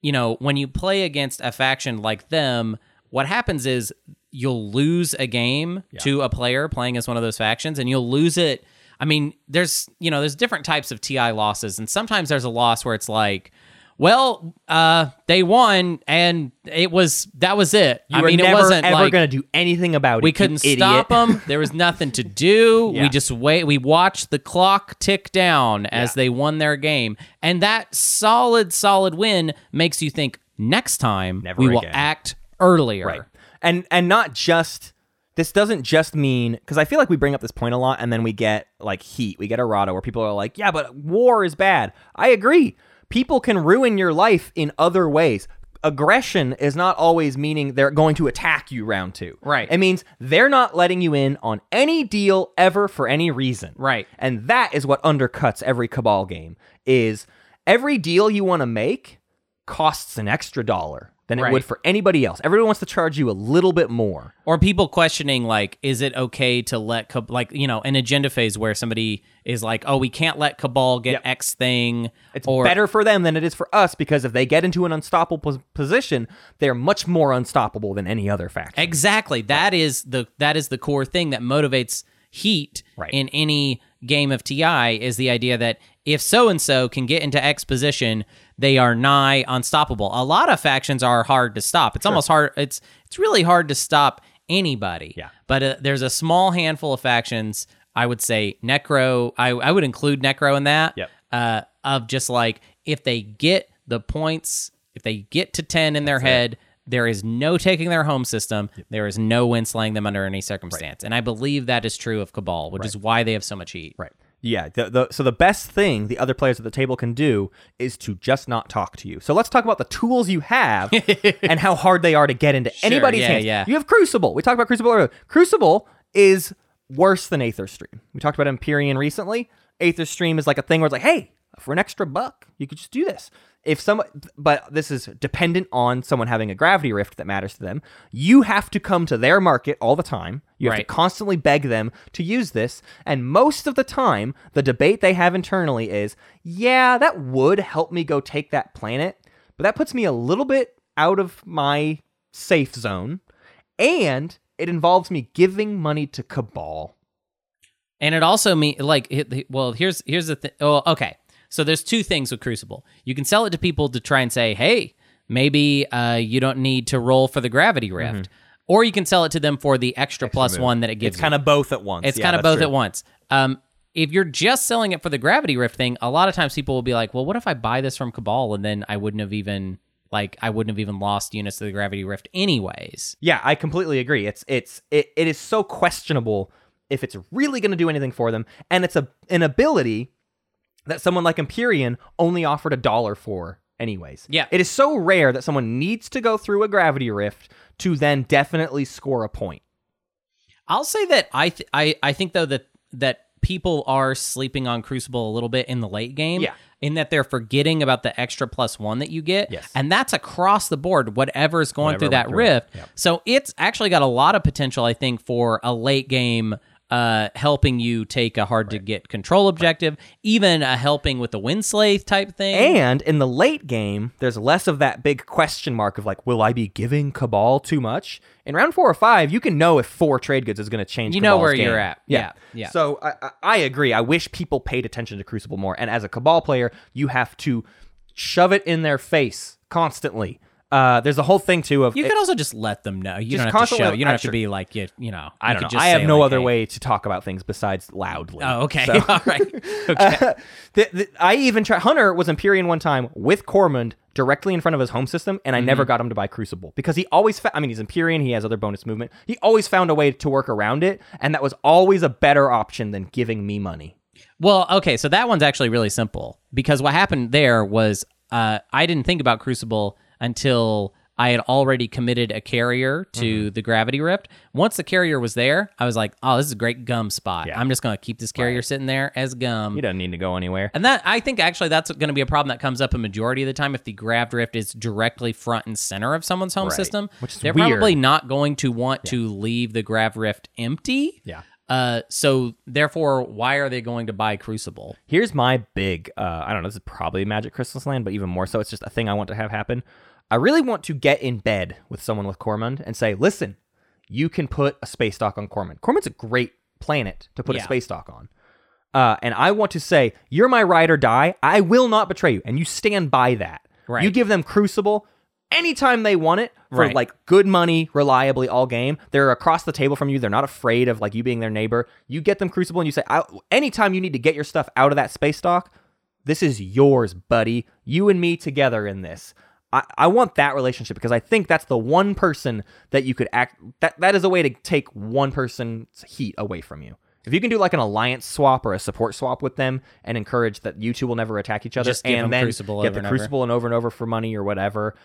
B: you know, when you play against a faction like them, what happens is you'll lose a game to a player playing as one of those factions, and you'll lose it. I mean, there's you know, there's different types of TI losses, and sometimes there's a loss where it's like, well, uh, they won, and it was that was it.
A: You
B: I
A: were
B: mean,
A: never,
B: it wasn't
A: ever
B: like
A: gonna do anything about it.
B: we
A: you
B: couldn't
A: idiot.
B: stop them. There was nothing
A: (laughs)
B: to do.
A: Yeah.
B: We just wait. We watched the clock tick down as they won their game, and that solid, solid win makes you think next time
A: Never
B: we will
A: again.
B: act earlier.
A: Right. And and not just this doesn't just mean because I feel like we bring up this point a lot and then we get like heat, we get errata where people are like, yeah, but war is bad. I agree. People can ruin your life in other ways. Aggression is not always meaning they're going to attack you round two.
B: Right.
A: It means they're not letting you in on any deal ever for any reason.
B: Right.
A: And that is what undercuts every cabal game is every deal you want to make costs an extra dollar than it
B: Right.
A: would for anybody else. Everyone wants to charge you a little bit more.
B: or people questioning like is it okay to let Cab- like you know an agenda phase where somebody is like oh we can't let cabal get
A: Yep.
B: x thing
A: It's
B: or
A: better for them than it is for us because if they get into an unstoppable pos- position, they're much more unstoppable than any other faction.
B: exactly that is the that is the core thing that motivates heat
A: Right.
B: in any game of ti is the idea that if so and so can get into x position they are nigh unstoppable a lot of factions are hard to stop it's almost hard it's it's really hard to stop anybody
A: Yeah.
B: but uh, there's a small handful of factions. I would say Necro. I, I would include Necro in that.
A: Yep.
B: Uh, of just like if they get the points, if they get to ten in their head, there is no taking their home system. There is no winslaying them under any circumstance. And I believe that is true of Cabal, which is why they have so much heat.
A: Right. Yeah. The, the, so the best thing the other players at the table can do is to just not talk to you. So let's talk about the tools you
B: (laughs)
A: have and how hard they are to get into anybody's
B: yeah,
A: hands.
B: yeah.
A: You have Crucible. We talked about Crucible earlier. Crucible is worse than Aether Stream. We talked about Empyrean recently. Aether Stream is like a thing where it's like, hey, for an extra buck, you could just do this. If some, but this is dependent on someone having a gravity rift that matters to them. You have to come to their market all the time. You have
B: Right.
A: to constantly beg them to use this. And most of the time, the debate they have internally is yeah, that would help me go take that planet, but that puts me a little bit out of my safe zone. And it involves me giving money to Cabal.
B: And it also means like it- it- well, here's here's the thing. Oh, okay. So there's two things with Crucible. You can sell it to people to try and say, hey, maybe uh, you don't need to roll for the gravity rift, or you can sell it to them for the extra, plus one that it gives.
A: It's
B: you.
A: kind of both at once.
B: It's kind of both at once. Um, if you're just selling it for the gravity rift thing, a lot of times people will be like, "Well, what if I buy this from Cabal and then I wouldn't have even like I wouldn't have even lost units to the gravity rift anyways."
A: Yeah, I completely agree. It's it's it, it is so questionable if it's really going to do anything for them, and it's a an ability that someone like Empyrean only offered a dollar for, anyways.
B: Yeah.
A: it is so rare that someone needs to go through a gravity rift to then definitely score a point.
B: I'll say that I th- I I think though that that people are sleeping on Crucible a little bit in the late game.
A: Yeah.
B: In that they're forgetting about the extra plus one that you get.
A: Yes.
B: And that's across the board, whatever is going through that
A: went through it.
B: rift. So it's actually got a lot of potential, I think, for a late game uh helping you take a hard to get control objective, even a helping with the windslathe type thing.
A: And in the late game, there's less of that big question mark of like, will I be giving Cabal too much? In round four or five, you can know if four trade goods is going to change.
B: You know
A: Cabal's
B: where
A: game.
B: you're at. Yeah, yeah.
A: So I, I- I agree. I wish people paid attention to Crucible more. And as a Cabal player, you have to shove it in their face constantly. Uh, there's a whole thing too of
B: you
A: it-
B: could also just let them know. You
A: Just
B: don't have to
A: constantly-
B: show. You don't
A: I'm
B: have to
A: sure.
B: be like you. You know.
A: I
B: you
A: don't know.
B: could just
A: I have
B: say,
A: no
B: like,
A: other
B: hey-
A: way to talk about things besides loudly.
B: Oh, okay.
A: So-
B: (laughs) All
A: (laughs)
B: right. Okay.
A: the, the, I even tried. Hunter was Empyrean one time with Cormund directly in front of his home system, and I never got him to buy Crucible because he always. Fa- I mean, he's Empyrean. He has other bonus movement. He always found a way to work around it, and that was always a better option than giving me money.
B: Well, okay, so that one's actually really simple because what happened there was uh, I didn't think about Crucible until I had already committed a carrier to
A: Mm-hmm.
B: the Gravity Rift. Once the carrier was there, I was like, "Oh, this is a great gum spot. I'm just going to keep this carrier sitting there as gum."
A: He doesn't need to go anywhere.
B: And that I think actually that's going to be a problem that comes up a majority of the time if the grav drift is directly front and center of someone's home system.
A: Which is
B: they're
A: weird.
B: probably not going to want to leave the grav rift empty.
A: Yeah.
B: Uh, so therefore, why are they going to buy Crucible?
A: Here's my big. Uh, I don't know. This is probably Magic Christmas Land, but even more so, it's just a thing I want to have happen. I really want to get in bed with someone with Cormund and say, "Listen, you can put a space dock on Cormund. Cormund's a great planet to put
B: Yeah.
A: a space dock on." Uh, and I want to say, you're my ride or die. I will not betray you, and you stand by that.
B: Right.
A: You give them Crucible anytime they want it for
B: Right.
A: like good money, reliably all game. They're across the table from you. They're not afraid of like you being their neighbor. You get them Crucible and you say, I, anytime you need to get your stuff out of that space dock, this is yours, buddy. You and me together in this. I, I want that relationship because I think that's the one person that you could act that that is a way to take one person's heat away from you. If you can do like an alliance swap or a support swap with them and encourage that you two will never attack each other
B: Just give
A: and
B: them
A: then
B: Crucible
A: get
B: over
A: the
B: and over.
A: crucible and over and over for money or whatever,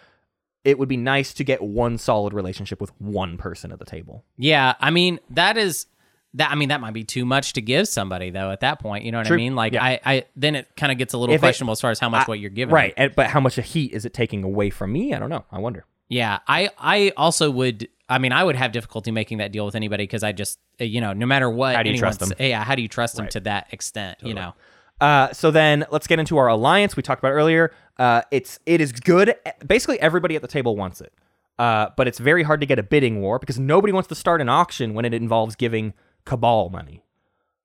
A: it would be nice to get one solid relationship with one person at the table.
B: Yeah, I mean that is that. I mean that might be too much to give somebody though. At that point, you know what
A: True.
B: I mean? Like
A: Yeah.
B: I, I then it kind of gets a little
A: If it-
B: questionable as far as how much what you're giving.
A: Right. And, but how much heat is it taking away from me? I don't know. I wonder.
B: Yeah, I I also would. I mean, I would have difficulty making that deal with anybody because I just uh, you know no matter what.
A: How do you
B: anyone
A: trust them?
B: say- Yeah, how do you trust them to that extent? You know.
A: Uh, so then let's get into our alliance we talked about earlier. Uh, it's it is good. Basically, everybody at the table wants it, uh, but it's very hard to get a bidding war because nobody wants to start an auction when it involves giving cabal money.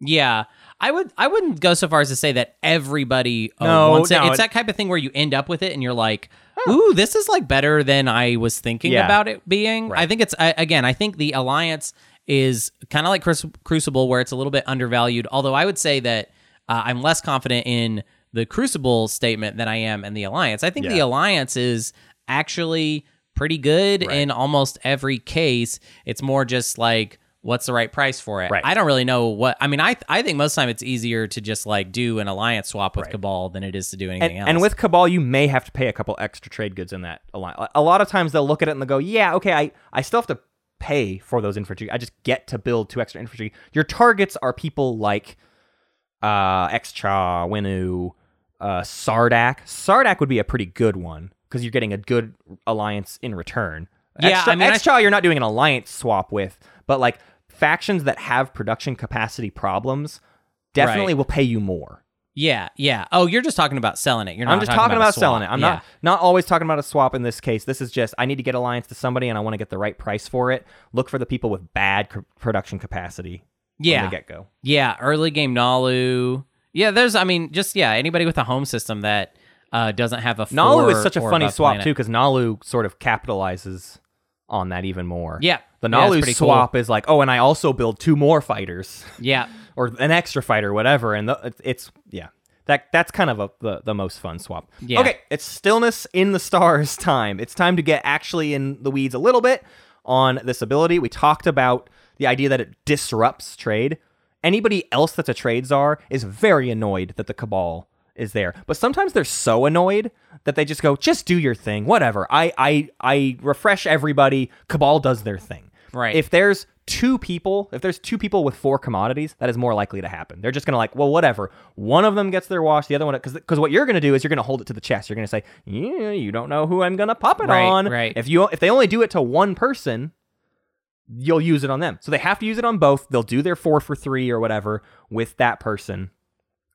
B: Yeah, I would. I wouldn't go so far as to say that everybody uh,
A: No,
B: wants it.
A: no,
B: It's
A: it-
B: that type of thing where you end up with it and you're like, "Ooh, this is like better than I was thinking
A: Oh. Yeah.
B: about it being." I think it's I, again. I think the alliance is kind of like Cruci- Crucible, where it's a little bit undervalued. Although I would say that uh, I'm less confident in the Crucible statement than I am in the alliance. I think the alliance is actually pretty good in almost every case. It's more just like what's the right price for it.
A: Right.
B: I don't really know what I mean. I I think most time it's easier to just like do an alliance swap with Cabal than it is to do anything
A: And,
B: else.
A: and with cabal, you may have to pay a couple extra trade goods in that alliance. A lot of times they'll look at it and they'll go, "Yeah, okay, I I still have to pay for those infantry. I just get to build two extra infantry. Your targets are people like uh, Xcha, Winu, uh, Sardak. Sardak would be a pretty good one because you're getting a good alliance in return.
B: Yeah,
A: Xcha,
B: I mean, I-
A: Xcha you're not doing an alliance swap with, but like factions that have production capacity problems definitely
B: Right.
A: will pay you more.
B: yeah, yeah. Oh, you're just talking about selling it. You're not.
A: I'm just talking
B: about,
A: about,
B: a swap.
A: selling it. I'm
B: Yeah.
A: not not always talking about a swap in this case. This is just I need to get alliance to somebody and I want to get the right price for it. Look for the people with bad co- production capacity
B: Yeah,
A: from the get go.
B: yeah. Early game Nalu. Yeah, there's. I mean, just yeah. Anybody with a home system that uh, doesn't have a
A: Nalu is
B: four
A: such a
B: or
A: funny
B: above
A: swap
B: planet.
A: too because Nalu sort of capitalizes on that even more.
B: Yeah.
A: the
B: Yeah, it's
A: Nalu
B: pretty cool.
A: swap is like oh, and I also build two more fighters
B: Yeah,
A: or an extra fighter, whatever. And the, it's yeah. That, that's kind of a, the, the most fun swap.
B: Yeah.
A: Okay, it's stillness in the stars (laughs) time. It's time to get actually in the weeds a little bit on this ability. We talked about the idea that it disrupts trade. Anybody else that's a trade czar is very annoyed that the cabal is there. But sometimes they're so annoyed that they just go, just do your thing, whatever. I I I refresh everybody. Cabal does their thing.
B: Right.
A: If there's two people, if there's two people with four commodities, that is more likely to happen. They're just gonna like, well, whatever. One of them gets their wash, the other one, because because what you're gonna do is you're gonna hold it to the chest. You're gonna say, yeah, you don't know who I'm gonna pop it
B: Right,
A: on.
B: right.
A: If you if they only do it to one person, you'll use it on them. So they have to use it on both. They'll do their four for three or whatever with that person,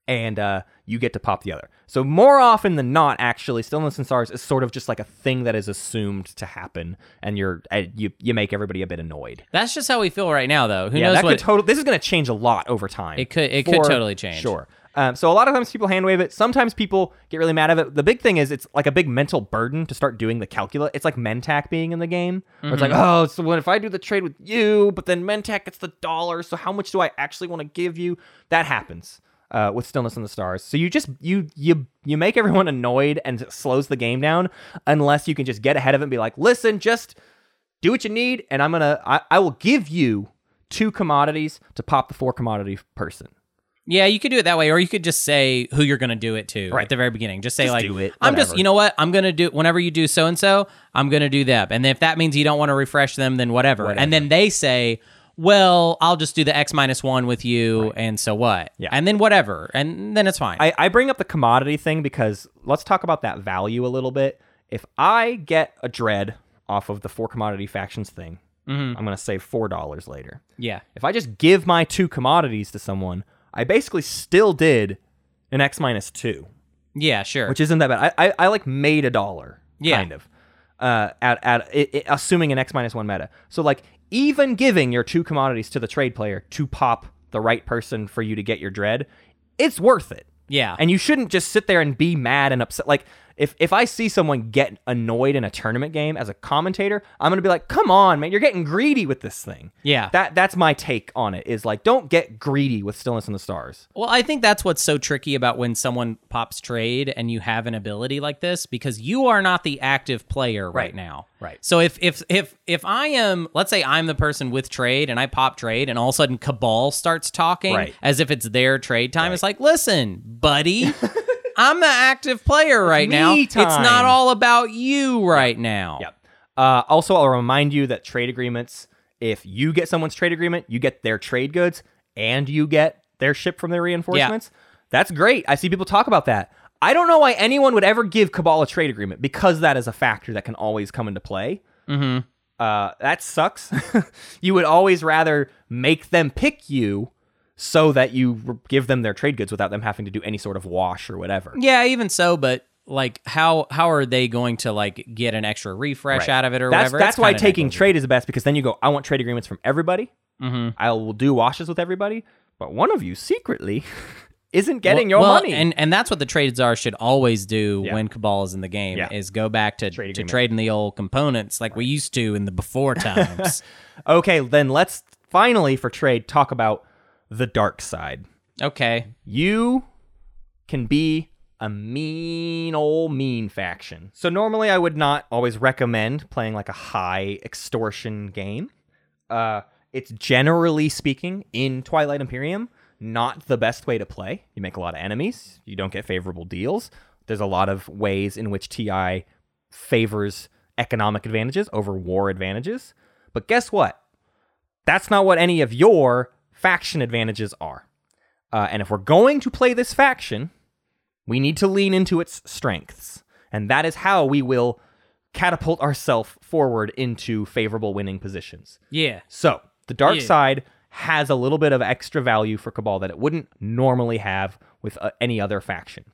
A: and uh, you get to pop the other. So more often than not, actually, stillness and stars is sort of just like a thing that is assumed to happen, and you're uh, you you make everybody a bit annoyed.
B: that's just how we feel right now, though. Who
A: Yeah,
B: knows
A: that
B: what
A: could total. This is going to change a lot over time.
B: It could- it could totally change.
A: Sure. Um, so a lot of times people hand wave it. Sometimes people get really mad at it. The big thing is it's like a big mental burden to start doing the calcula. It's like Mentac being in the game. Where it's like,
B: Mm-hmm.
A: oh, so what if I do the trade with you, but then Mentac gets the dollar, so how much do I actually want to give you? That happens uh, with Stillness in the Stars. So you just you you you make everyone (laughs) annoyed and it slows the game down unless you can just get ahead of it and be like, listen, just do what you need and i'm gonna i, I will give you two commodities to pop the four commodity person
B: Yeah, you could do it that way, or you could just say who you're going to do it to
A: Right.
B: at the very beginning. Just say
A: Just
B: like,
A: do it,
B: "I'm just,
A: whatever.
B: you know what, I'm going to do. Whenever you do so and so, I'm going to do them." And if that means you don't want to refresh them, then whatever. And then they say, "Well, I'll just do the X minus one with you," and so what?
A: Yeah.
B: and then whatever, and then it's fine.
A: I, I bring up the commodity thing because let's talk about that value a little bit if i get a dread off of the four commodity factions thing i'm gonna save four dollars later
B: yeah,
A: if i just give my two commodities to someone i basically still did an x minus two
B: yeah, sure.
A: which isn't that bad. I I, I like made a dollar,
B: Yeah.
A: kind of, uh, at at it, it- assuming an X minus one meta. So like even giving your two commodities to the trade player to pop the right person for you to get your dread, it's worth it.
B: yeah,
A: And you shouldn't just sit there and be mad and upset. Like If if I see someone get annoyed in a tournament game as a commentator, I'm gonna be like, come on, man, you're getting greedy with this thing.
B: Yeah.
A: That that's my take on it. Is like, don't get greedy with Stillness in the Stars.
B: Well, I think that's what's so tricky about when someone pops trade and you have an ability like this because you are not the active player right, now.
A: Right.
B: So if if if if I am, let's say I'm the person with trade and I pop trade and all of a sudden Cabal starts talking
A: Right.
B: as if it's their trade time. It's like, "Listen,
A: (laughs)
B: buddy, I'm the active player right now.
A: me
B: It's not
A: time."
B: all about you right now."
A: Yep. Uh, also, I'll remind you that trade agreements, if you get someone's trade agreement, you get their trade goods and you get their ship from their reinforcements. That's great. I see people talk about that. I don't know why anyone would ever give Cabal a trade agreement because that is a factor that can always come into play. Mm-hmm. Uh, that sucks. (laughs) you would always rather make them pick you so that you r- give them their trade goods without them having to do any sort of wash or whatever.
B: Yeah, even so, but like how how are they going to like get an extra refresh out of it or
A: that's,
B: whatever?
A: That's
B: It's
A: why
B: kinda
A: taking
B: negligible. Mm-hmm.
A: trade is the best because then you go, I want trade agreements from everybody. I will do washes with everybody, but one of you secretly (laughs) isn't getting your
B: Well,
A: money.
B: And and that's what the trade czar should always do
A: Yeah.
B: when Cabal is in the game
A: Yeah.
B: is go back to
A: Trade
B: to
A: agreement.
B: trading the old components like we used to in
A: (laughs)
B: the before times.
A: okay, then let's finally for trade talk about the dark side.
B: okay.
A: you can be a mean old mean faction. So normally I would not always recommend playing like a high extortion game. Uh it's generally speaking in Twilight Imperium not the best way to play. You make a lot of enemies, you don't get favorable deals. There's a lot of ways in which TI favors economic advantages over war advantages. But guess what? That's not what any of your faction advantages are. Uh, and if we're going to play this faction, we need to lean into its strengths. And that is how we will catapult ourselves forward into favorable winning positions.
B: Yeah.
A: So the dark
B: Yeah.
A: side has a little bit of extra value for Cabal that it wouldn't normally have with uh, any other faction.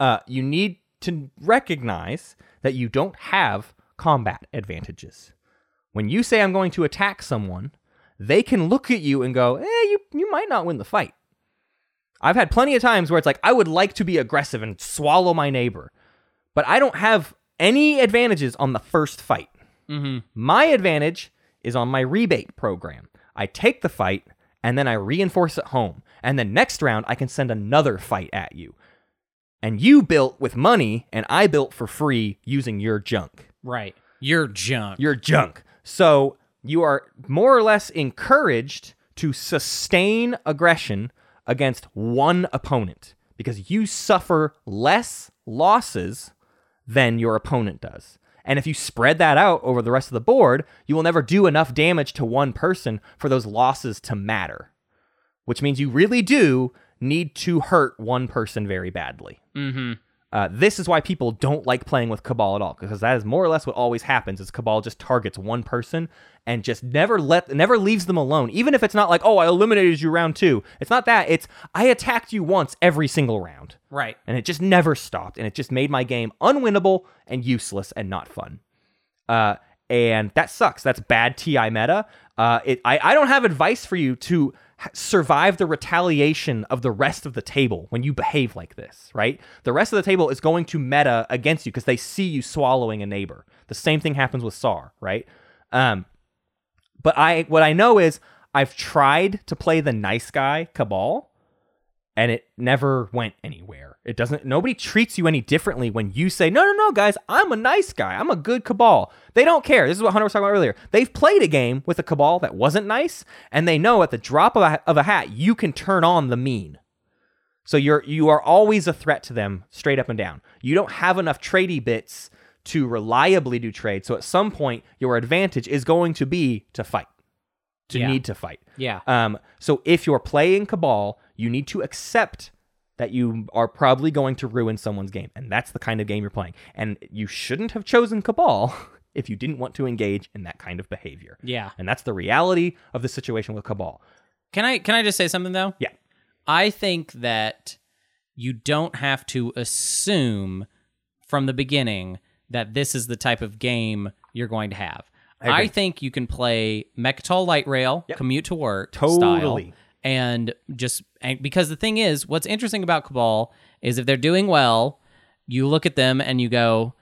A: Uh, you need to recognize that you don't have combat advantages. When you say I'm going to attack someone, they can look at you and go, "Eh, you you might not win the fight." I've had plenty of times where it's like I would like to be aggressive and swallow my neighbor, but I don't have any advantages on the first fight. My advantage is on my rebate program. I take the fight and then I reinforce at home. And then next round, I can send another fight at you. And you built with money, and I built for free using your junk.
B: Right. You're junk.
A: Your junk. So you are more or less encouraged to sustain aggression against one opponent because you suffer less losses than your opponent does. And if you spread that out over the rest of the board, you will never do enough damage to one person for those losses to matter, which means you really do need to hurt one person very badly. Mm-hmm. Uh, this is why people don't like playing with Cabal at all, because that is more or less what always happens: is Cabal just targets one person and just never let, never leaves them alone. Even if it's not like, oh, I eliminated you round two. It's not that. It's I attacked you once every single round
B: right.
A: and it just never stopped and it just made my game unwinnable and useless and not fun uh, and that sucks that's bad ti meta uh, it, I, I don't have advice for you to h- survive the retaliation of the rest of the table when you behave like this right the rest of the table is going to meta against you because they see you swallowing a neighbor the same thing happens with sar right um, but i what i know is i've tried to play the nice guy cabal and it never went anywhere. It doesn't nobody treats you any differently when you say, "No, no, no, guys, I'm a nice guy. I'm a good cabal." They don't care. This is what Hunter was talking about earlier. They've played a game with a cabal that wasn't nice, and they know at the drop of a, of a hat, you can turn on the mean. So you're you are always a threat to them straight up and down. You don't have enough tradey bits to reliably do trade. So at some point, your advantage is going to be to fight. To
B: Yeah.
A: need to fight.
B: Yeah.
A: Um, so if you're playing Cabal, you need to accept that you are probably going to ruin someone's game, and that's the kind of game you're playing. And you shouldn't have chosen Cabal (laughs) if you didn't want to engage in that kind of behavior.
B: Yeah.
A: And that's the reality of the situation with Cabal.
B: Can I can I just say something though?
A: Yeah.
B: I think that you don't have to assume from the beginning that this is the type of game you're going to have. I, think you can play Mechatol Light Rail, commute to work
A: Totally.
B: style, and just and because the thing is, what's interesting about Cabal is if they're doing well, you look at them and you go,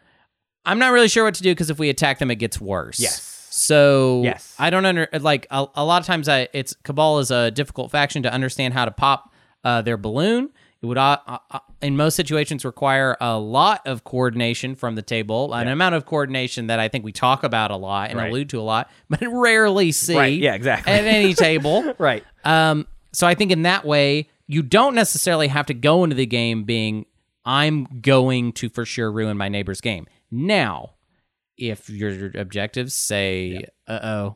B: I'm not really sure what to do because if we attack them, it gets worse.
A: Yes.
B: So
A: Yes.
B: I don't under like a, a lot of times. I it's Cabal is a difficult faction to understand how to pop uh, their balloon. It would uh, uh, in most situations require a lot of coordination from the table, an amount of coordination that I think we talk about a lot and
A: Right.
B: allude to a lot, but rarely see.
A: Right, yeah, exactly. (laughs)
B: At any table,
A: Right.
B: um, so I think in that way, you don't necessarily have to go into the game being, I'm going to for sure ruin my neighbor's game. Now, if your objectives say, uh oh,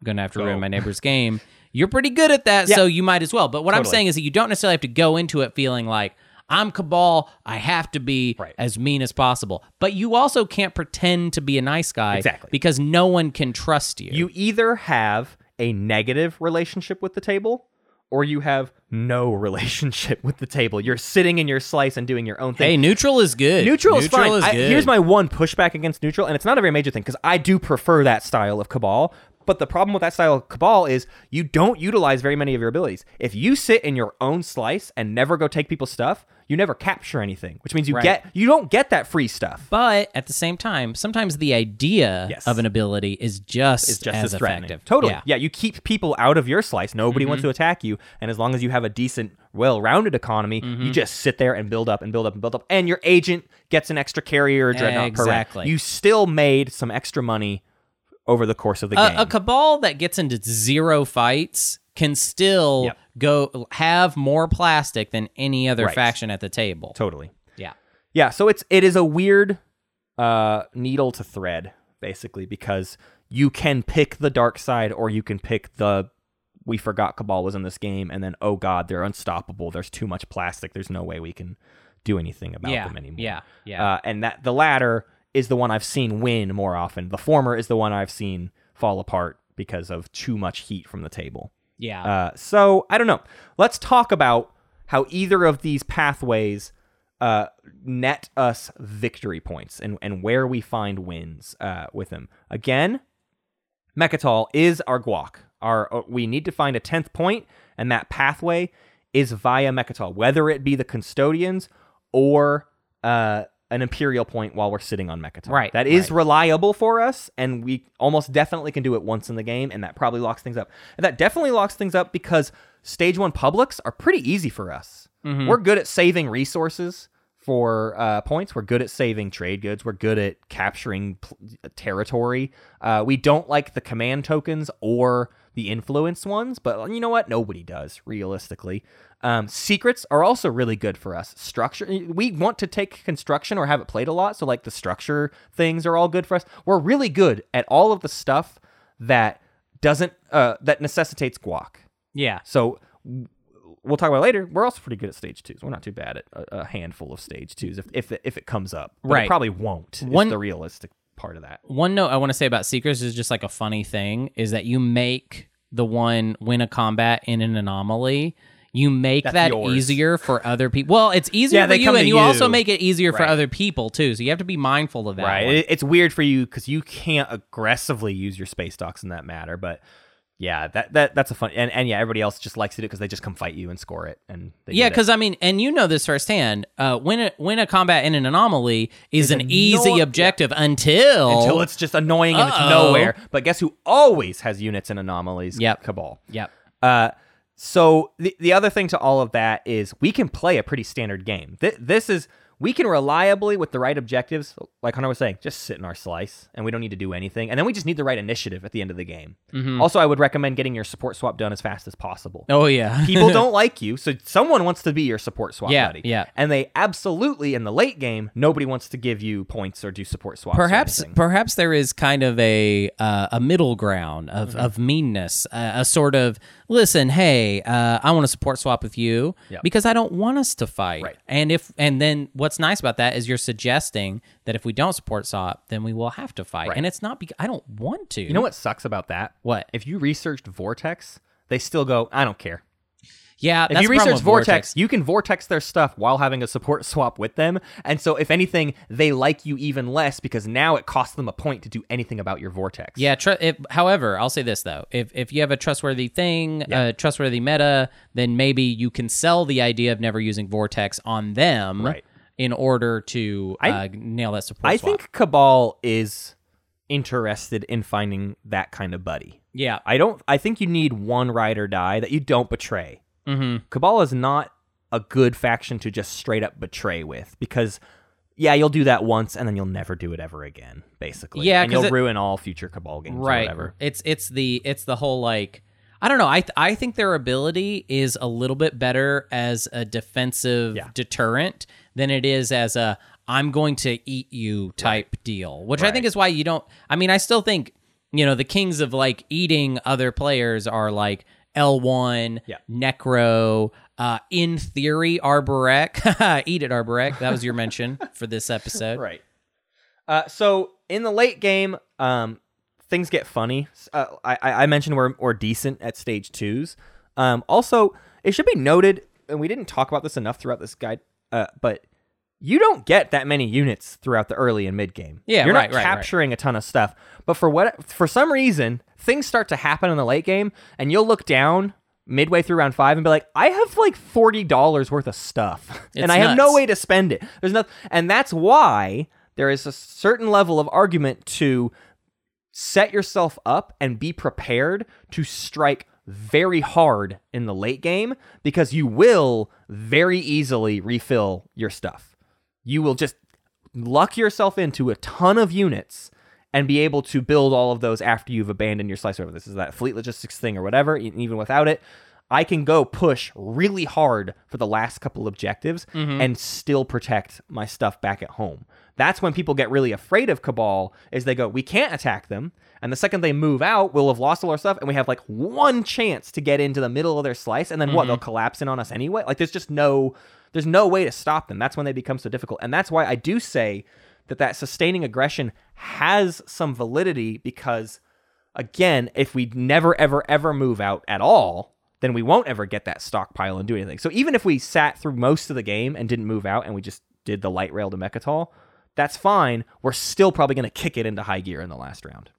B: I'm going to have to ruin my neighbor's game, you're pretty good at that. So you might as well. But what I'm
A: Totally.
B: saying is that you don't necessarily have to go into it feeling like, I'm Cabal. I have to be
A: Right.
B: as mean as possible. But you also can't pretend to be a nice guy
A: Exactly.
B: because no one can trust you.
A: You either have a negative relationship with the table or you have no (laughs) relationship with the table. You're sitting in your slice and doing your own thing.
B: hey, neutral is good.
A: Neutral, is fine. I-
B: good.
A: here's my one pushback against neutral, and it's not a very major thing because I do prefer that style of Cabal. But the problem with that style of Cabal is you don't utilize very many of your abilities. If you sit in your own slice and never go take people's stuff, you never capture anything, which means you get you don't get that free stuff.
B: But at the same time, sometimes the idea
A: Yes.
B: of an ability is just,
A: It's just
B: as,
A: as, threatening.
B: effective.
A: Totally.
B: Yeah. Mm-hmm.
A: Yeah. you keep people out of your slice. Nobody wants to attack you, and as long as you have a decent, well-rounded economy,
B: Mm-hmm.
A: you just sit there and build up and build up and build up, and your agent gets an extra carrier or dreadnought per round.
B: Exactly.
A: You still made some extra money over the course of the game.
B: A, a cabal that gets into zero fights can still
A: Yep.
B: go have more plastic than any other
A: Right.
B: faction at the table.
A: Totally.
B: Yeah.
A: Yeah, so it's it is a weird uh needle to thread basically because you can pick the dark side or you can pick the we forgot Cabal was in this game and then oh god, they're unstoppable. There's too much plastic. There's no way we can do anything about
B: Yeah.
A: them anymore.
B: Yeah. Yeah.
A: Uh, and that the latter is the one I've seen win more often. The former is the one I've seen fall apart because of too much heat from the table.
B: yeah.
A: Uh, so I don't know. Let's talk about how either of these pathways uh, net us victory points and, and where we find wins uh, with them. Again, Mechatol is our guac. Our uh, we need to find a tenth point, and that pathway is via Mechatol, whether it be the custodians or uh, an imperial point while we're sitting on Mechatol.
B: Right,
A: That is reliable for us, and we almost definitely can do it once in the game, and that probably locks things up. And that definitely locks things up because stage one publics are pretty easy for us. We're good at saving resources for uh, points. We're good at saving trade goods. We're good at capturing pl- territory. Uh, we don't like the command tokens or the influence ones, but you know what? Nobody does realistically. Um, secrets are also really good for us. Structure, we want to take construction or have it played a lot, so like the structure things are all good for us. We're really good at all of the stuff that doesn't uh, that necessitates guac.
B: yeah.
A: So w- we'll talk about it later. We're also pretty good at stage twos. We're not too bad at a, a handful of stage twos if if it, if it comes up. But It
B: Right.
A: probably won't.
B: One-
A: is the realistic part of that.
B: One note I want to say about Seekers is just like a funny thing is that you make the one win a combat in an anomaly. You make that
A: yours.
B: easier for other people. Well, it's easier
A: Yeah,
B: for
A: they
B: you,
A: come to
B: and you, also
A: you.
B: make it easier for
A: Right.
B: other people too. So you have to be mindful of that.
A: Right.
B: one.
A: It, it's weird for you because you can't aggressively use your space docks in that matter, but. Yeah, that, that that's a fun and, and yeah, everybody else just likes to do it because they just come fight you and score it and they
B: Yeah,
A: get it.
B: because I mean, and you know this firsthand. Uh, when a, when a combat in an anomaly is an easy
A: anor-
B: objective until
A: until it's just annoying and it's
B: Oh. Uh-oh.
A: nowhere. But guess who always has units and anomalies?
B: Yep.
A: Cabal.
B: Yep.
A: Uh, so the the other thing to all of that is we can play a pretty standard game. Th- this is we can reliably with the right objectives, like Hunter was saying, just sit in our slice and we don't need to do anything. And then we just need the right initiative at the end of the game.
B: Mm-hmm.
A: Also, I would recommend getting your support swap done as fast as possible.
B: oh
A: (laughs)
B: yeah, (laughs)
A: People don't like you, so someone wants to be your support swap
B: Yeah,
A: buddy.
B: yeah.
A: And they absolutely in the late game, nobody wants to give you points or do support swaps. or
B: perhaps
A: anything.
B: perhaps there is kind of a uh, a middle ground of,
A: Mm-hmm.
B: of meanness, uh, a sort of listen, hey, uh, I want to support swap with you because I don't want us to fight.
A: Right.
B: And if and then what's nice about that is you're suggesting that if we don't support swap, then we will have to fight, and it's not because I don't want to.
A: You know what sucks about that?
B: What?
A: If you researched Vortex, they still go, I don't care.
B: Yeah,
A: If
B: that's
A: you
B: the
A: research
B: problem with
A: Vortex, you can Vortex their stuff while having a support (laughs) swap with them. And so, if anything, they like you even less because now it costs them a point to do anything about your Vortex.
B: Yeah. Tr- if, however, I'll say this though: if if you have a trustworthy thing, a trustworthy meta, then maybe you can sell the idea of never using Vortex on them.
A: Right.
B: in order to
A: I-
B: uh, nail that support.
A: I
B: swap.
A: think Cabal is interested in finding that kind of buddy.
B: yeah,
A: I don't. I think you need one ride or die that you don't betray.
B: Mhm.
A: Cabal is not a good faction to just straight up betray with because, yeah, you'll do that once and then you'll never do it ever again. Basically,
B: Yeah,
A: and
B: 'cause
A: you'll
B: it-
A: ruin all future Cabal games, Or whatever.
B: It's it's the it's the whole like I don't know. I th- I think their ability is a little bit better as a defensive
A: Yeah.
B: deterrent than it is as a I'm going to eat you type deal, which I think is why you don't. I mean, I still think you know the kings of like eating other players are like L one,
A: Yeah.
B: Necro. Uh, in theory, Arborek. (laughs) Eat it, Arborek. That was your mention for this episode.
A: (laughs) Right. Uh, so in the late game, um, things get funny. S- Uh, I, I I mentioned we're, we're decent at stage twos. Um, also, it should be noted, and we didn't talk about this enough throughout this guide, uh, but you don't get that many units throughout the early and mid game.
B: Yeah,
A: you're
B: right,
A: not
B: right, right.
A: capturing a ton of stuff. But for what for some reason, things start to happen in the late game, and you'll look down midway through round five and be like, I have like forty dollars worth of
B: (laughs)
A: stuff, and
B: It's
A: I have no
B: nuts.
A: way to spend it. There's nothing, and that's why there is a certain level of argument to set yourself up and be prepared to strike very hard in the late game because you will very easily refill your stuff. You will just luck yourself into a ton of units and be able to build all of those after you've abandoned your slice over. This is that fleet logistics thing or whatever, e- even without it. I can go push really hard for the last couple objectives and still protect my stuff back at home. That's when people get really afraid of Cabal is they go, we can't attack them. And the second they move out, we'll have lost all our stuff and we have like one chance to get into the middle of their slice and then what? They'll collapse in on us anyway. Like there's just no there's no way to stop them. That's when they become so difficult. And that's why I do say that that sustaining aggression has some validity because again, if we never, ever, ever move out at all, then we won't ever get that stockpile and do anything. So even if we sat through most of the game and didn't move out and we just did the light rail to Mechatol, that's fine. We're still probably going to kick it into high gear in the last round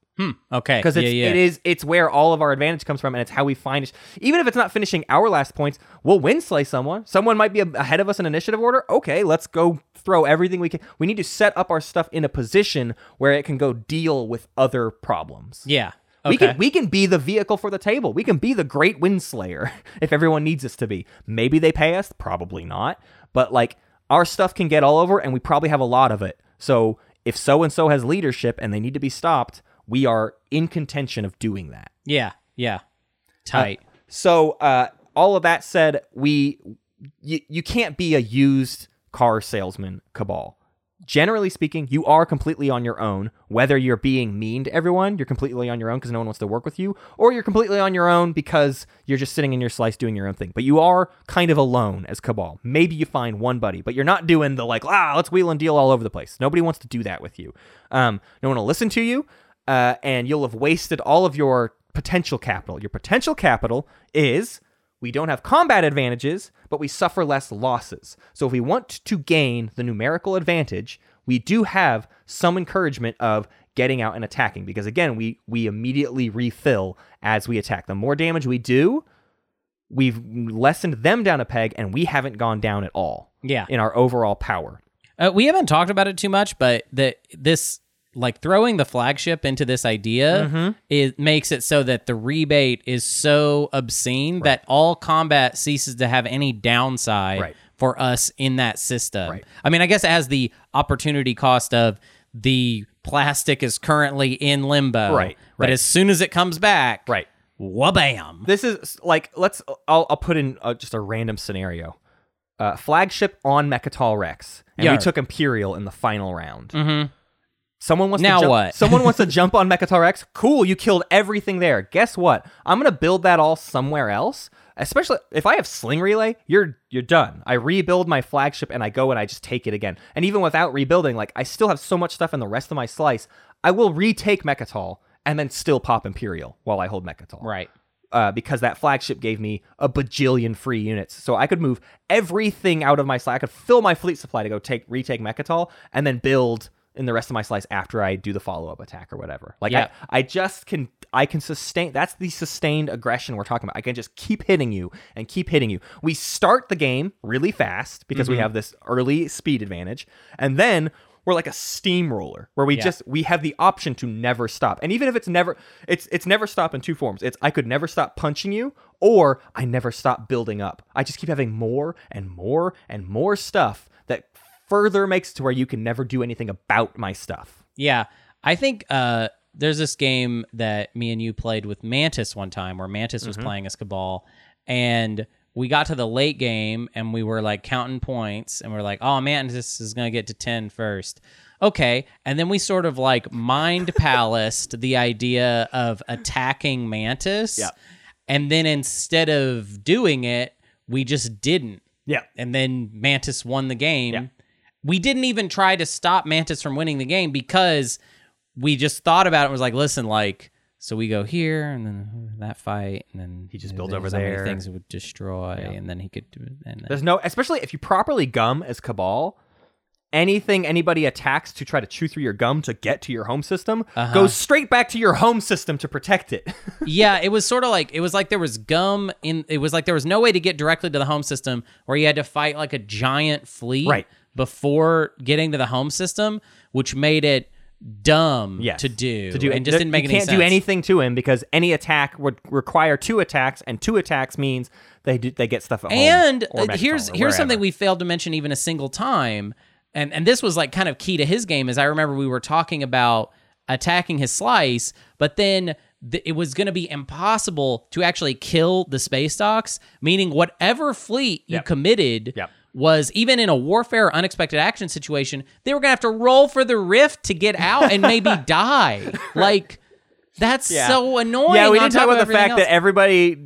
B: Okay.
A: because it's
B: yeah, yeah.
A: it is it's where all of our advantage comes from, and it's how we finish. Even if it's not finishing our last points, we'll win slay someone. Someone might be a- ahead of us in initiative order. Okay, let's go throw everything we can. We need to set up our stuff in a position where it can go deal with other problems.
B: Yeah.
A: We
B: Okay.
A: can we can be the vehicle for the table. We can be the great windslayer (laughs) if everyone needs us to be. Maybe they pay us, probably not. But like our stuff can get all over and we probably have a lot of it. So if so and so has leadership and they need to be stopped, we are in contention of doing that.
B: Yeah, yeah.
A: Uh,
B: Tight.
A: So uh, all of that said, we you, you can't be a used car salesman cabal. Generally speaking, you are completely on your own. Whether you're being mean to everyone, you're completely on your own because no one wants to work with you, or you're completely on your own because you're just sitting in your slice doing your own thing. But you are kind of alone as Cabal. Maybe you find one buddy, but you're not doing the like, ah, let's wheel and deal all over the place. Nobody wants to do that with you. Um, no one will listen to you uh, and you'll have wasted all of your potential capital. Your potential capital is we don't have combat advantages, but we suffer less losses. So if we want to gain the numerical advantage, we do have some encouragement of getting out and attacking because again, we we immediately refill as we attack. The more damage we do, we've lessened them down a peg and we haven't gone down at all
B: yeah.
A: in our overall power.
B: Uh, we haven't talked about it too much, but the this like throwing the flagship into this idea
A: Mm-hmm.
B: it makes it so that the rebate is so obscene that all combat ceases to have any downside
A: Right.
B: for us in that system. I mean, I guess it has the opportunity cost of the plastic is currently in limbo.
A: Right,
B: But
A: right.
B: as soon as it comes back,
A: Right.
B: wabam.
A: This is like let's. I'll, I'll put in uh just a random scenario. Uh, flagship on Mechatol Rex, and we
B: Yeah.
A: took Imperial in the final round. Mm-hmm. Someone wants
B: Now
A: to jump, (laughs)
B: what?
A: someone wants to jump
B: (laughs)
A: on Mechatol Rex. Cool, you killed everything there. Guess what? I'm gonna build that all somewhere else. Especially if I have Sling Relay, you're you're done. I rebuild my flagship and I go and I just take it again. And even without rebuilding, like I still have so much stuff in the rest of my slice. I will retake Mechatol and then still pop Imperial while I hold Mechatol
B: Right.
A: uh, because that flagship gave me a bajillion free units. So I could move everything out of my slack. I could fill my fleet supply to go take retake Mechatol and then build in the rest of my slice after I do the follow up attack or whatever. Like
B: Yeah.
A: I, I just can I can sustain that's the sustained aggression we're talking about. I can just keep hitting you and keep hitting you. We start the game really fast because we have this early speed advantage. And then we're like a steamroller where we just we have the option to never stop. And even if it's never it's it's never stop in two forms. It's I could never stop punching you or I never stop building up. I just keep having more and more and more stuff that further makes it to where you can never do anything about my stuff.
B: Yeah, I think uh, there's this game that me and you played with Mantis one time, where Mantis was playing as Cabal, and we got to the late game and we were like counting points, and we are like, "Oh, Mantis is gonna get to 10 first. Okay, and then we sort of like mind palaced the idea of attacking Mantis,
A: Yeah.
B: and then instead of doing it, we just didn't
A: Yeah.
B: and then Mantis won the game.
A: Yeah.
B: We didn't even try to stop Mantis from winning the game because we just thought about it and was like, listen, like, so we go here and then that fight and then
A: He just
B: there's
A: builds over
B: so many
A: there.
B: things it would destroy and then he could do it. And then,
A: (laughs) There's no, especially if you properly gum as Cabal, anything anybody attacks to try to chew through your gum to get to your home system goes straight back to your home system to protect it. (laughs)
B: yeah, it was sort of like it was like there was gum in it was like there was no way to get directly to the home system where you had to fight like a giant flea
A: Right.
B: before getting to the home system, which made it dumb
A: Yes.
B: to do.
A: to do
B: and just
A: there-
B: didn't make
A: you
B: any
A: can't
B: sense.
A: do anything to him because any attack would require two attacks, and two attacks means they do, they get stuff at
B: And
A: home. or
B: uh,
A: Megaphone
B: here's
A: or
B: here's something
A: wherever.
B: we failed to mention even a single time, and and this was like kind of key to his game. Is I remember we were talking about attacking his slice, but then th- it was going to be impossible to actually kill the space docks. Meaning, whatever fleet you
A: Yep.
B: committed.
A: Yep.
B: Was even in a warfare or unexpected action situation, they were gonna have to roll for the rift to get out and
A: (laughs)
B: maybe die. Like that's
A: Yeah.
B: so annoying.
A: Yeah, we
B: on
A: didn't talk
B: top
A: about
B: of
A: the
B: everything
A: fact
B: else.
A: that everybody.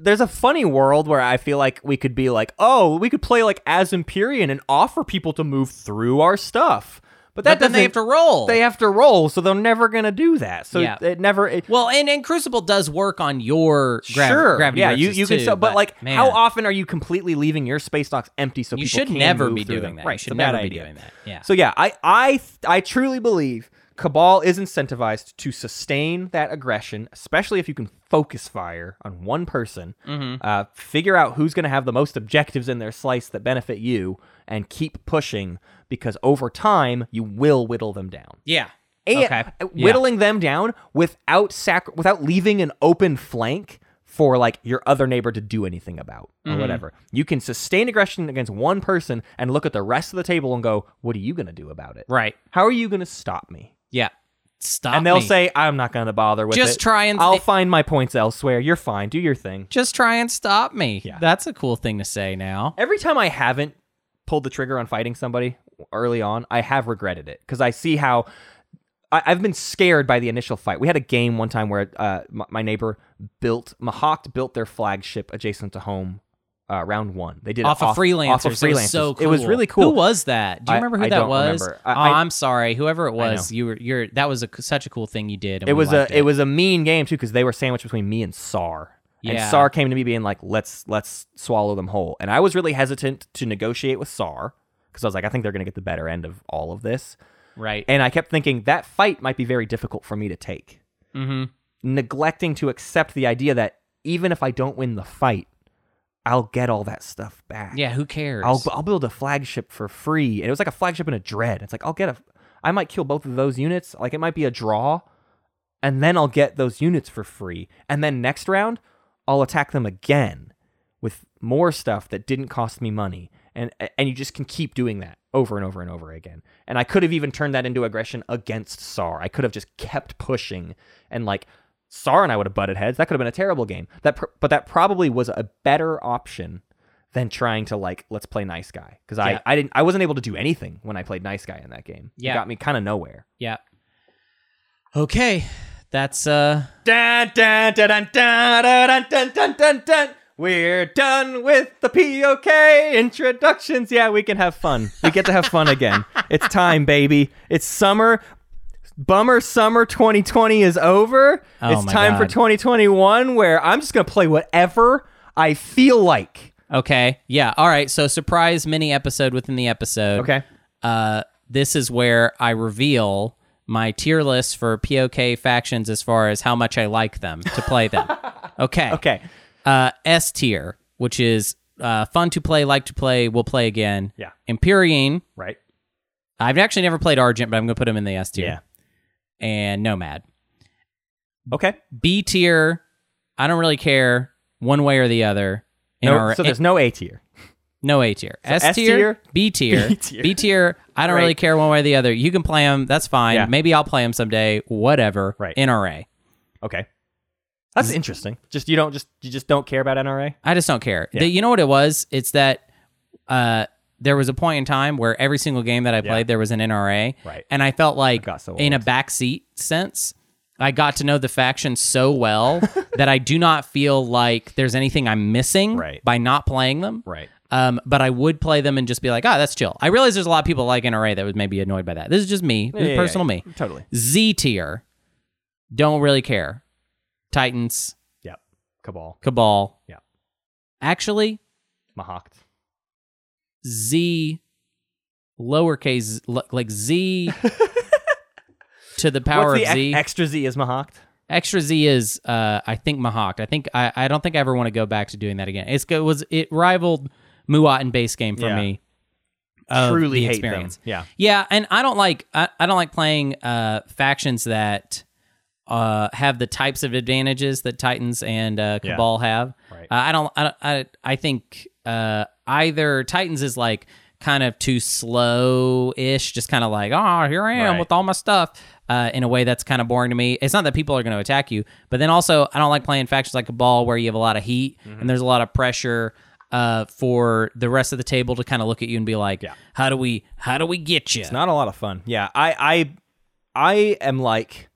A: There's a funny world where I feel like we could be like, oh, we could play like as Empyrean and offer people to move through our stuff, but that
B: But then they have
A: doesn't-
B: to roll.
A: They have to roll, so they're never gonna do that. So
B: Yeah.
A: it never. It,
B: Well, and, and Crucible does work on your grav-
A: sure,
B: gravity.
A: yeah, you
B: versus
A: you can.
B: too,
A: still, but, like,
B: man,
A: how often are you completely leaving your space docks empty? So
B: you
A: people
B: should
A: can
B: never
A: move
B: be
A: through them?
B: doing that.
A: Right,
B: you
A: it's
B: should
A: a bad
B: never be
A: idea.
B: doing that. Yeah.
A: So yeah, I I I truly believe Cabal is incentivized to sustain that aggression, especially if you can focus fire on one person,
B: Mm-hmm.
A: uh, figure out who's going to have the most objectives in their slice that benefit you, and keep pushing because over time you will whittle them down.
B: yeah.
A: And
B: okay.
A: uh,
B: Yeah.
A: whittling them down without sac- without leaving an open flank for like your other neighbor to do anything about or
B: Mm-hmm.
A: whatever. You can sustain aggression against one person and look at the rest of the table and go, "What are you going to do about it?
B: Right.
A: How are you going to stop me?"
B: Yeah. Stop.
A: And they'll
B: me.
A: say, "I'm not going to bother with
B: Just
A: it.
B: try and-
A: I'll find my points elsewhere. You're fine. Do your thing."
B: "Just try and stop me." Yeah. That's a cool thing to say now.
A: Every time I haven't pulled the trigger on fighting somebody early on, I have regretted it because I see how I, I've been scared by the initial fight. We had a game one time where uh, my, my neighbor built Mahawk built their flagship adjacent to home. Uh, round one, they did
B: Off
A: it
B: of freelancers,
A: Off of
B: It was so
A: Freelancers.
B: cool.
A: It was really cool.
B: Who was that? Do you
A: I-
B: remember who
A: I
B: that
A: don't
B: was?
A: remember. I-
B: oh,
A: I-
B: am sorry. Whoever it was, you were you're that was a, such a cool thing you did. and
A: it
B: we
A: was a
B: liked
A: it. was a mean game too because they were sandwiched between me and Sar.
B: Yeah.
A: And Sar came to me being like, "Let's let's swallow them whole." And I was really hesitant to negotiate with Sar because I was like, "I think they're going to get the better end of all of this."
B: right.
A: And I kept thinking that fight might be very difficult for me to take,
B: Mm-hmm.
A: neglecting to accept the idea that even if I don't win the fight, I'll get all that stuff back.
B: Yeah. Who cares?
A: I'll, I'll build a flagship for free. And it was like a flagship and a dread. It's like, I'll get a, I might kill both of those units. Like, it might be a draw. And then I'll get those units for free. And then next round, I'll attack them again with more stuff that didn't cost me money. And, and you just can keep doing that over and over and over again. And I could have even turned that into aggression against SAR. I could have just kept pushing and like SAR and I would have butted heads. That could have been a terrible game. That pr- but that probably was a better option than trying to like let's play nice guy because
B: Yeah.
A: I I didn't I wasn't able to do anything when I played nice guy in that game. It
B: Yeah.
A: got me kind of nowhere.
B: yeah. Okay. That's uh.
A: Dun, dun, dun, dun, dun, dun, dun, dun, dun, dun. We're done with the POK introductions. Yeah, we can have fun. We get to have fun again. It's time, baby. It's summer. Bummer summer 2020 is over.
B: Oh
A: it's
B: my
A: time for
B: God.
A: 2021 where I'm just going to play whatever I feel like.
B: Okay. Yeah. All right. So surprise mini episode within the episode.
A: Okay.
B: Uh, this is where I reveal my tier list for POK factions as far as how much I like them to play
A: (laughs)
B: them. Okay.
A: Okay.
B: Uh, S tier, which is uh, fun to play, like to play, will play again.
A: Yeah.
B: Empyrean.
A: Right.
B: I've actually never played Argent, but I'm going to put him in the S tier.
A: Yeah.
B: And Nomad.
A: Okay.
B: B tier, I don't really care one way or the other. In
A: No,
B: our-
A: so there's no A tier.
B: No A tier. S
A: S
B: tier,
A: tier,
B: B tier,
A: B tier.
B: (laughs) B tier. I don't really
A: Right.
B: care one way or the other. You can play them. That's fine.
A: Yeah.
B: Maybe I'll play them someday. Whatever.
A: Right.
B: NRA.
A: Okay. That's
B: Mm.
A: interesting. Just you don't just you just don't care about NRA.
B: I just don't care.
A: Yeah.
B: The- you know what it was? It's that uh, there was a point in time where every single game that I played, there was an NRA.
A: Right.
B: And I felt like
A: got so
B: in a backseat sense, I got to know the faction so well (laughs) that I do not feel like there's anything I'm missing
A: Right.
B: by not playing them.
A: Right.
B: Um, but I would play them and just be like, ah, that's chill. I realize there's a lot of people like NRA that would maybe be annoyed by that. This is just me, this is personal me.
A: Totally.
B: Z tier, don't really care. Titans,
A: Yep. Cabal.
B: Cabal.
A: Yeah.
B: Actually,
A: Mahakt.
B: Z, lowercase, l-
A: (laughs)
B: like Z to the power
A: What's
B: of
A: the ex-
B: Z.
A: extra Z is Mahakt.
B: Extra Z is, uh, I think Mahawked. I think I, I don't think I ever want to go back to doing that again. It's go- it was it rivaled Muat and base game for
A: Yeah.
B: me. of
A: Truly
B: the
A: hate
B: experience.
A: them. Yeah.
B: Yeah, and I don't like I, I don't like playing uh, factions that uh, have the types of advantages that Titans and uh,
A: Yeah.
B: Cabal have.
A: Right.
B: Uh, I don't. I don't- I, I think uh, either Titans is like kind of too slow ish, just kind of like oh here I am
A: Right.
B: with all my stuff. Uh, in a way that's kind of boring to me. It's not that people are going to attack you, but then also I don't like playing factions like Cabal where you have a lot of heat
A: Mm-hmm.
B: and there's a lot of pressure uh, for the rest of the table to kind of look at you and be like,
A: Yeah.
B: "How do we? How do we get you?"
A: It's not a lot of fun. Yeah. I I I am like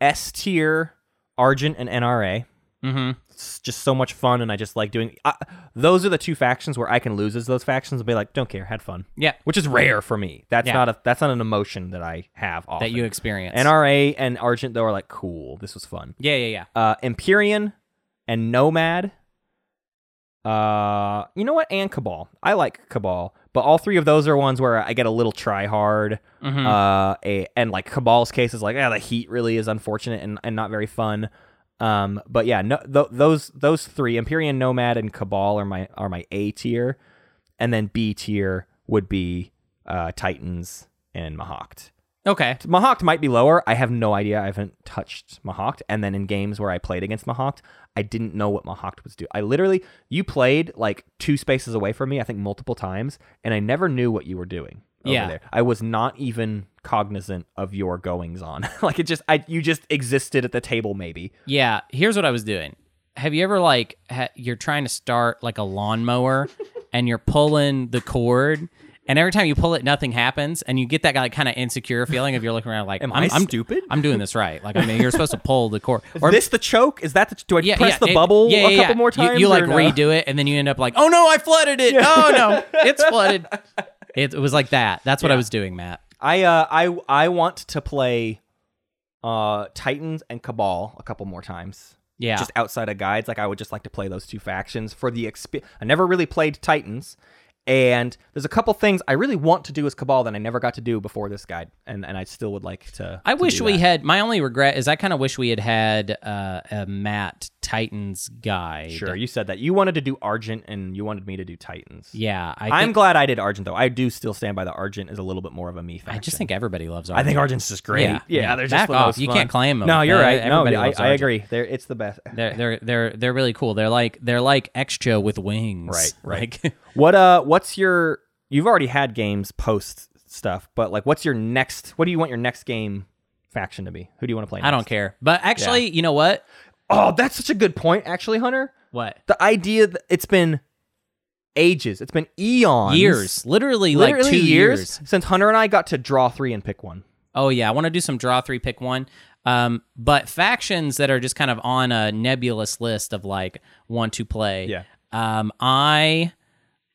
A: S tier Argent and NRA.
B: Mm-hmm.
A: It's just so much fun, and I just like doing. I, those are the two factions where I can lose as those factions and be like, don't care, had fun.
B: Yeah,
A: Which is rare for me. That's
B: Yeah.
A: not a that's not an emotion that I have often.
B: that you experience.
A: NRA and Argent though are like cool. This was fun.
B: yeah, yeah, yeah.
A: uh, Empyrean and Nomad. Uh, you know what? And Cabal. I like Cabal, but all three of those are ones where I get a little try hard.
B: Mm-hmm.
A: Uh, a, and like Cabal's case is like, yeah, the heat really is unfortunate and, and not very fun. Um, but yeah, no, th- those those three, Empyrean, Nomad, and Cabal are my are my A tier, and then B tier would be uh, Titans and Mahawked.
B: Okay.
A: Mahawked might be lower. I have no idea. I haven't touched Mahawked. And then in games where I played against Mahawked, I didn't know what Mahawked was doing. I literally, you played like two spaces away from me, I think multiple times, and I never knew what you were doing. Over
B: Yeah.
A: There. I was not even cognizant of your goings on. (laughs) like it just, I, you just existed at the table maybe.
B: Yeah. Here's what I was doing. Have you ever like ha- you're trying to start like a lawnmower,
A: (laughs)
B: and you're pulling the cord, and every time you pull it, nothing happens, and you get that like kind of insecure feeling of you're looking around like,
A: Am
B: I'm,
A: I
B: I'm-
A: stupid?
B: I'm doing this right. Like I mean, you're supposed to pull the cord.
A: Is this the choke? Is that the, do I press the
B: it-
A: bubble
B: yeah,
A: a
B: yeah,
A: couple
B: yeah.
A: more
B: You-
A: times?
B: You, like
A: or no?
B: redo it, and then you end
A: (laughs)
B: up like, oh no, I flooded it. Oh no, it's flooded. It, it was like that. That's what I was doing, Matt.
A: I uh I I want to play uh Titans and Cabal a couple more times.
B: Yeah.
A: Just outside of guides, like I would just like to play those two factions for the exp. I never really played Titans, and there's a couple things I really want to do as Cabal that I never got to do before this guide, and and I still would like to.
B: I
A: to
B: wish
A: do
B: we
A: that.
B: had. My only regret is I kind of wish we had had uh, a Matt Titans guide.
A: Sure, you said that you wanted to do Argent, and you wanted me to do Titans.
B: Yeah, I
A: I'm
B: think,
A: glad I did Argent though. I do still stand by the Argent is a little bit more of a me faction.
B: I just think everybody loves.
A: I
B: Argent.
A: think Argent's just great.
B: Yeah,
A: Yeah,
B: yeah.
A: they're just
B: Back
A: the
B: off.
A: most
B: You
A: fun.
B: can't claim 'em.
A: No, you're
B: Uh,
A: right. No,
B: everybody
A: I,
B: loves
A: I
B: Argent.
A: agree. They're, it's the best.
B: they're they're they're they're really cool. They're like they're like extra with wings.
A: Right, right.
B: Like, (laughs)
A: What uh what's your you've already had games post stuff, but like what's your next what do you want your next game faction to be? Who do you want to play next?
B: I don't care. But actually, you know what?
A: Oh, that's such a good point actually, Hunter.
B: What
A: The idea that it's been ages. It's been eons.
B: years? Literally,
A: Literally
B: like two
A: years,
B: years.
A: since Hunter and I got to draw 3 and pick one.
B: Oh yeah, I want to do some draw three, pick one. Um, but factions that are just kind of on a nebulous list of like one to play.
A: Yeah.
B: Um, I,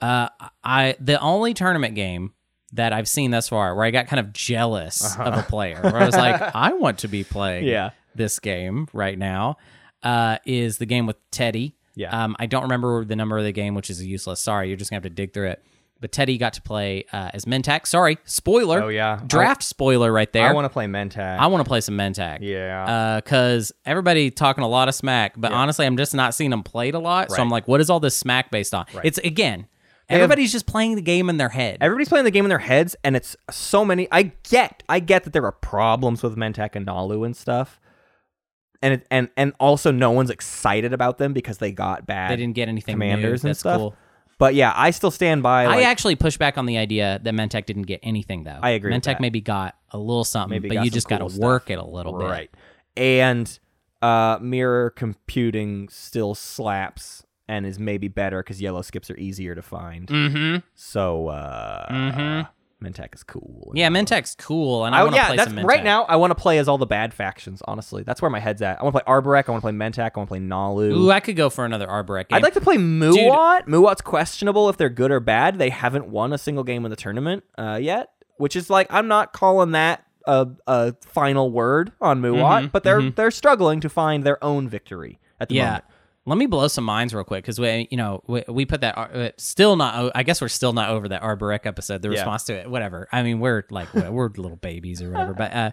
B: uh, I the only tournament game that I've seen thus far where I got kind of jealous of a player where I was like,
A: (laughs)
B: I want to be playing
A: Uh-huh. Yeah.
B: this game right now. Uh, is the game with Teddy.
A: Yeah.
B: Um, I don't remember the number of the game, which is useless. Sorry, you're just gonna have to dig through it. But Teddy got to play uh, as Mentak. Sorry, spoiler.
A: Oh, yeah. I-
B: draft spoiler right there.
A: I want to play Mentat.
B: I want to play some Mentak.
A: yeah.
B: Uh, cause everybody talking a lot of smack, but honestly, I'm just not seeing them played a lot. So I'm like, what is all this smack based on? It's again,
A: have-
B: everybody's just playing the game in their head.
A: Everybody's playing the game in their heads, and it's so many. I get, I get that there are problems with Mentak and Nalu and stuff, and it, and and also no one's excited about them because they got bad.
B: they didn't get anything new.
A: commanders and
B: That's
A: stuff.
B: cool.
A: But yeah, I still stand by. Like,
B: I actually push back on the idea that Mentec didn't get anything though.
A: I agree with
B: Mentec
A: that.
B: maybe got a little something,
A: Maybe
B: but
A: got
B: you
A: some
B: just
A: cool
B: got to
A: stuff.
B: work it a little bit.
A: right, and uh, mirror computing still slaps and is maybe better because yellow skips are easier to find.
B: Mm-hmm.
A: So uh,
B: Mhm.
A: Mentak is cool.
B: Yeah, Mentec's cool, and I,
A: I,
B: want to
A: Oh, yeah,
B: play
A: that's
B: some Mentec.
A: right now. I want to play as all the bad factions. Honestly, that's where my head's at. I want to play Arborek. I want to play Mentak. I want to play Nalu.
B: Ooh, I could go for another Arborek. Game.
A: I'd like to play Muwat. Muwat's questionable if they're good or bad. They haven't won a single game in the tournament uh, yet, which is like I'm not calling that a, a final word on Muwat, but they're they're struggling to find their own victory at the
B: Mm-hmm, yeah.
A: moment.
B: Let me blow some minds real quick because we, you know, we, we put that. Ar- uh, Still not. o- I guess we're still not over that Arborek episode. The response to it, whatever. I mean, we're like we're we're little babies or whatever. But uh,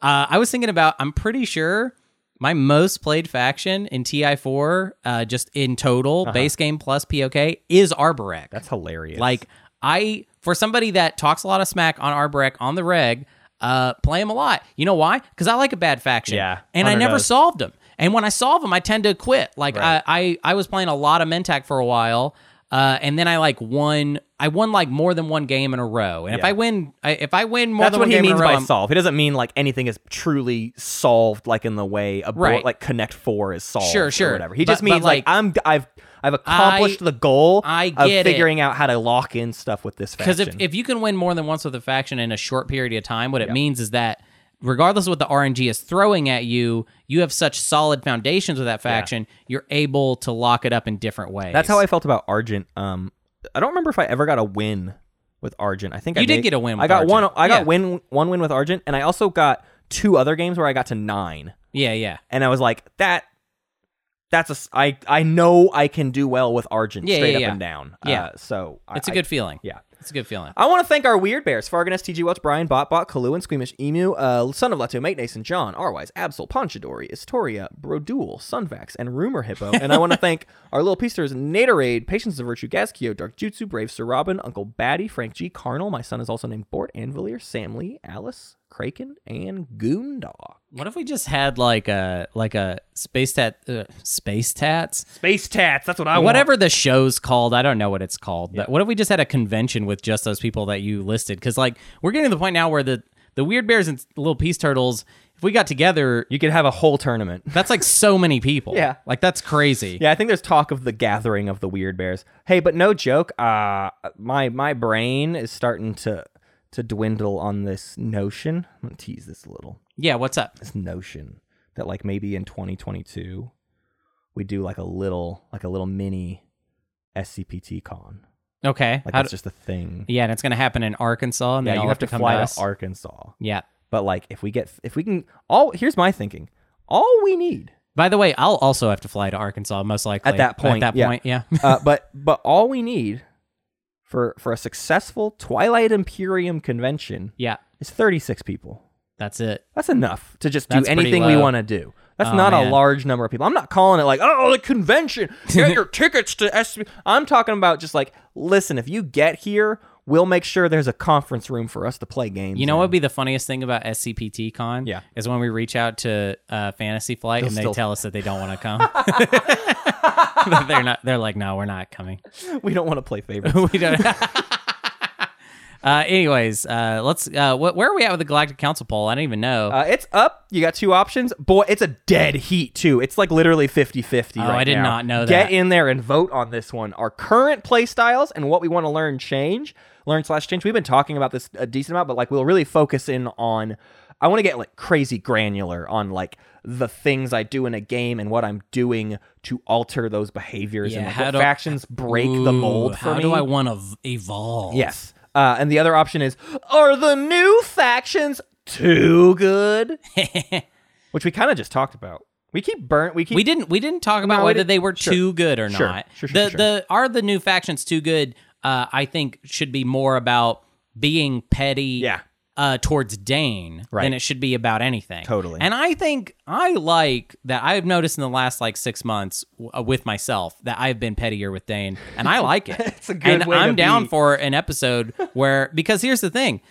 B: uh, I was thinking about. I'm pretty sure my most played faction in Ti4, uh, just in total, base game plus POK is Arborek.
A: Uh-huh. That's hilarious.
B: Like I, for somebody that talks a lot of smack on Arborek on the reg, uh, play him a lot. You know why? Because I like a bad faction.
A: Yeah,
B: and I
A: Hunter
B: never
A: does.
B: solved them. And when I solve them, I tend to quit. Like
A: Right.
B: I, I, I was playing a lot of Mentac for a while. Uh, and then I like won. I won like more than one game in a row. And if
A: Yeah.
B: I win, I, if I win more
A: that's
B: than
A: what
B: one
A: he
B: game
A: means
B: in a row,
A: by
B: I'm-
A: solve. He doesn't mean like anything is truly solved, like in the way a board,
B: Right.
A: like Connect Four is solved.
B: Sure,
A: or
B: sure.
A: whatever. He
B: But-
A: just
B: but,
A: means like,
B: like,
A: I'm I've I've accomplished the goal
B: I
A: of
B: get it.
A: figuring out how to lock in stuff with this faction.
B: Because if, if you can win more than once with a faction in a short period of time, what it means is that regardless of what the RNG is throwing at you, you have such solid foundations with that faction, you're able to lock it up in different ways.
A: That's how I felt about Argent. Um, I don't remember if I ever got a win with Argent. I think I
B: You did
A: may-
B: get a win
A: I
B: with
A: got one.
B: Argent.
A: I got
B: Yeah.
A: win one win with Argent, and I also got two other games where I got to nine,
B: Yeah, yeah.
A: and I was like that. That's a s- I I know I can do well with Argent
B: Yeah,
A: straight
B: yeah,
A: up
B: yeah.
A: and down.
B: Yeah.
A: uh, so I-
B: It's a
A: I-
B: good feeling.
A: yeah.
B: It's a good feeling.
A: I want to thank our weird bears: Farganes, T.G. Welch, Brian, Bot, Bot, Kalu, and Squeamish Emu, uh, Son of Leto, Mate Nason, John, Arwise, Absol, Ponchadori, Istoria, Brodul, Sunvax, and Rumor Hippo. And I want to thank (laughs) our little piecers: Naderade, Patience of Virtue, Gaskio, Dark Jutsu, Brave Sir Robin, Uncle Batty, Frank G, Carnal. My son is also named Bort, Anvilier, Samley, Alice, Kraken, and Goondog.
B: What if we just had like a like a space tat uh, space tats?
A: Space Tats. That's what I
B: Whatever the show's called, I don't know what it's called. But what if we just had a convention with just those people that you listed? Because like we're getting to the point now where the the weird bears and little peace turtles, if we got together,
A: You could have a whole tournament. (laughs)
B: That's like so many people.
A: Yeah.
B: Like that's crazy.
A: Yeah, I think there's talk of the gathering of the weird bears. Hey, but no joke. Uh, my my brain is starting to to dwindle on this notion. I'm gonna tease this a little.
B: Yeah, what's up?
A: This notion that like maybe in 2022 we do like a little like a little mini SCPT con.
B: Okay.
A: Like
B: How
A: that's
B: do-
A: just a thing.
B: yeah, and it's gonna happen in Arkansas and
A: Yeah,
B: they all
A: you have to
B: come
A: fly
B: to
A: to
B: us.
A: Arkansas.
B: yeah.
A: But like if we get if we can all here's my thinking. All we need
B: By the way, I'll also have to fly to Arkansas most likely.
A: At that point,
B: At that
A: yeah.
B: point, yeah. (laughs)
A: uh, but but all we need for for a successful Twilight Imperium convention
B: yeah.
A: is 36 people.
B: That's it.
A: That's enough to just do
B: That's pretty
A: anything we
B: low.
A: want to do. That's
B: Oh,
A: not a
B: man.
A: large number of people. I'm not calling it like, oh, the convention.
B: (laughs)
A: Get your tickets to SB. I'm talking about just like, listen, if you get here, we'll make sure there's a conference room for us to play games.
B: You know
A: in.
B: what would be the funniest thing about SCPT Con?
A: Yeah.
B: Is when we reach out to uh, Fantasy Flight and they
A: still-
B: tell us that they don't want to come.
A: (laughs)
B: (laughs) That they're not they're like, no, we're not coming. (laughs)
A: (laughs) We don't want to play favorites.
B: we don't (laughs) Uh, anyways, uh, let's. Uh, wh- where are we at with the Galactic Council poll? I don't even know.
A: Uh, it's up. You got two options. Boy, it's a dead heat, too. It's like literally 50 50.
B: Oh, I did not know
A: Get
B: that.
A: in there and vote on this one. Our current play styles and what we want to learn change, learn slash change. We've been talking about this a decent amount, but like we'll really focus in on. I want to get like crazy granular on like the things I do in a game and what I'm doing to alter those behaviors and
B: Yeah,
A: like,
B: how
A: what
B: do-
A: factions break the mold for
B: how
A: me.
B: do I want to evolve?
A: Yes. Uh, and the other option is are the new factions too
B: (laughs)
A: good? Which we kind of just talked about. We keep burnt. We keep.
B: We didn't we didn't talk about
A: No, we
B: whether
A: didn't-
B: they were
A: sure.
B: too good or
A: Sure.
B: not.
A: Sure, sure,
B: the
A: sure.
B: the are the new factions too good? uh, I think should be more about being petty
A: Yeah.
B: uh, towards Dane
E: Right.
B: than it should be about anything.
A: Totally.
B: And I think I like that I've noticed in the last like six months w- uh, with myself that I've been pettier with Dane and I like it.
A: (laughs) It's a good
B: And
A: way to
B: I'm down
A: be.
B: for an episode where, because here's the thing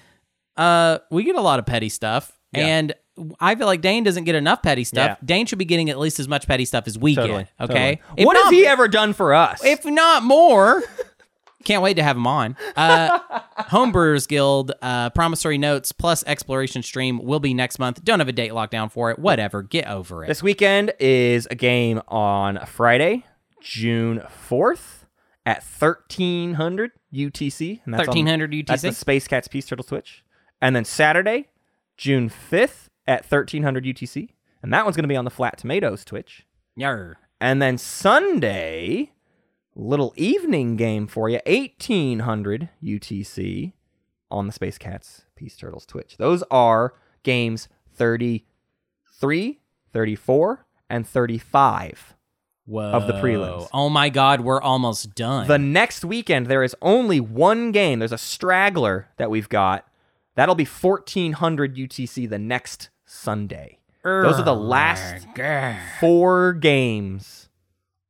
B: uh, we get a lot of petty stuff and I feel like Dane doesn't get enough petty stuff.
A: Yeah.
B: Dane should be getting at least as much petty stuff as we
A: Totally,
B: get. Okay.
A: totally.
B: If
A: What has
B: not
A: he ever done for us?
B: if not more. (laughs) Can't wait to have him on.
A: (laughs)
B: Uh, Homebrewers Guild, uh, Promissory Notes plus Exploration Stream will be next month. Don't have a date lockdown for it. Whatever. Get over it.
A: This weekend is a game on Friday, June 4th at 1300 UTC. And that's on-
B: 1300
A: That's the
B: UTC?
A: Space Cats Peace Turtle Switch. And then Saturday, June 5th at 1300 UTC. And that one's going to be on the Flat Tomatoes Twitch.
B: Yar.
A: And then Sunday, little evening game for you, 1800 UTC on the Space Cats Peace Turtles Twitch. Those are games 33, 34, and 35.
B: Whoa.
A: Of the prelims.
B: Oh my God, we're almost done.
A: The next weekend, there is only one game. There's a straggler that we've got. That'll be 1400 UTC the next Sunday. Those
B: Oh
A: are the last four games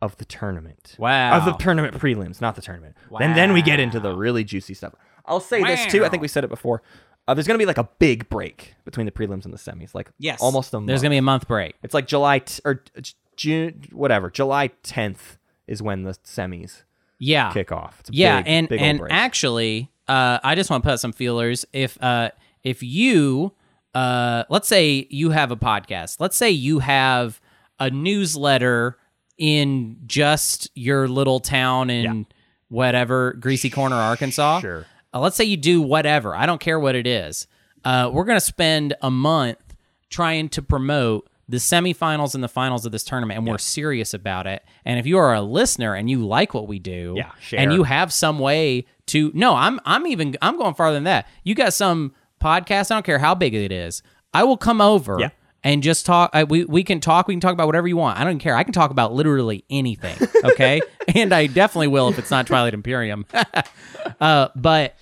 A: of the tournament.
B: Wow.
A: Of the tournament prelims, not the tournament. And then we get into the really juicy stuff. I'll say this too. I think we said it before. Uh, there's going to be like a big break between the prelims and the semis. Like
B: yes.
A: almost a month.
B: There's going to be a month break.
A: It's like July t- or uh, J- June, whatever. July 10th is when the semis
B: Yeah.
A: kick off. It's a
B: yeah
A: big,
B: and
A: big old
B: and
A: break.
B: actually uh i just want to put some feelers if uh if you uh let's say you have a podcast let's say you have a newsletter in just your little town in whatever greasy corner arkansas
A: Sure.
B: uh, let's say you do whatever i don't care what it is uh we're gonna spend a month trying to promote the semifinals and the finals of this tournament and we're serious about it and if you are a listener and you like what we do
A: Yeah, share.
B: and you have some way to no i'm i'm even i'm going farther than that you got some podcast i don't care how big it is i will come over
A: Yeah.
B: and just talk I, we, we can talk we can talk about whatever you want i don't care i can talk about literally
A: (laughs)
B: anything okay and i definitely will if it's not twilight imperium (laughs) uh, but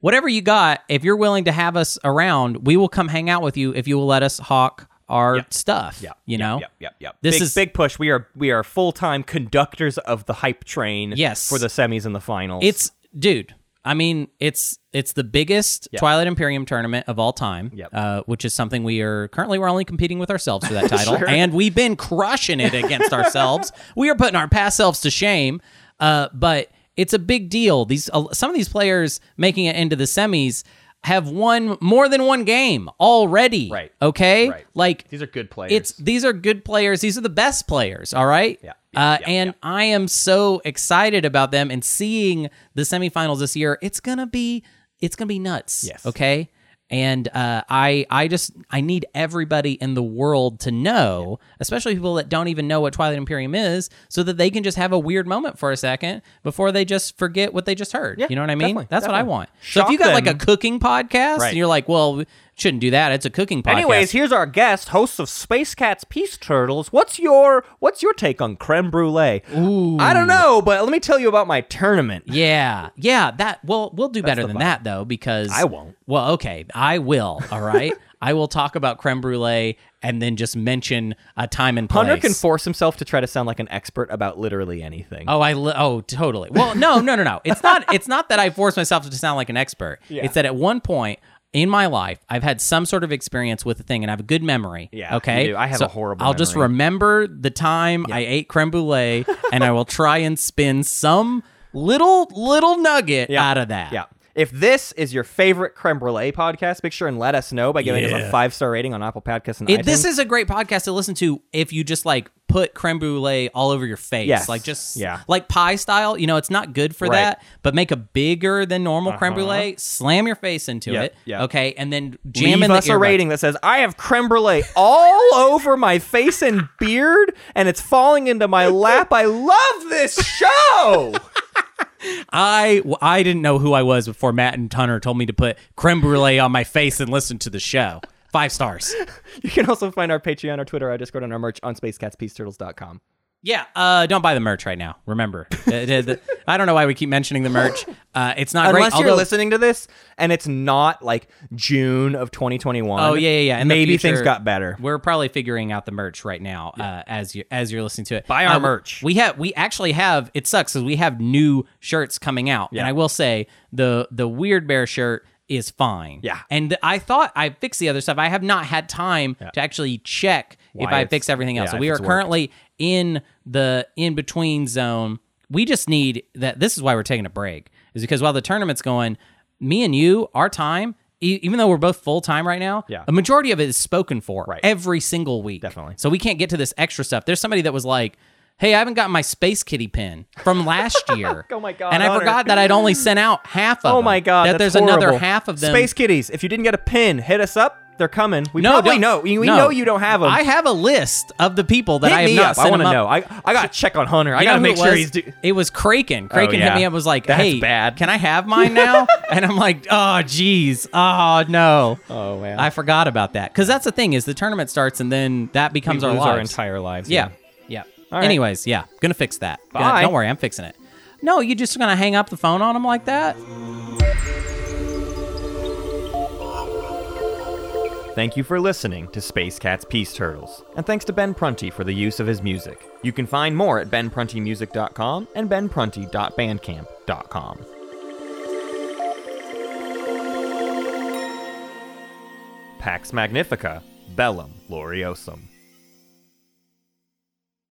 B: whatever you got if you're willing to have us around we will come hang out with you if you will let us hawk our stuff
A: Yep,
B: you
A: yep,
B: know
A: Yep, yep, yep.
B: This
A: This big,
B: is-
A: is big push. We are we are full time conductors of the hype train.
B: Yes.
A: for the semis and the finals.
B: It's dude. I mean, it's it's the biggest Twilight Imperium tournament of all time,
A: Yep.
B: uh, which is something we are currently we're only competing with ourselves
A: (laughs)
B: for that title, and we've been crushing it against ourselves. We are putting our past selves to shame, uh, but it's a big deal. These uh, some of these players making it into the semis have won more than one game already.
A: Right.
B: Okay.
A: Right.
B: Like
A: these are good players.
B: it's these are good players. These are the best players. All right.
A: Yeah,
B: uh,
A: yeah,
B: and I am so excited about them and seeing the semifinals this year. It's gonna be it's gonna be nuts.
A: Yes.
B: Okay. And uh, I I just I need everybody in the world to know, especially people that don't even know what Twilight Imperium is, so that they can just have a weird moment for a second before they just forget what they just heard.
A: Yeah,
B: you know what I mean?
A: definitely,
B: That's what I
A: definitely.
B: want. so if you
A: Shock
B: got like a
A: them.
B: cooking podcast
A: Right.
B: and you're like, well, we shouldn't do that. It's a cooking podcast.
A: Anyways, here's our guest, host of Space Cats Peace Turtles. What's your what's your take on creme brulee? Ooh. I don't know, but let me tell you about my tournament.
B: Yeah, yeah. That well, we'll do better than that though because
A: I won't.
B: Well, okay, I will.
A: (laughs)
B: All right, I will talk about creme brulee and then just mention a time and place.
A: Hunter can force himself to try to sound like an expert about literally anything.
B: Oh, I li- oh totally. Well, no, no, no, no. It's not. It's not that I forced myself to sound like an expert. It's that at one point in my life, I've had some sort of experience with a thing, and I have a good memory.
A: Yeah,
B: Okay.
A: you do. I have
B: So
A: a horrible
B: I'll just
A: memory.
B: remember the time I ate
A: (laughs)
B: creme brulee, and I will try and spin some little little nugget
A: Yeah.
B: out of that.
A: Yeah. If this is your favorite creme brulee podcast, make sure and let us know by giving us a five star rating on Apple Podcasts and
B: It,
A: iTunes.
B: this is a great podcast to listen to if you just like put creme brulee all over your face,
A: Yes.
B: like just
A: Yeah.
B: like pie style. You know, it's not good for
A: Right. Uh-huh.
B: that, but make a bigger than normal creme brulee, slam your face into
A: Yep,
B: it,
A: yep.
B: okay, and then jam
A: Leave
B: in the
A: us a
B: earbuds.
A: rating that says I have creme brulee all (laughs) over my face and beard, and it's falling into my lap. I love this show.
B: I w- I didn't know who I was before Matt and Tunner told me to put creme brulee on my face and listen to the show. Five stars.
A: you can also find our Patreon, our Twitter, our Discord, and our merch on spacecatspieceturtles.com.
B: Yeah, uh, don't buy the merch right now. Remember, (laughs) The- the- the- I don't know why we keep mentioning the merch. Uh, it's not
A: Unless
B: great.
A: you're
B: although-
A: listening to this and it's not like June of 2021.
B: Oh yeah, yeah, yeah. In the
A: maybe
B: future,
A: things got better.
B: We're probably figuring out the merch right now uh, as you as you're listening to it.
F: Buy our
B: Uh,
F: merch.
B: We have we actually have. It sucks because we have new shirts coming out, and I will say the the weird bear shirt is fine.
A: Yeah.
B: and I thought I fixed the other stuff. I have not had time to actually check if I
A: it's-
B: fix everything else.
A: yeah,
B: so
A: if
B: we are
A: it's worked.
B: currently in the in between zone. We just need that. This is why we're taking a break, is because while the tournament's going, me and you, our time, e- even though we're both full time right now,
A: Yeah.
B: a majority of it is spoken for
A: Right.
B: every single week.
A: Definitely.
B: So we can't get to this extra stuff. There's somebody that was like, Hey, I haven't gotten my Space Kitty pin from
A: (laughs)
B: last year.
A: Oh my God,
B: And I
A: Hunter.
B: forgot that I'd only sent out half of them.
A: Oh my god,
B: That
A: that's
B: there's another
A: horrible.
B: half of them.
A: Space Kitties, if you didn't get a pin, hit us up. They're coming. We
B: No,
A: probably
B: don't-
A: know. We, we
B: no.
A: know you don't have them.
B: I have a list of the people that
A: hit
B: I have
A: me
B: not
A: up.
B: sent
A: I want to
B: them up.
A: know. I I gotta check on Hunter. I
B: You
A: gotta
B: know who
A: make
B: it
A: sure
B: was?
A: he's. Do- Oh,
B: It was Kraken. Kraken
A: yeah.
B: hit me up. Was like,
A: That's
B: "Hey,
A: bad.
B: Can I have
A: (laughs)
B: mine now?" and I'm like, "Oh, geez. Oh no.
A: Oh, man.
B: I forgot about that because that's the thing is the tournament starts and then that becomes our
A: lose
B: lives.
A: our entire lives.
B: yeah. Yeah.
A: right.
B: Anyways, yeah, gonna fix that. Gonna-
A: Bye.
B: don't worry, I'm fixing it. No, you just gonna hang up the phone on him like that?
A: Thank you for listening to Space Cat's Peace Turtles, and thanks to Ben Prunty for the use of his music. You can find more at benpruntymusic.com and benprunty.bandcamp.com. Pax Magnifica, Bellum Gloriosum.